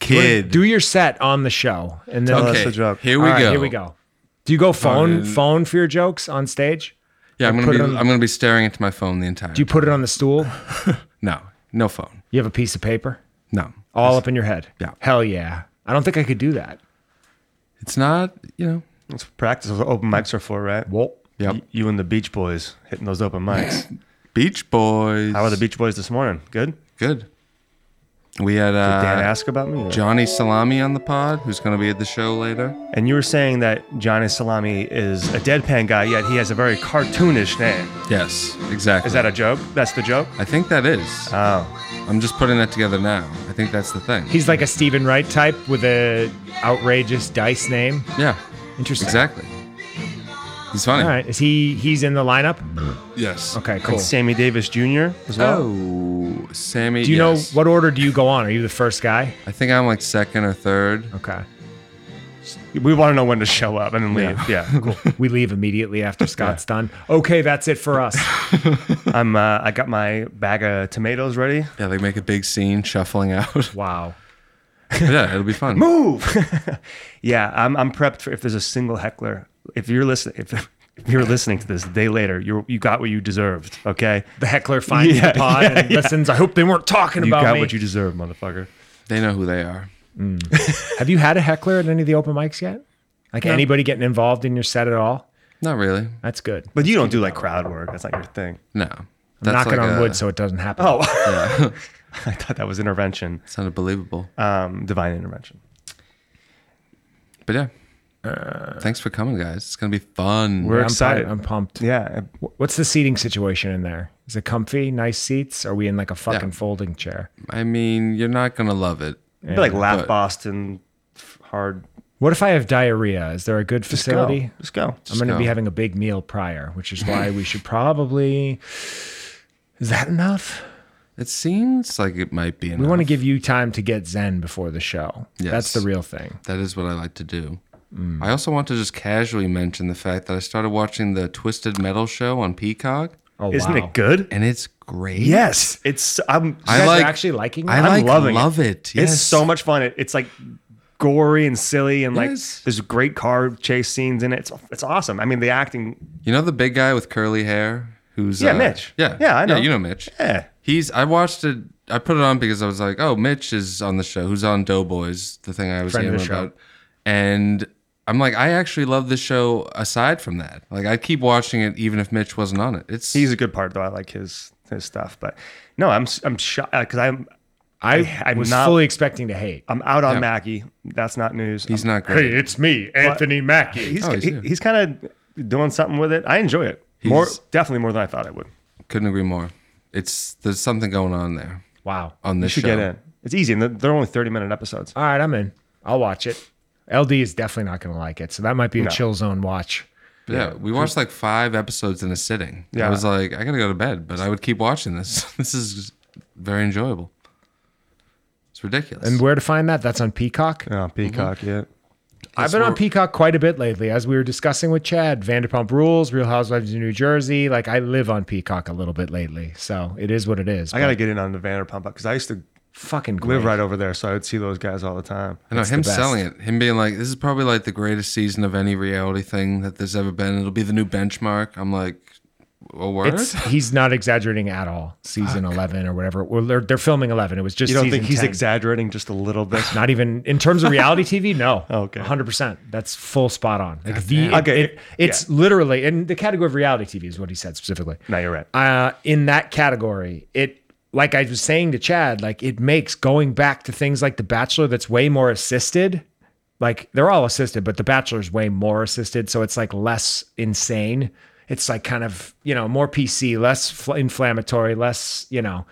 Speaker 4: Kid.
Speaker 7: Do your set on the show, and then
Speaker 6: Tell
Speaker 4: okay.
Speaker 6: us the joke.
Speaker 4: Here we
Speaker 7: All right,
Speaker 4: go.
Speaker 7: Here we go. Do you go phone phone for your jokes on stage?
Speaker 4: Yeah, I'm gonna
Speaker 7: put
Speaker 4: be.
Speaker 7: it on-
Speaker 4: I'm gonna be staring into my phone the entire.
Speaker 7: Do you put it on the stool?
Speaker 4: no, no phone.
Speaker 7: You have a piece of paper.
Speaker 4: No.
Speaker 7: all up in your head.
Speaker 4: Yeah.
Speaker 7: Hell yeah. I don't think I could do that.
Speaker 4: It's not, you know,
Speaker 6: That's what practice what open mics are for, right?
Speaker 7: Well,
Speaker 4: Yep.
Speaker 6: Y- you and the Beach Boys hitting those open mics.
Speaker 4: Beach Boys.
Speaker 6: How were the Beach Boys this morning? Good.
Speaker 4: Good. We had uh,
Speaker 6: Dan ask about me. or-
Speaker 4: Johnny Salami on the pod, who's going to be at the show later.
Speaker 6: And you were saying that Johnny Salami is a deadpan guy, yet he has a very cartoonish name.
Speaker 4: Yes, exactly.
Speaker 6: Is that a joke? That's the joke.
Speaker 4: I think that is.
Speaker 6: Oh,
Speaker 4: I'm just putting that together now. I think that's the thing.
Speaker 7: he's like a Stephen Wright type with a outrageous
Speaker 6: (laughs)
Speaker 7: dice name.
Speaker 4: yeah,
Speaker 7: Interesting.
Speaker 4: exactly. He's funny.
Speaker 7: All right. Is he he's in the lineup?
Speaker 4: Yes.
Speaker 7: Okay,
Speaker 6: and
Speaker 7: cool.
Speaker 6: Sammy Davis Jr. as well.
Speaker 4: Oh, Sammy.
Speaker 7: Do you
Speaker 4: yes.
Speaker 7: know what order do you go on? Are you the first guy?
Speaker 4: I think I'm like second or third.
Speaker 7: Okay.
Speaker 6: We want to know when to show up and then leave. Yeah,
Speaker 7: (laughs)
Speaker 6: cool.
Speaker 7: We leave
Speaker 6: (laughs)
Speaker 7: immediately after Scott's done. Okay, that's it for us.
Speaker 6: I'm. Uh, I got my bag of tomatoes ready.
Speaker 4: Yeah, they make a big scene shuffling out.
Speaker 7: (laughs) Wow.
Speaker 4: yeah, it'll be fun.
Speaker 6: Move. (laughs) yeah, I'm. I'm prepped for if there's a single heckler. If you're listening, if, if you're listening to this a day later, you you got what you deserved. Okay,
Speaker 7: The heckler finds
Speaker 6: Yeah,
Speaker 7: the pod
Speaker 6: yeah,
Speaker 7: and listens. I hope they weren't talking
Speaker 6: you
Speaker 7: about
Speaker 6: got
Speaker 7: me.
Speaker 6: what you deserve, motherfucker.
Speaker 4: They know who they are.
Speaker 7: Have you had a heckler at any of the open mics yet? Like anybody getting involved in your set at all?
Speaker 4: Not really.
Speaker 7: That's good.
Speaker 6: But you don't do like crowd work. That's not your thing. (laughs)
Speaker 4: No.
Speaker 7: I'm
Speaker 4: That's
Speaker 7: knocking
Speaker 4: like
Speaker 7: on
Speaker 4: a-
Speaker 7: wood so it doesn't happen.
Speaker 6: Oh, (laughs) I thought that was intervention,
Speaker 4: It's unbelievable.
Speaker 7: Uh,
Speaker 6: um, divine intervention.
Speaker 4: But yeah.
Speaker 7: uh,
Speaker 4: Thanks for coming, guys. It's gonna be fun.
Speaker 6: We're
Speaker 7: I'm
Speaker 6: excited.
Speaker 7: pumped. I'm pumped.
Speaker 6: yeah,
Speaker 7: What's the seating situation in there? Is it comfy? Nice seats? Are we in like a fucking folding chair?
Speaker 4: I mean, you're not gonna love it.
Speaker 6: It'd be like laugh
Speaker 4: But-
Speaker 6: Boston, f- hard.
Speaker 7: What if I have diarrhea? Is there a good
Speaker 6: Just
Speaker 7: facility?
Speaker 6: go. Just go.
Speaker 7: I'm going to
Speaker 4: go.
Speaker 7: be having a big meal prior, which is why we should probably. Is that enough?
Speaker 4: It seems like it might be.
Speaker 7: We want to give you time to get zen before the show.
Speaker 4: Yes.
Speaker 7: That's the real thing.
Speaker 4: That is what I like to do.
Speaker 7: Mm.
Speaker 4: I also want to just casually mention the fact that I started watching the Twisted Metal show on Peacock,
Speaker 7: Oh,
Speaker 6: Isn't
Speaker 7: wow.
Speaker 6: it good?
Speaker 4: and it's great.
Speaker 6: Yes, it's. I'm.
Speaker 4: I
Speaker 7: You guys are
Speaker 4: like-
Speaker 7: actually liking
Speaker 4: I
Speaker 7: that?
Speaker 4: like
Speaker 6: loving it.
Speaker 4: love it.
Speaker 6: It's
Speaker 4: Yes.
Speaker 6: so much fun. It, it's like gory and silly, and like
Speaker 4: Yes.
Speaker 6: there's great car chase scenes in it. It's, it's awesome. I mean, the acting.
Speaker 4: You know the big guy with curly hair who's
Speaker 6: Yeah,
Speaker 4: uh,
Speaker 6: Mitch.
Speaker 4: Yeah,
Speaker 6: Yeah, I know.
Speaker 4: Yeah, you know Mitch.
Speaker 6: Yeah,
Speaker 4: He's. I watched it. I put it on because I was like, "Oh, Mitch is on the show. Who's on Doughboys?" The thing I was
Speaker 7: Friend of
Speaker 4: hearing
Speaker 7: the show.
Speaker 4: about. And I'm like, I actually love the show. Aside from that, like I keep watching it even if Mitch wasn't on it. It's
Speaker 6: he's a good part though. I like his his stuff, but no, I'm s- I'm shocked because I'm
Speaker 7: I,
Speaker 6: I'm
Speaker 7: was
Speaker 6: not-
Speaker 7: fully expecting to hate.
Speaker 6: I'm out on Mackey. That's not news.
Speaker 4: he's
Speaker 6: I'm- (laughs)
Speaker 4: not great.
Speaker 7: it's me, Anthony Mackie.
Speaker 6: He's
Speaker 4: Oh, he's
Speaker 6: he-
Speaker 4: good.
Speaker 6: he's kind of doing something with it. I enjoy it more
Speaker 4: He's-
Speaker 6: definitely more than I thought I would.
Speaker 4: Couldn't agree more. It's there's something going on there
Speaker 7: Wow.
Speaker 4: on this
Speaker 6: You should
Speaker 4: show.
Speaker 6: get in. It's easy, and they're- they're only thirty minute episodes.
Speaker 7: All right, I'm in. I'll watch it. LD is definitely not going to like it, so that might be a chill zone watch.
Speaker 4: Yeah, we watched like five episodes in a sitting.
Speaker 6: Yeah.
Speaker 4: I was like, I gotta go to bed, but I would keep watching this. (laughs) This is very enjoyable. It's ridiculous.
Speaker 7: And where to find that? That's on Peacock.
Speaker 6: Yeah, Oh, Peacock.
Speaker 7: mm-hmm.
Speaker 6: Yeah,
Speaker 7: I've been on
Speaker 4: we're-
Speaker 7: Peacock quite a bit lately, as we were discussing with Chad. Vanderpump Rules, Real Housewives of New Jersey. Like I live on Peacock a little bit lately, so it is what it is.
Speaker 6: I gotta get in on the Vanderpump because I used to
Speaker 7: fucking great.
Speaker 6: live right over there, so I would see those guys all the time.
Speaker 4: I know him
Speaker 7: the best.
Speaker 4: selling it, him being like, "This is probably like the greatest season of any reality thing that there's ever been. It'll be the new benchmark." I'm like, "A word?"
Speaker 7: It's he's not exaggerating at all. Season eleven or whatever. Well, they're, they're filming eleven. It was just
Speaker 6: You don't
Speaker 7: season
Speaker 6: think he's
Speaker 7: 10.
Speaker 6: exaggerating just a little
Speaker 7: (laughs)
Speaker 6: bit?
Speaker 7: Not even in terms of reality TV. No.
Speaker 6: Okay.
Speaker 7: Hundred percent. That's full spot on. Like the it-
Speaker 6: Okay,
Speaker 7: it- it's literally in the category of reality TV is what he said specifically.
Speaker 6: no, you're right.
Speaker 7: uh, in that category. It, like I was saying to Chad, like it makes going back to things like The Bachelor that's way more assisted. Like they're all assisted, but The Bachelor's way more assisted, so it's like less insane. It's like kind of you know more PC, less fl- inflammatory, less you know.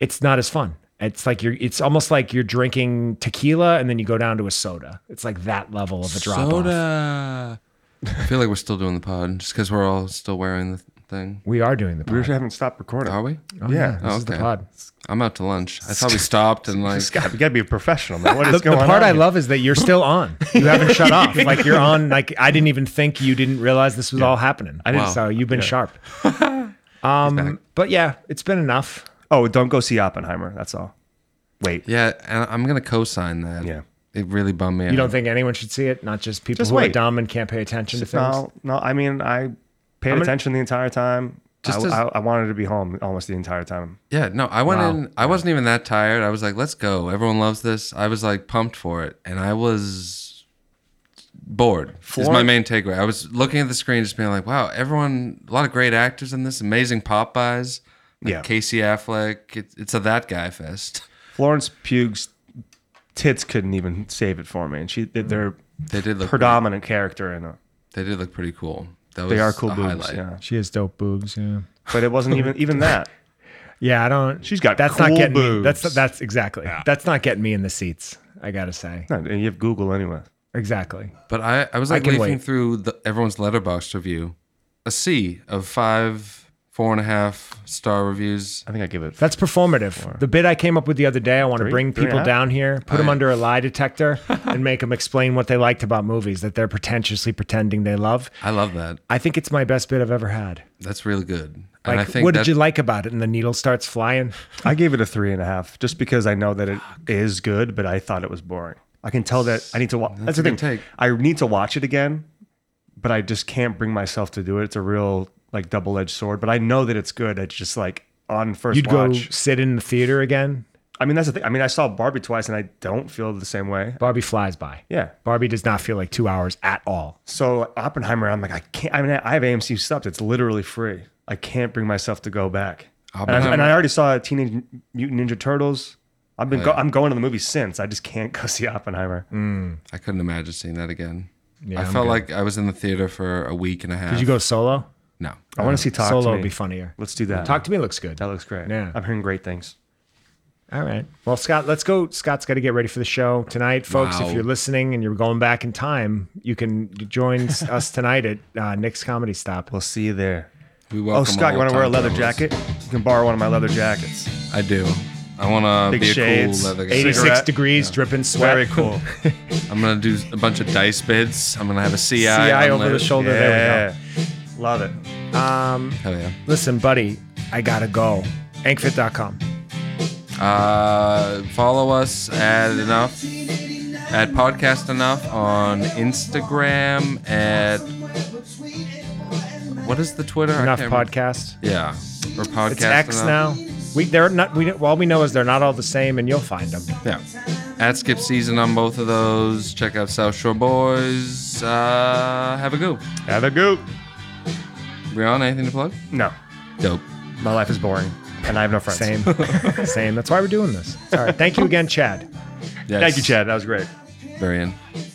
Speaker 7: It's not as fun. It's like you're. It's almost like you're drinking tequila and then you go down to a soda. It's like that level of a drop off.
Speaker 4: Soda. I feel like we're still doing the pod just because we're all still wearing the thing.
Speaker 7: We are doing the
Speaker 6: We
Speaker 7: pod.
Speaker 6: actually haven't stopped recording.
Speaker 4: Are we?
Speaker 7: Oh,
Speaker 6: yeah.
Speaker 7: this is the
Speaker 4: Okay.
Speaker 7: pod.
Speaker 4: I'm out to lunch.
Speaker 7: (laughs)
Speaker 4: I thought we stopped and like
Speaker 6: Scott, you gotta be a professional, man. What is
Speaker 7: the, the
Speaker 6: going
Speaker 7: part
Speaker 6: on
Speaker 7: I
Speaker 6: here?
Speaker 7: love is that you're still on. You haven't shut off. Like you're on. Like I didn't even think you didn't realize this was all happening. I didn't.
Speaker 4: Wow.
Speaker 7: So you've been sharp.
Speaker 4: back.
Speaker 7: um, but yeah, it's been enough.
Speaker 6: Oh, don't go see Oppenheimer. That's all. Wait,
Speaker 4: yeah. And I'm gonna co-sign that.
Speaker 6: Yeah.
Speaker 4: It really bummed me out.
Speaker 7: You don't think anyone should see it? Not just people
Speaker 6: Just
Speaker 7: who are
Speaker 6: wait.
Speaker 7: dumb and can't pay attention to things.
Speaker 6: no, no. I mean, I paid
Speaker 7: gonna-
Speaker 6: attention the entire time. I,
Speaker 4: Just as-
Speaker 6: I, I wanted to be home almost the entire time.
Speaker 4: Yeah, no, I went
Speaker 6: Wow.
Speaker 4: in. I wasn't even that tired. I was like, let's go. Everyone loves this. I was like pumped for it. And I was bored, is my
Speaker 6: Florence-
Speaker 4: main takeaway. I was looking at the screen, just being like, wow, everyone, a lot of great actors in this, amazing Popeyes. Like
Speaker 6: Yeah.
Speaker 4: Casey Affleck. It, it's a that guy fest.
Speaker 6: Florence Pugh's tits couldn't even save it for me, and she they're
Speaker 4: They did look
Speaker 6: predominant character in it.
Speaker 4: They did look pretty cool. That was
Speaker 6: They are cool
Speaker 4: a
Speaker 6: boobs,
Speaker 4: highlight.
Speaker 6: yeah.
Speaker 7: She has dope boobs. Yeah.
Speaker 6: But it wasn't even even that.
Speaker 7: Yeah, I don't.
Speaker 6: She's got
Speaker 7: that's
Speaker 6: cool
Speaker 7: not getting Me,
Speaker 6: boobs.
Speaker 7: that's that's exactly. That's not getting me in the seats. I gotta say
Speaker 6: (laughs) No, and you have Google anyway.
Speaker 7: exactly.
Speaker 4: But I, I was
Speaker 7: I
Speaker 4: like
Speaker 7: can
Speaker 4: leafing
Speaker 7: wait.
Speaker 4: through the, everyone's letterbox review, a sea of five, four and a half star reviews.
Speaker 6: I think I give it.
Speaker 7: That's performative. The bit I came up with the other day, I want to
Speaker 6: Three-
Speaker 7: bring
Speaker 6: three and a
Speaker 7: people
Speaker 6: half?
Speaker 7: down here, put them
Speaker 4: yeah.
Speaker 7: under a
Speaker 6: (laughs)
Speaker 7: lie detector, and make them explain what they liked about movies that they're pretentiously pretending they love.
Speaker 4: I love that.
Speaker 7: I think it's my best bit I've ever had.
Speaker 4: That's really good. And
Speaker 7: Like,
Speaker 4: I think
Speaker 7: what
Speaker 4: that-
Speaker 7: did you like about it? And the needle starts flying.
Speaker 6: I gave it a three and a half, just because I know that it is good, but I thought it was boring. I can tell that I need to watch. That's,
Speaker 4: a
Speaker 6: the
Speaker 4: good
Speaker 6: thing.
Speaker 4: take.
Speaker 6: I need to watch it again, but I just can't bring myself to do it. It's a real like double edged sword. But I know that it's good. It's just like on 1st
Speaker 7: You'd go
Speaker 6: watch.
Speaker 7: sit in the theater again.
Speaker 6: I mean, that's the thing. I mean, I saw Barbie twice, and I don't feel the same way.
Speaker 7: Barbie flies by.
Speaker 6: Yeah.
Speaker 7: Barbie does not feel like two hours at all.
Speaker 6: So Oppenheimer, I'm like, I can't. I mean, I have AMC stuff. It's literally free. I can't bring myself to go back. And I, and I already saw Teenage Mutant Ninja Turtles. I've been. Go, I'm going to the movie since. I just can't (laughs) go see Oppenheimer.
Speaker 4: I couldn't imagine seeing that again.
Speaker 7: Yeah,
Speaker 4: I
Speaker 7: I'm
Speaker 4: felt
Speaker 7: good.
Speaker 4: like I was in the theater for a week and a half.
Speaker 7: Did you go Oh. solo?
Speaker 4: No.
Speaker 6: I want to see Talk
Speaker 7: Mm. solo
Speaker 6: to
Speaker 7: would
Speaker 6: Me.
Speaker 7: be funnier.
Speaker 6: Let's do that.
Speaker 7: Talk to me looks good.
Speaker 6: That looks great.
Speaker 7: Yeah.
Speaker 6: I'm hearing great things.
Speaker 7: All right. Well, Scott, let's go. Scott's got to get ready for the show tonight, folks.
Speaker 4: Wow.
Speaker 7: If you're listening and you're going back in time, you can join us tonight at uh, Nick's Comedy Stop.
Speaker 6: We'll see you there.
Speaker 4: We
Speaker 6: Oh,
Speaker 4: welcome
Speaker 6: Scott, you
Speaker 4: all
Speaker 6: want to wear a
Speaker 4: time
Speaker 6: leather
Speaker 4: travels.
Speaker 6: jacket? You can borrow one of my leather jackets.
Speaker 4: I do. I want to
Speaker 6: Big
Speaker 4: be a
Speaker 6: shades,
Speaker 4: cool leather guy.
Speaker 7: 86
Speaker 6: Cigarette.
Speaker 7: degrees, dripping sweat.
Speaker 6: Very cool.
Speaker 4: I'm going to do a bunch of dice bids. I'm going to have a CI.
Speaker 7: CI over
Speaker 4: unlit.
Speaker 7: the shoulder. There
Speaker 6: yeah. Love it.
Speaker 4: Hell yeah.
Speaker 7: we go. (laughs) Listen, buddy, I got to go. Ankfit.com.
Speaker 4: Uh, follow us at enough at podcast enough on Instagram at what is the Twitter? I
Speaker 7: Enough
Speaker 4: can't remember.
Speaker 7: podcast.
Speaker 4: Yeah, or podcast.
Speaker 7: It's X
Speaker 4: enough.
Speaker 7: now. We they're not. We all we know is they're not all the same, and you'll find them.
Speaker 4: Yeah. At Skip Season on both of those. Check out South Shore Boys. Uh, have a go.
Speaker 6: Have a goop.
Speaker 4: Rihanna, anything to plug?
Speaker 6: No,
Speaker 4: Dope.
Speaker 6: my life is boring, and I have no friends.
Speaker 7: Same, same. That's why we're doing this. All right. Thank you again, Chad.
Speaker 4: Yes.
Speaker 6: Thank you, Chad. That was great.
Speaker 4: Very in.